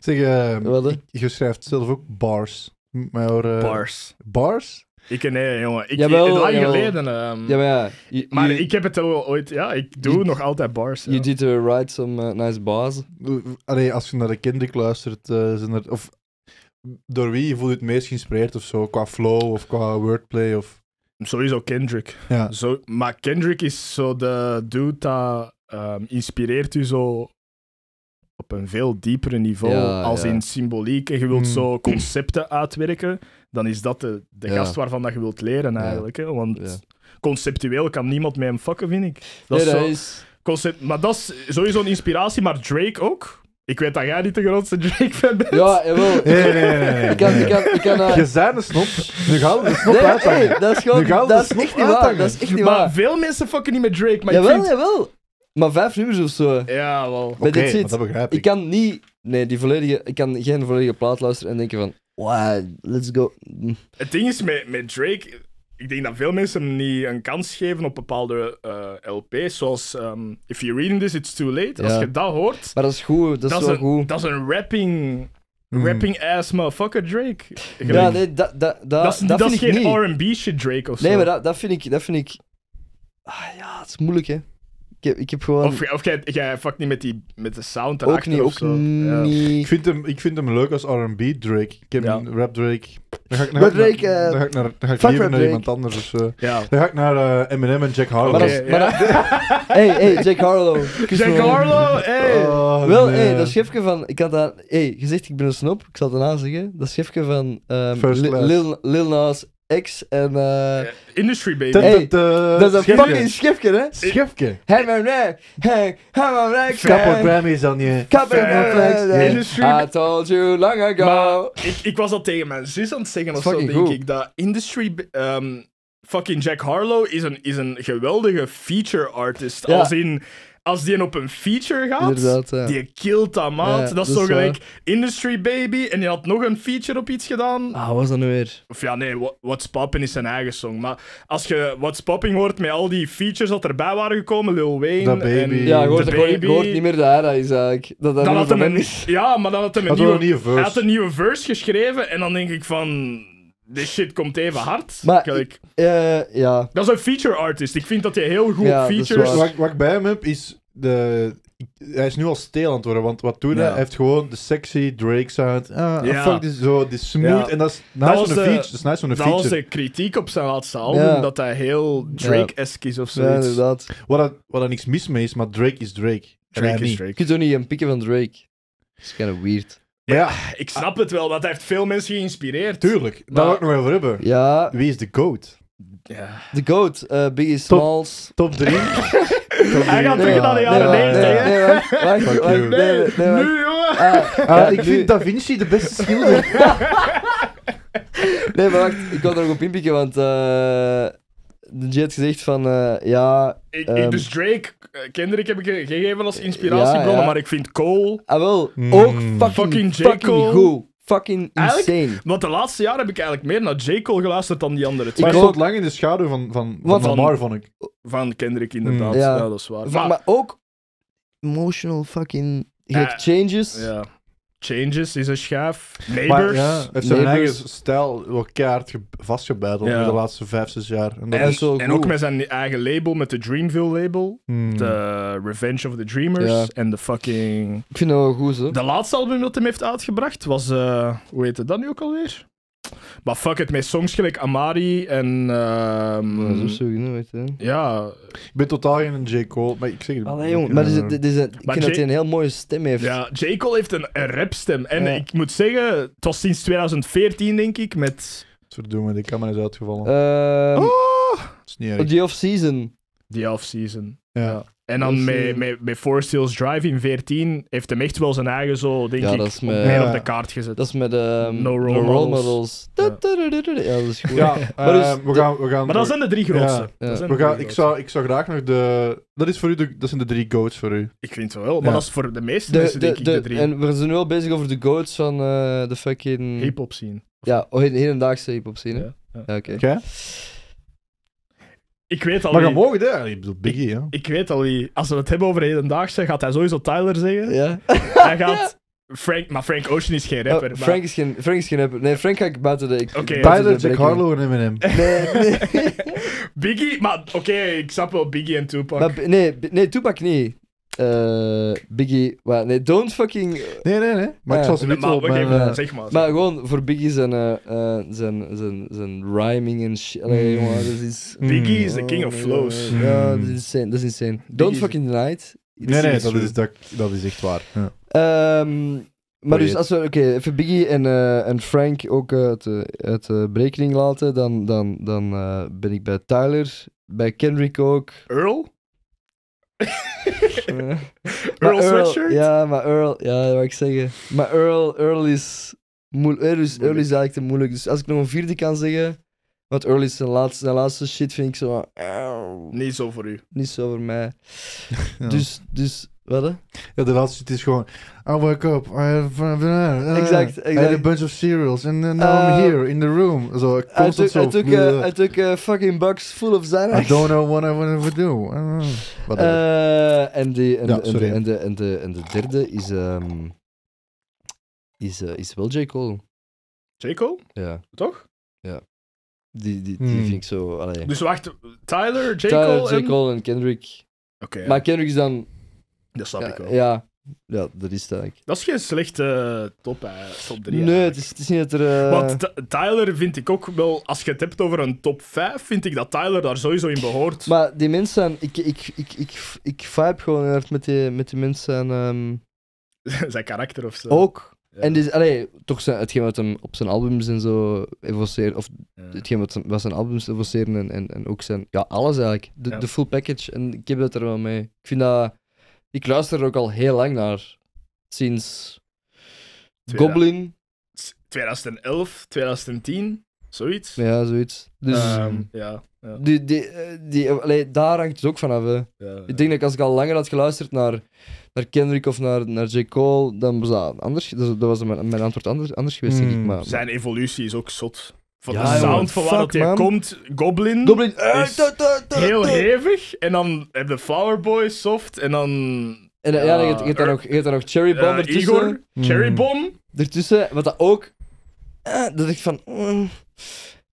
[SPEAKER 3] Zeg, eh,
[SPEAKER 1] Wat, hè?
[SPEAKER 3] ik- je schrijft zelf ook bars. M- Maar, eh,
[SPEAKER 2] Bars.
[SPEAKER 3] Bars?
[SPEAKER 2] Ik, nee, jongen. Ik,
[SPEAKER 1] Jawel,
[SPEAKER 2] lang
[SPEAKER 1] jawel.
[SPEAKER 2] geleden. ehm,
[SPEAKER 1] ja maar ja. You,
[SPEAKER 2] maar
[SPEAKER 1] you,
[SPEAKER 2] ik heb het wel ooit... Ja, ik doe
[SPEAKER 1] Je-
[SPEAKER 2] nog altijd bars.
[SPEAKER 1] you
[SPEAKER 2] ja.
[SPEAKER 1] did uh, write some eh, nice bars.
[SPEAKER 3] Allee, als je naar de kinderen luistert, eh, zijn er... Of, door wie voel je het meest geïnspireerd of zo? Qua flow of qua wordplay of...
[SPEAKER 2] Sowieso Kendrick.
[SPEAKER 3] Ja.
[SPEAKER 2] Zo, maar Kendrick is zo de dude dat ehm, inspireert u zo op een veel diepere niveau
[SPEAKER 1] Ja,
[SPEAKER 2] als
[SPEAKER 1] ja.
[SPEAKER 2] in symboliek. En je wilt
[SPEAKER 3] Mm.
[SPEAKER 2] zo concepten uitwerken, dan is dat de, de
[SPEAKER 1] Ja.
[SPEAKER 2] gast waarvan dat je wilt leren
[SPEAKER 1] Ja.
[SPEAKER 2] eigenlijk. Hè? Want
[SPEAKER 1] Ja.
[SPEAKER 2] conceptueel kan niemand met hem fucken, vind ik. Dat
[SPEAKER 1] Nee,
[SPEAKER 2] is
[SPEAKER 1] dat
[SPEAKER 2] zo,
[SPEAKER 1] is...
[SPEAKER 2] concept, maar dat is sowieso een inspiratie, maar Drake ook. Ik weet dat jij niet de grootste Drake-fan bent.
[SPEAKER 1] Ja, jawel.
[SPEAKER 3] Nee, nee, nee. nee, nee.
[SPEAKER 1] Ik kan... Ik kan, ik kan eh,
[SPEAKER 3] Je zijn een snop. Nu gaan we de snop
[SPEAKER 1] nee,
[SPEAKER 3] uithangen.
[SPEAKER 1] hey, dat is
[SPEAKER 3] Nu
[SPEAKER 1] gewoon...
[SPEAKER 3] gaan we
[SPEAKER 1] Dat is
[SPEAKER 3] de snop
[SPEAKER 1] echt niet waar.
[SPEAKER 3] uithangen.
[SPEAKER 1] Dat is echt niet
[SPEAKER 2] maar
[SPEAKER 1] waar.
[SPEAKER 2] veel mensen fucken niet met Drake, maar ik
[SPEAKER 1] Jawel,
[SPEAKER 2] vind-
[SPEAKER 1] jawel. Maar vijf nummers of zo.
[SPEAKER 2] Ja, wel.
[SPEAKER 1] Maar
[SPEAKER 3] Oké,
[SPEAKER 1] dit zit-
[SPEAKER 3] maar dat begrijp
[SPEAKER 1] Ik
[SPEAKER 3] ik.
[SPEAKER 1] kan niet... Nee, die volledige... Ik kan geen volledige plaat luisteren en denken van... Wow, let's go. Mm.
[SPEAKER 2] Het ding is met, met Drake, ik denk dat veel mensen hem niet een kans geven op bepaalde eh, LP's, zoals ehm, If You're Reading This, It's Too Late.
[SPEAKER 1] Ja.
[SPEAKER 2] Als je dat hoort,
[SPEAKER 1] Maar dat is goed, dat,
[SPEAKER 2] dat,
[SPEAKER 1] is
[SPEAKER 2] is
[SPEAKER 1] wel
[SPEAKER 2] een,
[SPEAKER 1] goed.
[SPEAKER 2] dat is een rapping,
[SPEAKER 3] Mm.
[SPEAKER 2] rapping ass motherfucker Drake. Ik
[SPEAKER 1] ja,
[SPEAKER 2] denk,
[SPEAKER 1] nee, dat, dat, dat,
[SPEAKER 2] dat is,
[SPEAKER 1] dat
[SPEAKER 2] dat is
[SPEAKER 1] vind ik niet.
[SPEAKER 2] geen R&B shit Drake of zo.
[SPEAKER 1] Nee, maar dat, dat vind ik... Dat vind ik... Ah, ja, het is moeilijk, hè. Ik heb, ik heb gewoon...
[SPEAKER 2] Of, of jij, jij fuckt niet met, die, met de sound
[SPEAKER 1] ook
[SPEAKER 2] erachter
[SPEAKER 1] niet,
[SPEAKER 2] of
[SPEAKER 1] ook
[SPEAKER 2] zo. Ja.
[SPEAKER 3] Ik
[SPEAKER 1] niet...
[SPEAKER 3] vind, hem, ik vind hem leuk als R&B Drake. Ik heb
[SPEAKER 2] Ja.
[SPEAKER 3] een rap Drake. Dan ga ik, dan
[SPEAKER 1] Rap
[SPEAKER 3] ga ik
[SPEAKER 1] Drake,
[SPEAKER 3] naar,
[SPEAKER 1] eh,
[SPEAKER 3] dan ga ik, naar, dan ga ik
[SPEAKER 1] fuck
[SPEAKER 3] liever
[SPEAKER 1] rap
[SPEAKER 3] naar
[SPEAKER 1] Drake.
[SPEAKER 3] iemand anders. Of, zo.
[SPEAKER 2] Ja.
[SPEAKER 3] dan ga ik naar eh, Eminem en Jack Harlow.
[SPEAKER 1] Maar dat
[SPEAKER 2] Oké,
[SPEAKER 1] is- maar Hey, hey, Jack Harlow. kus
[SPEAKER 2] Jack
[SPEAKER 1] me.
[SPEAKER 2] Harlow, hey!
[SPEAKER 3] Oh,
[SPEAKER 1] Wel,
[SPEAKER 3] nee.
[SPEAKER 1] hey, dat schepje van... Ik had daar... Hey, gezegd ik ben een snop. Ik zal het daarna zeggen. Dat schepje van... ehm,
[SPEAKER 3] First
[SPEAKER 1] Li-
[SPEAKER 3] class.
[SPEAKER 1] Lil, Lil Nas X en... eh,
[SPEAKER 2] Industry baby.
[SPEAKER 3] Dat-
[SPEAKER 1] Hey,
[SPEAKER 3] dat, eh,
[SPEAKER 1] dat is een
[SPEAKER 3] schepje.
[SPEAKER 1] fucking schepje, hè.
[SPEAKER 3] Schepje.
[SPEAKER 1] Hey, mijn nek. Hey, hey, mijn nek.
[SPEAKER 3] Kapot
[SPEAKER 1] Hey.
[SPEAKER 3] Grammys aan je.
[SPEAKER 1] Kapper
[SPEAKER 2] Fair.
[SPEAKER 1] complex.
[SPEAKER 2] Industry-
[SPEAKER 1] I told you long ago.
[SPEAKER 2] Maar ik, ik was dat tegen mijn zus aan het zeggen of
[SPEAKER 1] Dat
[SPEAKER 2] zo,
[SPEAKER 1] is
[SPEAKER 2] denk
[SPEAKER 1] fucking goed.
[SPEAKER 2] ik. Dat industry... ehm, fucking Jack Harlow is een, is een geweldige feature artist.
[SPEAKER 1] Ja.
[SPEAKER 2] Als in... Als die op een feature gaat,
[SPEAKER 1] Inderdaad, ja.
[SPEAKER 2] die killt dat maat.
[SPEAKER 1] Ja,
[SPEAKER 2] dat is
[SPEAKER 1] dat
[SPEAKER 2] zo
[SPEAKER 1] is
[SPEAKER 2] gelijk Industry Baby en die had nog een feature op iets gedaan.
[SPEAKER 1] Ah, wat was dat nu weer?
[SPEAKER 2] Of ja, nee, Wha- What's Poppin' is zijn eigen song. Maar als je What's Poppin' hoort met al die features dat erbij waren gekomen, Lil Wayne
[SPEAKER 3] Da Baby.
[SPEAKER 2] en
[SPEAKER 1] Ja, je hoort,
[SPEAKER 2] The
[SPEAKER 1] dat gewoon- je
[SPEAKER 2] Baby,
[SPEAKER 1] hoort niet meer dat hij dat is eigenlijk. Dat dat
[SPEAKER 2] dan had
[SPEAKER 1] niet
[SPEAKER 2] hem
[SPEAKER 1] van
[SPEAKER 2] een,
[SPEAKER 1] hem is.
[SPEAKER 2] ja, maar dan had hem een
[SPEAKER 3] Had wel
[SPEAKER 2] nieuwe,
[SPEAKER 3] een nieuwe verse.
[SPEAKER 2] Hij had een nieuwe verse geschreven en dan denk ik van... Dit shit komt even hard.
[SPEAKER 1] Maar
[SPEAKER 2] Kijk,
[SPEAKER 1] Eh, ja.
[SPEAKER 2] dat is een feature artist. Ik vind dat hij heel goed
[SPEAKER 1] Ja, dat is
[SPEAKER 2] features...
[SPEAKER 1] waar.
[SPEAKER 3] Wat, ik- wat ik bij hem heb is. De, ik- hij is nu al stil aan het worden, want wat doet hij?
[SPEAKER 2] Ja.
[SPEAKER 3] Hij heeft gewoon de sexy Drake sound. Ah,
[SPEAKER 2] Ja.
[SPEAKER 3] fuck, dit is zo, dit is smooth.
[SPEAKER 2] Ja.
[SPEAKER 3] En dat is
[SPEAKER 2] Dat
[SPEAKER 3] nice
[SPEAKER 2] was
[SPEAKER 3] van een
[SPEAKER 2] de-
[SPEAKER 3] feature. Dat is nice van een
[SPEAKER 2] dat was
[SPEAKER 3] feature.
[SPEAKER 2] de kritiek op zijn laatste album,
[SPEAKER 1] Ja.
[SPEAKER 2] dat hij heel Drake-esque is of
[SPEAKER 1] Ja,
[SPEAKER 2] zoiets.
[SPEAKER 1] inderdaad.
[SPEAKER 3] Wat er, wat er niks mis mee is, maar Drake is Drake. En hij
[SPEAKER 2] Drake is
[SPEAKER 3] niet.
[SPEAKER 1] Je
[SPEAKER 2] Drake.
[SPEAKER 1] kunt toch niet een pikken van Drake? Dat is kind of weird.
[SPEAKER 3] Maar ja,
[SPEAKER 2] Ik snap het wel, want hij heeft veel mensen geïnspireerd.
[SPEAKER 3] tuurlijk.
[SPEAKER 2] Maar-
[SPEAKER 3] Daar wil ik nog even over hebben.
[SPEAKER 1] Ja,
[SPEAKER 3] Wie is de GOAT?
[SPEAKER 2] Ja.
[SPEAKER 1] The Goat, eh, Biggie Smalls.
[SPEAKER 3] Top 3.
[SPEAKER 2] Hij gaat terug naar de
[SPEAKER 1] nee,
[SPEAKER 2] jaren
[SPEAKER 1] wacht,
[SPEAKER 2] 90.
[SPEAKER 1] nee, nee,
[SPEAKER 2] hè?
[SPEAKER 1] wacht, wacht,
[SPEAKER 3] Fuck
[SPEAKER 1] wacht,
[SPEAKER 3] you.
[SPEAKER 1] nee, nee, nee, wacht.
[SPEAKER 2] nu, jongen!
[SPEAKER 1] Ah, ja,
[SPEAKER 3] ik
[SPEAKER 1] nu-
[SPEAKER 3] vind Da Vinci de beste schilder.
[SPEAKER 1] Nee, maar wacht, ik kan er ook op inpikken, want eh de J had gezegd van, eh, ja,
[SPEAKER 2] Ik,
[SPEAKER 1] Ehm.
[SPEAKER 2] ik, dus Drake, eh, Kendrick heb ik ge- gegeven als inspiratiebron,
[SPEAKER 1] Ja, ja.
[SPEAKER 2] maar ik vind Cole...
[SPEAKER 1] ah wel,
[SPEAKER 3] Mm.
[SPEAKER 1] ook fucking,
[SPEAKER 2] Fucking
[SPEAKER 1] fucking,
[SPEAKER 2] J. Cole.
[SPEAKER 1] goed. Fucking
[SPEAKER 2] Eigenlijk-
[SPEAKER 1] insane.
[SPEAKER 2] Want de laatste jaren heb ik eigenlijk meer naar J. Cole geluisterd dan die andere twee.
[SPEAKER 3] Maar hij
[SPEAKER 1] ook.
[SPEAKER 3] stond lang in de schaduw van, van, van,
[SPEAKER 1] Wat
[SPEAKER 3] van
[SPEAKER 2] van-
[SPEAKER 3] Lamar, vond ik.
[SPEAKER 2] Van Kendrick, inderdaad.
[SPEAKER 1] Mm. Ja.
[SPEAKER 2] Ja, dat is waar.
[SPEAKER 1] Maar,
[SPEAKER 2] Maar,
[SPEAKER 1] maar ook emotional fucking... Je hebt
[SPEAKER 2] Eh,
[SPEAKER 1] changes.
[SPEAKER 2] Ja. Changes is een schaaf.
[SPEAKER 3] Maar
[SPEAKER 2] Neighbors.
[SPEAKER 3] ja, heeft zijn
[SPEAKER 1] Neighbors.
[SPEAKER 3] eigen stijl wel keihard ge- vastgebeiteld
[SPEAKER 2] Ja.
[SPEAKER 3] in de laatste vijf, zes jaar. En dat
[SPEAKER 1] En
[SPEAKER 3] is
[SPEAKER 1] zo
[SPEAKER 2] En
[SPEAKER 1] goed.
[SPEAKER 2] ook met zijn eigen label, met de Dreamville label.
[SPEAKER 3] Hmm.
[SPEAKER 2] De Revenge of the Dreamers.
[SPEAKER 3] Ja.
[SPEAKER 2] En de fucking...
[SPEAKER 1] Ik vind dat wel goed, hè.
[SPEAKER 2] De laatste album dat hem heeft uitgebracht was, eh, hoe heet het dan nu ook alweer? Maar fuck it, met songs gelijk Amari en... ehm,
[SPEAKER 1] Dat is ook zo genoemd, hè.
[SPEAKER 2] ja,
[SPEAKER 3] Ik ben totaal geen J. Cole, maar ik eh, zeg het
[SPEAKER 1] Allee, jongen. Maar dit is, dit is een, ik vind
[SPEAKER 2] Maar
[SPEAKER 1] dat
[SPEAKER 2] Jay-
[SPEAKER 1] hij een heel mooie stem heeft.
[SPEAKER 2] ja, J. Cole heeft een, een rapstem. En
[SPEAKER 1] Ja.
[SPEAKER 2] ik moet zeggen, het was sinds 2014 denk ik, met...
[SPEAKER 3] Verdomme, die camera is uitgevallen.
[SPEAKER 1] Ehm,
[SPEAKER 2] Oh,
[SPEAKER 3] dat is niet erg.
[SPEAKER 1] op die off-season.
[SPEAKER 2] die off-season.
[SPEAKER 3] ja.
[SPEAKER 2] En
[SPEAKER 1] Dat
[SPEAKER 2] dan
[SPEAKER 1] is,
[SPEAKER 2] met,
[SPEAKER 1] eh,
[SPEAKER 2] met, met Four Steels Drive in 14 heeft hem echt wel zijn eigen zo, denk
[SPEAKER 1] Ja,
[SPEAKER 2] ik,
[SPEAKER 1] dat is
[SPEAKER 2] op-
[SPEAKER 1] met-
[SPEAKER 2] meer
[SPEAKER 3] Ja.
[SPEAKER 2] op de kaart gezet.
[SPEAKER 1] Dat is met ehm
[SPEAKER 2] No Role Models.
[SPEAKER 1] Ja.
[SPEAKER 2] Ja.
[SPEAKER 1] ja, dat is goed.
[SPEAKER 3] Ja,
[SPEAKER 1] Maar dus
[SPEAKER 3] ehm, we
[SPEAKER 1] de-
[SPEAKER 3] gaan... We gaan
[SPEAKER 2] maar dat zijn de drie grootste.
[SPEAKER 3] Ja.
[SPEAKER 2] Dat zijn
[SPEAKER 3] we
[SPEAKER 2] de
[SPEAKER 3] gaan,
[SPEAKER 2] drie
[SPEAKER 3] ik,
[SPEAKER 2] grootste.
[SPEAKER 3] zou, ik zou graag nog de... Dat, is voor u de, dat zijn de drie goats voor u.
[SPEAKER 2] Ik vind het wel, maar
[SPEAKER 3] Ja.
[SPEAKER 2] dat is voor de meeste
[SPEAKER 1] De,
[SPEAKER 2] mensen
[SPEAKER 1] de,
[SPEAKER 2] denk ik de,
[SPEAKER 1] de,
[SPEAKER 2] drie.
[SPEAKER 1] en we zijn nu wel bezig over de goats van eh, de fucking...
[SPEAKER 2] Hip-hop scene.
[SPEAKER 1] Ja, oh, he- hedendaagse hip-hop scene. hè?
[SPEAKER 2] Ja, ja.
[SPEAKER 1] Ja, oké.
[SPEAKER 3] Oké.
[SPEAKER 2] Ik weet al
[SPEAKER 3] Maar je
[SPEAKER 2] wie.
[SPEAKER 3] mogen dat. Ik bedoel, Biggie, ja.
[SPEAKER 2] Ik weet al wie. Als we het hebben over hedendaagse, gaat hij sowieso Tyler zeggen.
[SPEAKER 1] Ja.
[SPEAKER 2] Hij gaat Frank, maar Frank Ocean is geen
[SPEAKER 1] Oh,
[SPEAKER 2] rapper. maar
[SPEAKER 1] Frank, is geen, Frank is geen rapper. Nee, Frank ga ik buiten de... ik-
[SPEAKER 2] Oké.
[SPEAKER 1] buiten de
[SPEAKER 3] Tyler, Jack
[SPEAKER 1] berekening.
[SPEAKER 3] Harlow en Eminem.
[SPEAKER 1] Nee, nee.
[SPEAKER 2] Biggie, maar oké, ik snap wel Biggie en Tupac.
[SPEAKER 1] maar, b- nee, b- nee, Tupac niet. Eh, Biggie, maar nee, don't fucking...
[SPEAKER 3] Nee, nee, nee. Maar
[SPEAKER 1] Ja.
[SPEAKER 3] ik zal ze
[SPEAKER 2] Nee,
[SPEAKER 3] niet wel
[SPEAKER 2] maar
[SPEAKER 3] op
[SPEAKER 2] oké,
[SPEAKER 3] mijn...
[SPEAKER 2] maar
[SPEAKER 3] eh,
[SPEAKER 2] zeg maar.
[SPEAKER 1] Maar gewoon voor Biggie zijn, eh, eh, zijn, zijn, zijn rhyming en shit. Allee,
[SPEAKER 3] Mm.
[SPEAKER 1] jongen, dat is... Oh
[SPEAKER 2] Hmm.
[SPEAKER 3] Mm.
[SPEAKER 2] Biggie is the king of
[SPEAKER 1] my
[SPEAKER 2] flows.
[SPEAKER 1] God. Ja, dat is insane. Dat is insane. Don't
[SPEAKER 2] is-
[SPEAKER 1] fucking deny it. It's-
[SPEAKER 3] Hmm. Nee, nee,
[SPEAKER 1] it's
[SPEAKER 3] dat
[SPEAKER 1] true.
[SPEAKER 3] is, dat, dat is echt waar. Ja.
[SPEAKER 1] Ehm, maar dus
[SPEAKER 3] Boeit.
[SPEAKER 1] als we oké, even Biggie en, eh, en Frank ook eh, uit, de- uit de berekening laten, dan, dan, dan eh, ben ik bij Tyler, bij Kendrick ook.
[SPEAKER 2] Earl?
[SPEAKER 1] Eh, maar
[SPEAKER 2] Earl Sweatshirt?
[SPEAKER 1] Ja, maar Earl, ja, dat wou ik zeggen. Maar Earl, Earl is, moe- Earl is, Earl is eigenlijk te moeilijk. Dus als ik nog een vierde kan zeggen, want Earl is zijn laatste, zijn laatste shit, vind ik zo, eh,
[SPEAKER 2] Ehm, Niet zo voor u.
[SPEAKER 1] niet zo voor mij.
[SPEAKER 3] Ja.
[SPEAKER 1] Dus, dus, wat hè?
[SPEAKER 3] Ja, de laatste het is gewoon... I woke up, I have... Uh,
[SPEAKER 1] Exact,
[SPEAKER 3] I had a
[SPEAKER 1] exact.
[SPEAKER 3] bunch of cereals and then now
[SPEAKER 1] Eh,
[SPEAKER 3] I'm here in the room. Zo,
[SPEAKER 1] I
[SPEAKER 3] constant
[SPEAKER 1] took, I
[SPEAKER 3] zo...
[SPEAKER 1] took,
[SPEAKER 3] bleh.
[SPEAKER 1] uh, I took uh, fucking box full of
[SPEAKER 3] I
[SPEAKER 1] Xanax.
[SPEAKER 3] don't know what I want to do. I don't know. Whatever.
[SPEAKER 1] Eh, en, die, en,
[SPEAKER 3] Ja,
[SPEAKER 1] de, en, de,
[SPEAKER 3] sorry.
[SPEAKER 1] en, de, en, de, en de derde is, ehm, is, eh, is wel J. Cole.
[SPEAKER 2] J. Cole?
[SPEAKER 1] Ja.
[SPEAKER 2] Toch?
[SPEAKER 1] Die, die, die
[SPEAKER 3] Hmm.
[SPEAKER 1] vind ik zo. Allee.
[SPEAKER 2] Dus wacht, Tyler, J.
[SPEAKER 1] Tyler,
[SPEAKER 2] Cole en...
[SPEAKER 1] J. Cole en Kendrick.
[SPEAKER 2] Oké,
[SPEAKER 1] Maar Kendrick is dan.
[SPEAKER 2] dat snap ik
[SPEAKER 1] Ja,
[SPEAKER 2] wel.
[SPEAKER 1] ja, ja, dat is het eigenlijk.
[SPEAKER 2] Dat is geen slechte top, eh, top 3.
[SPEAKER 1] nee, het is, het is niet dat er. eh,
[SPEAKER 2] Want T- Tyler vind ik ook wel, als je het hebt over een top 5, vind ik dat Tyler daar sowieso in behoort.
[SPEAKER 1] Maar die mensen zijn. Ik, ik, ik, ik, ik vibe gewoon heel hard met die, met die mensen zijn. ehm,
[SPEAKER 2] Zijn karakter of zo.
[SPEAKER 1] ook.
[SPEAKER 2] Ja.
[SPEAKER 1] En dus, allee, toch zijn, hetgeen wat hem op zijn albums en zo evoceert, of
[SPEAKER 2] Ja.
[SPEAKER 1] hetgeen wat, zijn- wat zijn albums evoceren en, en, en ook zijn, ja, alles eigenlijk. De,
[SPEAKER 2] Ja.
[SPEAKER 1] de full package. En ik heb dat er wel mee. Ik vind dat, ik luister er ook al heel lang naar. Sinds
[SPEAKER 2] Tweede-
[SPEAKER 1] Goblin,
[SPEAKER 2] 2011, 2010, zoiets.
[SPEAKER 1] ja, zoiets. Dus
[SPEAKER 2] Ehm, ja, ja,
[SPEAKER 1] die, die, eh, die, allee, daar hangt het ook vanaf. Hè.
[SPEAKER 2] ja, ja.
[SPEAKER 1] Ik denk dat als ik al langer had geluisterd naar, naar Kendrick of naar, naar J. Cole, dan was dat anders. Dat was mijn, mijn antwoord anders, anders geweest, denk ik.
[SPEAKER 3] Hmm.
[SPEAKER 1] Maar,
[SPEAKER 2] Zijn evolutie is ook zot. Van
[SPEAKER 1] Ja,
[SPEAKER 2] de
[SPEAKER 1] jongen,
[SPEAKER 2] sound van waar
[SPEAKER 1] fuck,
[SPEAKER 2] dat hij
[SPEAKER 1] man.
[SPEAKER 2] komt, Goblin,
[SPEAKER 1] Dublin.
[SPEAKER 2] Is heel hevig. En dan heb je Flower Boy, Soft, en dan
[SPEAKER 1] En eh, ja,
[SPEAKER 2] Ja,
[SPEAKER 1] je hebt- je hebt daar
[SPEAKER 2] er-
[SPEAKER 1] nog, je hebt daar nog Cherry dus,
[SPEAKER 2] eh,
[SPEAKER 1] Bomb ertussen.
[SPEAKER 2] Ah. Igor, Cherry
[SPEAKER 3] Mm.
[SPEAKER 2] Bomb.
[SPEAKER 1] Ertussen, wat dat ook... eh, dat ik van... mm.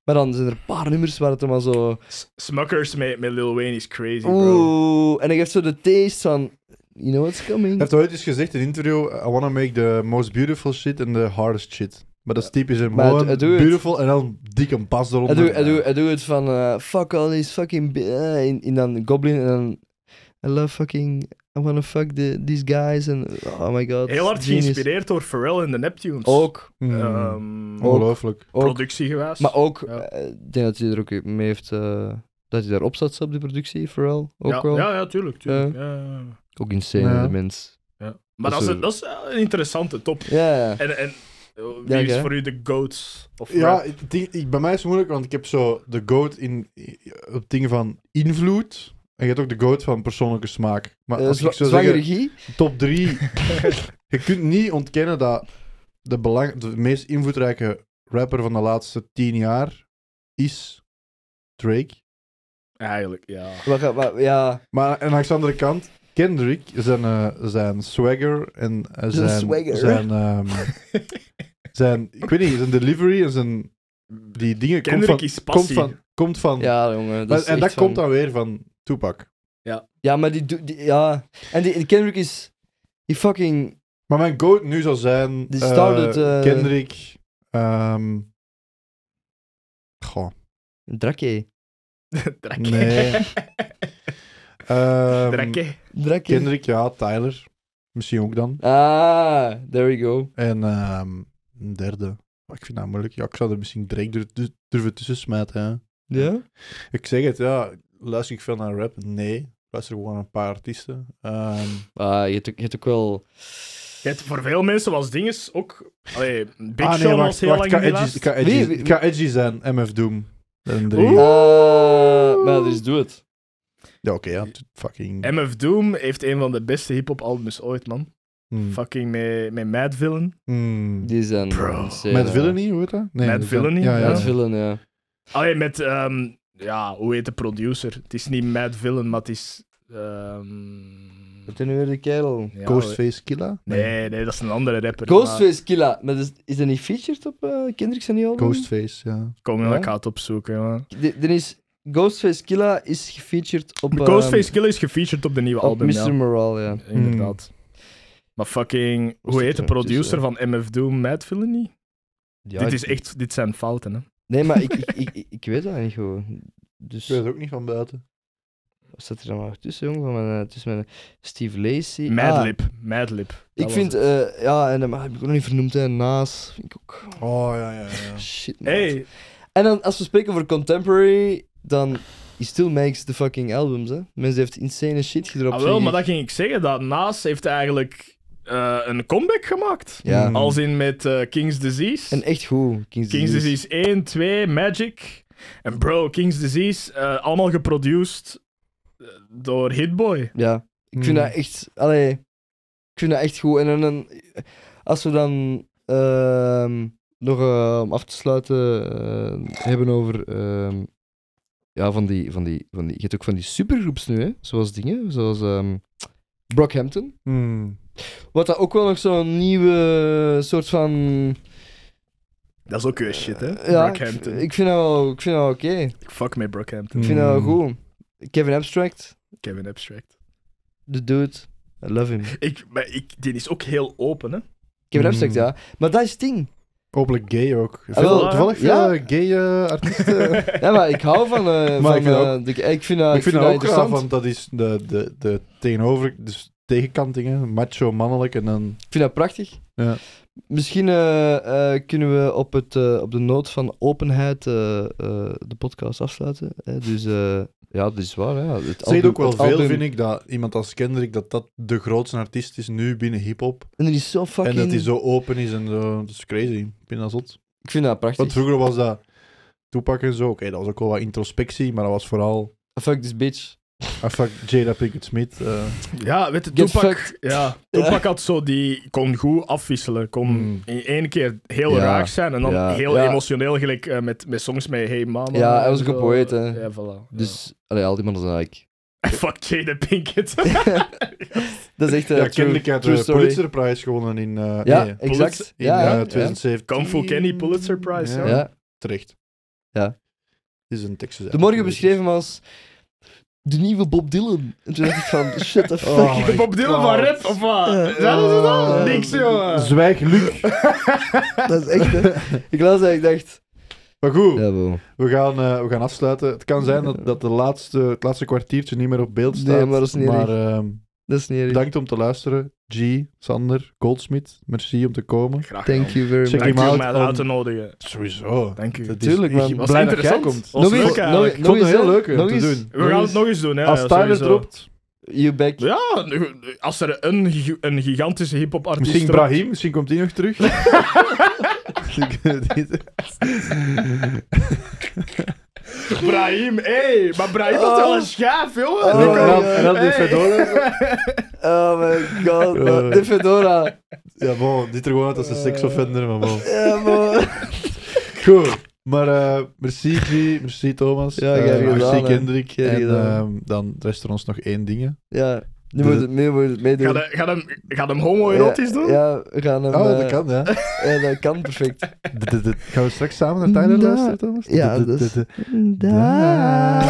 [SPEAKER 1] Maar dan zijn er een paar nummers waar het maar zo...
[SPEAKER 2] S- Smuckers met, met Lil Wayne is crazy, bro.
[SPEAKER 1] Oeh. En ik heb zo de taste van... You know what's coming.
[SPEAKER 3] Hij heeft ooit eens gezegd in een interview: I wanna make the most beautiful shit and the hardest shit. Maar dat is typisch hem.
[SPEAKER 1] Maar
[SPEAKER 3] Gewoon
[SPEAKER 1] hij doet het.
[SPEAKER 3] beautiful en dan dik een pas
[SPEAKER 1] Hij
[SPEAKER 3] eronder.
[SPEAKER 1] doet- hij doet- hij doet het van... eh, fuck all these fucking... bi- eh, in, in dan Goblin en dan... I love fucking... I wanna fuck the, these guys and... Oh my god.
[SPEAKER 2] Heel hard
[SPEAKER 1] genius.
[SPEAKER 2] geïnspireerd door Pharrell en de Neptunes.
[SPEAKER 1] Ook.
[SPEAKER 3] Mm.
[SPEAKER 2] Ehm,
[SPEAKER 1] ook.
[SPEAKER 3] Ongelooflijk.
[SPEAKER 1] ook
[SPEAKER 2] Productiegewijs.
[SPEAKER 1] Maar ook,
[SPEAKER 2] Ja.
[SPEAKER 1] eh, ik denk dat hij er ook mee heeft... eh, dat hij daarop zat op de productie, vooral. Ook
[SPEAKER 2] ja,
[SPEAKER 1] wel.
[SPEAKER 2] ja, ja, tuurlijk. tuurlijk. Ja, ja, ja.
[SPEAKER 1] Ook insane,
[SPEAKER 3] Ja.
[SPEAKER 1] de mens.
[SPEAKER 2] Ja. Maar
[SPEAKER 1] Dat is
[SPEAKER 2] dat is,
[SPEAKER 1] een-
[SPEAKER 2] een, dat is een interessante top.
[SPEAKER 1] Ja, ja.
[SPEAKER 2] En, en eh,
[SPEAKER 1] Ja,
[SPEAKER 2] wie is
[SPEAKER 1] oké.
[SPEAKER 2] voor u de GOAT? Of
[SPEAKER 3] Ja,
[SPEAKER 2] rap?
[SPEAKER 3] ik, denk- ik- bij mij is het moeilijk, want ik heb zo de goat in, op dingen van invloed. En je hebt ook de goat van persoonlijke smaak. Maar
[SPEAKER 1] Eh,
[SPEAKER 3] als
[SPEAKER 1] zwa-
[SPEAKER 3] ik zou
[SPEAKER 1] zwangere
[SPEAKER 3] zeggen,
[SPEAKER 1] Guy?
[SPEAKER 3] top drie. je kunt niet ontkennen dat de, belang, de meest invloedrijke rapper van de laatste tien jaar is Drake.
[SPEAKER 2] Eigenlijk, ja.
[SPEAKER 1] Wat ga- wat- ja.
[SPEAKER 3] Maar aan de andere kant, Kendrick, zijn, eh, zijn swagger en eh, zijn...
[SPEAKER 1] swagger.
[SPEAKER 3] Zijn, ehm, zijn, ik weet niet, zijn delivery en zijn... Die dingen komt
[SPEAKER 2] Kendrick
[SPEAKER 3] van,
[SPEAKER 2] is
[SPEAKER 3] komt
[SPEAKER 2] passie.
[SPEAKER 3] van... Komt van
[SPEAKER 1] Ja, jongen. Dat
[SPEAKER 3] maar-
[SPEAKER 1] is
[SPEAKER 3] en
[SPEAKER 1] echt
[SPEAKER 3] dat
[SPEAKER 1] van-
[SPEAKER 3] komt dan weer van Tupac.
[SPEAKER 1] Ja, maar die, doet- die ja. En die, die Kendrick is, die fucking,
[SPEAKER 3] Maar mijn goat nu zou zijn...
[SPEAKER 1] Die
[SPEAKER 3] eh,
[SPEAKER 1] started, eh,
[SPEAKER 3] Kendrick... ehm, goh,
[SPEAKER 1] drakke.
[SPEAKER 2] Drakke.
[SPEAKER 3] nee. Ehm,
[SPEAKER 2] Drakke.
[SPEAKER 1] Drakke.
[SPEAKER 3] Kendrick, ja, Tyler. Misschien ook dan.
[SPEAKER 1] Ah, there we go.
[SPEAKER 3] En ehm, een derde. Oh, Ik vind dat moeilijk. Ja, ik zou er misschien Drake dur- dus- durven tussen smijten. Hè.
[SPEAKER 1] Ja?
[SPEAKER 3] Ik zeg het, ja. Luister ik veel naar rap? Nee. Ik Luister gewoon naar een paar artiesten. Ehm,
[SPEAKER 1] Ah, je hebt ook, je hebt ook wel...
[SPEAKER 2] Je hebt voor veel mensen was dinges ook... Allee, Big
[SPEAKER 3] ah,
[SPEAKER 2] Sean was heel
[SPEAKER 3] ik
[SPEAKER 2] lang in
[SPEAKER 3] kan
[SPEAKER 2] die
[SPEAKER 3] edgy,
[SPEAKER 2] lijst.
[SPEAKER 3] ik kan edgy,
[SPEAKER 1] Wie- wie-
[SPEAKER 3] ik kan edgy zijn. MF Doom. En drie.
[SPEAKER 2] Oeh.
[SPEAKER 1] Ah, maar dus doe het.
[SPEAKER 3] Ja, oké, ja. t- Fucking.
[SPEAKER 2] MF Doom heeft een van de beste hip-hop albums ooit, man.
[SPEAKER 1] Hm.
[SPEAKER 3] Mm.
[SPEAKER 2] Fucking met, met Mad Villain.
[SPEAKER 3] Mm.
[SPEAKER 1] Die zijn...
[SPEAKER 2] Bro.
[SPEAKER 1] insane,
[SPEAKER 3] Met
[SPEAKER 1] ja.
[SPEAKER 3] Villainy, hoe heet dat? Nee,
[SPEAKER 2] Mad
[SPEAKER 3] dat-
[SPEAKER 2] Villainy?
[SPEAKER 3] Ja, ja.
[SPEAKER 1] eh, Met villain, ja.
[SPEAKER 2] Allee, met, ehm, ja, hoe heet de producer? Het is niet Mad Villain, maar het is. ehm,
[SPEAKER 1] Wat is nu weer de kerel?
[SPEAKER 2] ja,
[SPEAKER 3] Ghostface Killa?
[SPEAKER 2] Nee, nee, dat is een andere rapper.
[SPEAKER 1] Ghostface Killa. Maar is, is dat niet featured op eh Kendrick zijn album?
[SPEAKER 3] Ghostface, ja.
[SPEAKER 2] Maar, kom,
[SPEAKER 1] Ja?
[SPEAKER 2] ik ga het opzoeken. Man.
[SPEAKER 1] Die- die is... Ghostface Killa is gefeatured op...
[SPEAKER 2] Ghostface
[SPEAKER 1] ehm,
[SPEAKER 2] Killer is gefeatured op de nieuwe
[SPEAKER 1] op Hmm.
[SPEAKER 2] album.
[SPEAKER 1] Mr.
[SPEAKER 2] ja.
[SPEAKER 1] Morale, ja.
[SPEAKER 2] Inderdaad. Maar fucking,
[SPEAKER 1] dat
[SPEAKER 2] hoe heet de
[SPEAKER 1] er eh, tussen,
[SPEAKER 2] producer van MF Doom? Mad Villain niet?
[SPEAKER 1] Ja,
[SPEAKER 2] dit,
[SPEAKER 1] ik-
[SPEAKER 2] is echt, dit zijn fouten, hè?
[SPEAKER 1] Nee, maar ik, ik, ik, ik, ik weet dat niet gewoon. Dus...
[SPEAKER 3] Ik weet het ook niet van buiten.
[SPEAKER 1] Wat staat er dan maar tussen, jong? Van mijn, eh, tussen mijn Steve Lacey. Ah,
[SPEAKER 2] Madlib. Madlib. Dat
[SPEAKER 1] ik
[SPEAKER 2] was
[SPEAKER 1] vind,
[SPEAKER 2] het.
[SPEAKER 1] eh, ja, en dan heb ik ook nog niet vernoemd, hè, Naas. Vind ik ook.
[SPEAKER 3] Oh, ja, ja, ja.
[SPEAKER 1] Shit, man.
[SPEAKER 2] Hey,
[SPEAKER 1] En dan, als we spreken over contemporary, dan. He still makes the fucking albums, hè? Mensen heeft insane shit gedropt.
[SPEAKER 2] ah, wel,
[SPEAKER 1] vind
[SPEAKER 2] maar
[SPEAKER 1] ik.
[SPEAKER 2] dat ging ik zeggen. Dat Naas heeft eigenlijk eh, een comeback gemaakt.
[SPEAKER 1] Ja,
[SPEAKER 3] Mm.
[SPEAKER 2] Als in met eh, King's Disease.
[SPEAKER 1] en echt goed. King's,
[SPEAKER 2] King's
[SPEAKER 1] Disease.
[SPEAKER 2] Disease 1, 2, Magic. En bro, King's Disease, eh, allemaal geproduced eh, door Hitboy.
[SPEAKER 1] Ja, ik vind
[SPEAKER 3] Mm.
[SPEAKER 1] dat echt. Allee, ik vind dat echt goed. En dan, dan- als we dan ehm, nog eh, om af te sluiten eh, hebben over. ehm, ja, van die, van die, van die. Je hebt ook van die supergroeps nu, hè? Zoals dingen, zoals ehm, Brockhampton.
[SPEAKER 3] Mm.
[SPEAKER 1] Wat dat ook wel nog zo'n nieuwe soort van.
[SPEAKER 2] Dat is ook weer shit, hè?
[SPEAKER 1] ja,
[SPEAKER 2] Brockhampton.
[SPEAKER 1] Ik,
[SPEAKER 2] Ik,
[SPEAKER 1] ik vind dat wel, ik vind dat wel oké.
[SPEAKER 2] fuck met Brockhampton.
[SPEAKER 1] Ik vind dat wel
[SPEAKER 3] Mm.
[SPEAKER 1] goed. Kevin Abstract,
[SPEAKER 2] Kevin Abstract.
[SPEAKER 1] the dude. I love him.
[SPEAKER 2] Ik, maar ik, die is ook heel open, hè?
[SPEAKER 1] Kevin
[SPEAKER 3] Mm.
[SPEAKER 1] Abstract, ja. Maar dat is het ding.
[SPEAKER 3] Hopelijk gay ook.
[SPEAKER 1] Ah, wel,
[SPEAKER 3] Veel- toevallig veel
[SPEAKER 1] ja.
[SPEAKER 3] eh, gay eh, artiesten.
[SPEAKER 1] Ja, maar ik hou van. eh
[SPEAKER 3] Maar
[SPEAKER 1] van
[SPEAKER 3] ik vind
[SPEAKER 1] eh, de- Ah, ik vind, dat-
[SPEAKER 3] ik vind
[SPEAKER 1] dat
[SPEAKER 3] dat ook raar,
[SPEAKER 1] interessant.
[SPEAKER 3] want dat is de, de, de tegenover, dus tegenkantingen, macho, mannelijk en dan...
[SPEAKER 1] Ik vind dat prachtig.
[SPEAKER 3] Ja.
[SPEAKER 1] Misschien eh, eh, kunnen we op, het, eh, op de noot van openheid eh, eh, de podcast afsluiten. Hè? Dus eh, ja, dat is waar. Ja. Het
[SPEAKER 3] Het zegt ook wel
[SPEAKER 1] het
[SPEAKER 3] veel,
[SPEAKER 1] album-
[SPEAKER 3] vind ik, dat iemand als Kendrick, dat dat de grootste artiest is nu binnen hip-hop.
[SPEAKER 1] En die is zo fucking...
[SPEAKER 3] En dat hij zo open is en zo. Dat is crazy. Ik vind dat zot.
[SPEAKER 1] Ik vind dat prachtig.
[SPEAKER 3] Want vroeger was dat toepakken en zo. Oké, dat was ook wel wat introspectie, maar dat was vooral...
[SPEAKER 1] Fuck this bitch.
[SPEAKER 3] Ah, fuck Jada Pinkett Smith. eh,
[SPEAKER 2] Ja, weet je,
[SPEAKER 1] Get
[SPEAKER 2] Tupac,
[SPEAKER 1] fucked.
[SPEAKER 2] ja, Tupac had zo die... kon goed afwisselen. Kon
[SPEAKER 3] Mm.
[SPEAKER 2] in één keer heel
[SPEAKER 1] Hmm. Ja,
[SPEAKER 2] raak zijn en dan
[SPEAKER 1] ja,
[SPEAKER 2] heel
[SPEAKER 1] ja.
[SPEAKER 2] emotioneel, gelijk eh, met, met songs met Hey Mama.
[SPEAKER 1] Ja, hij
[SPEAKER 2] en
[SPEAKER 1] was ook een
[SPEAKER 2] zo.
[SPEAKER 1] poëet, hè.
[SPEAKER 2] Ja, voilà. Ja.
[SPEAKER 1] Dus, allee, al die mannen zijn eigenlijk...
[SPEAKER 2] Fuck Jada Pinkett.
[SPEAKER 1] Dat is echt eh,
[SPEAKER 3] ja,
[SPEAKER 1] true,
[SPEAKER 3] Kendrick had
[SPEAKER 1] true
[SPEAKER 3] de
[SPEAKER 1] story.
[SPEAKER 3] Pulitzerprijs gewonnen in... eh,
[SPEAKER 1] Ja,
[SPEAKER 3] nee,
[SPEAKER 1] exact.
[SPEAKER 3] in
[SPEAKER 1] Ja,
[SPEAKER 3] eh,
[SPEAKER 1] ja, ja.
[SPEAKER 3] 2017.
[SPEAKER 2] Kung Fu Kenny Pulitzer Prize,
[SPEAKER 1] ja.
[SPEAKER 2] ja.
[SPEAKER 3] Terecht.
[SPEAKER 1] Ja.
[SPEAKER 3] Dit is een Texas.
[SPEAKER 1] De morgen beschreef hem als... De nieuwe Bob Dylan. En toen dacht ik van, shit the fuck.
[SPEAKER 3] Oh my
[SPEAKER 2] Bob Dylan
[SPEAKER 3] God.
[SPEAKER 2] van rap, of wat?
[SPEAKER 1] Ja.
[SPEAKER 2] Dat is het dan?
[SPEAKER 1] Ja.
[SPEAKER 2] Niks, joh.
[SPEAKER 3] Zwijg, Luc.
[SPEAKER 1] dat is echt... hè. Ik las dat en ik dacht...
[SPEAKER 3] Maar goed,
[SPEAKER 1] Ja, wel.
[SPEAKER 3] we, gaan, eh, we gaan afsluiten. Het kan zijn dat, dat de laatste, het laatste kwartiertje niet meer op beeld
[SPEAKER 1] Nee,
[SPEAKER 3] staat.
[SPEAKER 1] maar dat is niet
[SPEAKER 3] Maar ehm,
[SPEAKER 1] Dat is niet erg.
[SPEAKER 3] bedankt om te luisteren. G, Sander, Goldsmith, merci om te komen.
[SPEAKER 2] Graag
[SPEAKER 1] Thank you very
[SPEAKER 3] Check
[SPEAKER 1] much.
[SPEAKER 2] Dank u
[SPEAKER 3] him
[SPEAKER 2] om
[SPEAKER 3] out
[SPEAKER 2] mij
[SPEAKER 3] on-
[SPEAKER 2] uit te nodigen.
[SPEAKER 3] Sowieso.
[SPEAKER 2] Dank u.
[SPEAKER 3] Dat
[SPEAKER 2] Het
[SPEAKER 3] is
[SPEAKER 1] Tuurlijk, man.
[SPEAKER 3] echt
[SPEAKER 2] was
[SPEAKER 3] blij dat jij
[SPEAKER 2] interessant.
[SPEAKER 3] komt.
[SPEAKER 2] Was
[SPEAKER 1] Nog
[SPEAKER 2] leuk
[SPEAKER 1] eens, nog,
[SPEAKER 2] eigenlijk.
[SPEAKER 1] eens-
[SPEAKER 3] Ik vond het
[SPEAKER 1] nog
[SPEAKER 3] heel
[SPEAKER 1] eens,
[SPEAKER 3] leuk
[SPEAKER 1] hè.
[SPEAKER 3] om te doen.
[SPEAKER 2] We gaan het nog eens doen, hè.
[SPEAKER 3] Als Tyler
[SPEAKER 2] sowieso.
[SPEAKER 3] dropt,
[SPEAKER 1] You back.
[SPEAKER 2] Ja, nu- als er een, gi- een gigantische hip-hop artiest.
[SPEAKER 3] misschien Brahim, misschien komt hij nog terug. Ik weet het niet.
[SPEAKER 2] Brahim, hey, maar Brahim was wel een schaaf, jongen.
[SPEAKER 1] Oh,
[SPEAKER 3] En
[SPEAKER 2] Die
[SPEAKER 3] dan-
[SPEAKER 2] kan-
[SPEAKER 1] ja.
[SPEAKER 3] en dan die
[SPEAKER 2] Hey.
[SPEAKER 3] fedora.
[SPEAKER 1] Oh my god, man.
[SPEAKER 3] Eh.
[SPEAKER 1] De fedora.
[SPEAKER 3] Ja, bon, dit er gewoon uit als een
[SPEAKER 1] Eh.
[SPEAKER 3] seksoffender, maar bon.
[SPEAKER 1] Ja, man.
[SPEAKER 3] Goed. Maar eh, merci G, merci Thomas,
[SPEAKER 1] Ja,
[SPEAKER 3] eh,
[SPEAKER 1] jij hebt
[SPEAKER 3] merci
[SPEAKER 1] gedaan, hè.
[SPEAKER 3] Kendrick.
[SPEAKER 1] Jij hebt
[SPEAKER 3] En
[SPEAKER 1] gedaan.
[SPEAKER 3] ehm, dan rest er ons nog één ding. hè.
[SPEAKER 1] Ja, Nu moet het, nu moet het meedoen.
[SPEAKER 2] Gaat hem, gaat hem, gaat hem homoerotisch
[SPEAKER 1] Ja,
[SPEAKER 2] doen?
[SPEAKER 1] Ja, we gaan hem...
[SPEAKER 3] Oh,
[SPEAKER 1] eh,
[SPEAKER 3] dat kan, ja.
[SPEAKER 1] ja, dat kan perfect.
[SPEAKER 3] Gaan we straks samen naar Tyler
[SPEAKER 1] Da-
[SPEAKER 3] luisteren, Thomas?
[SPEAKER 1] Ja,
[SPEAKER 3] Dit- dit-
[SPEAKER 1] dus-
[SPEAKER 3] dit-
[SPEAKER 1] Daar.
[SPEAKER 3] Ah.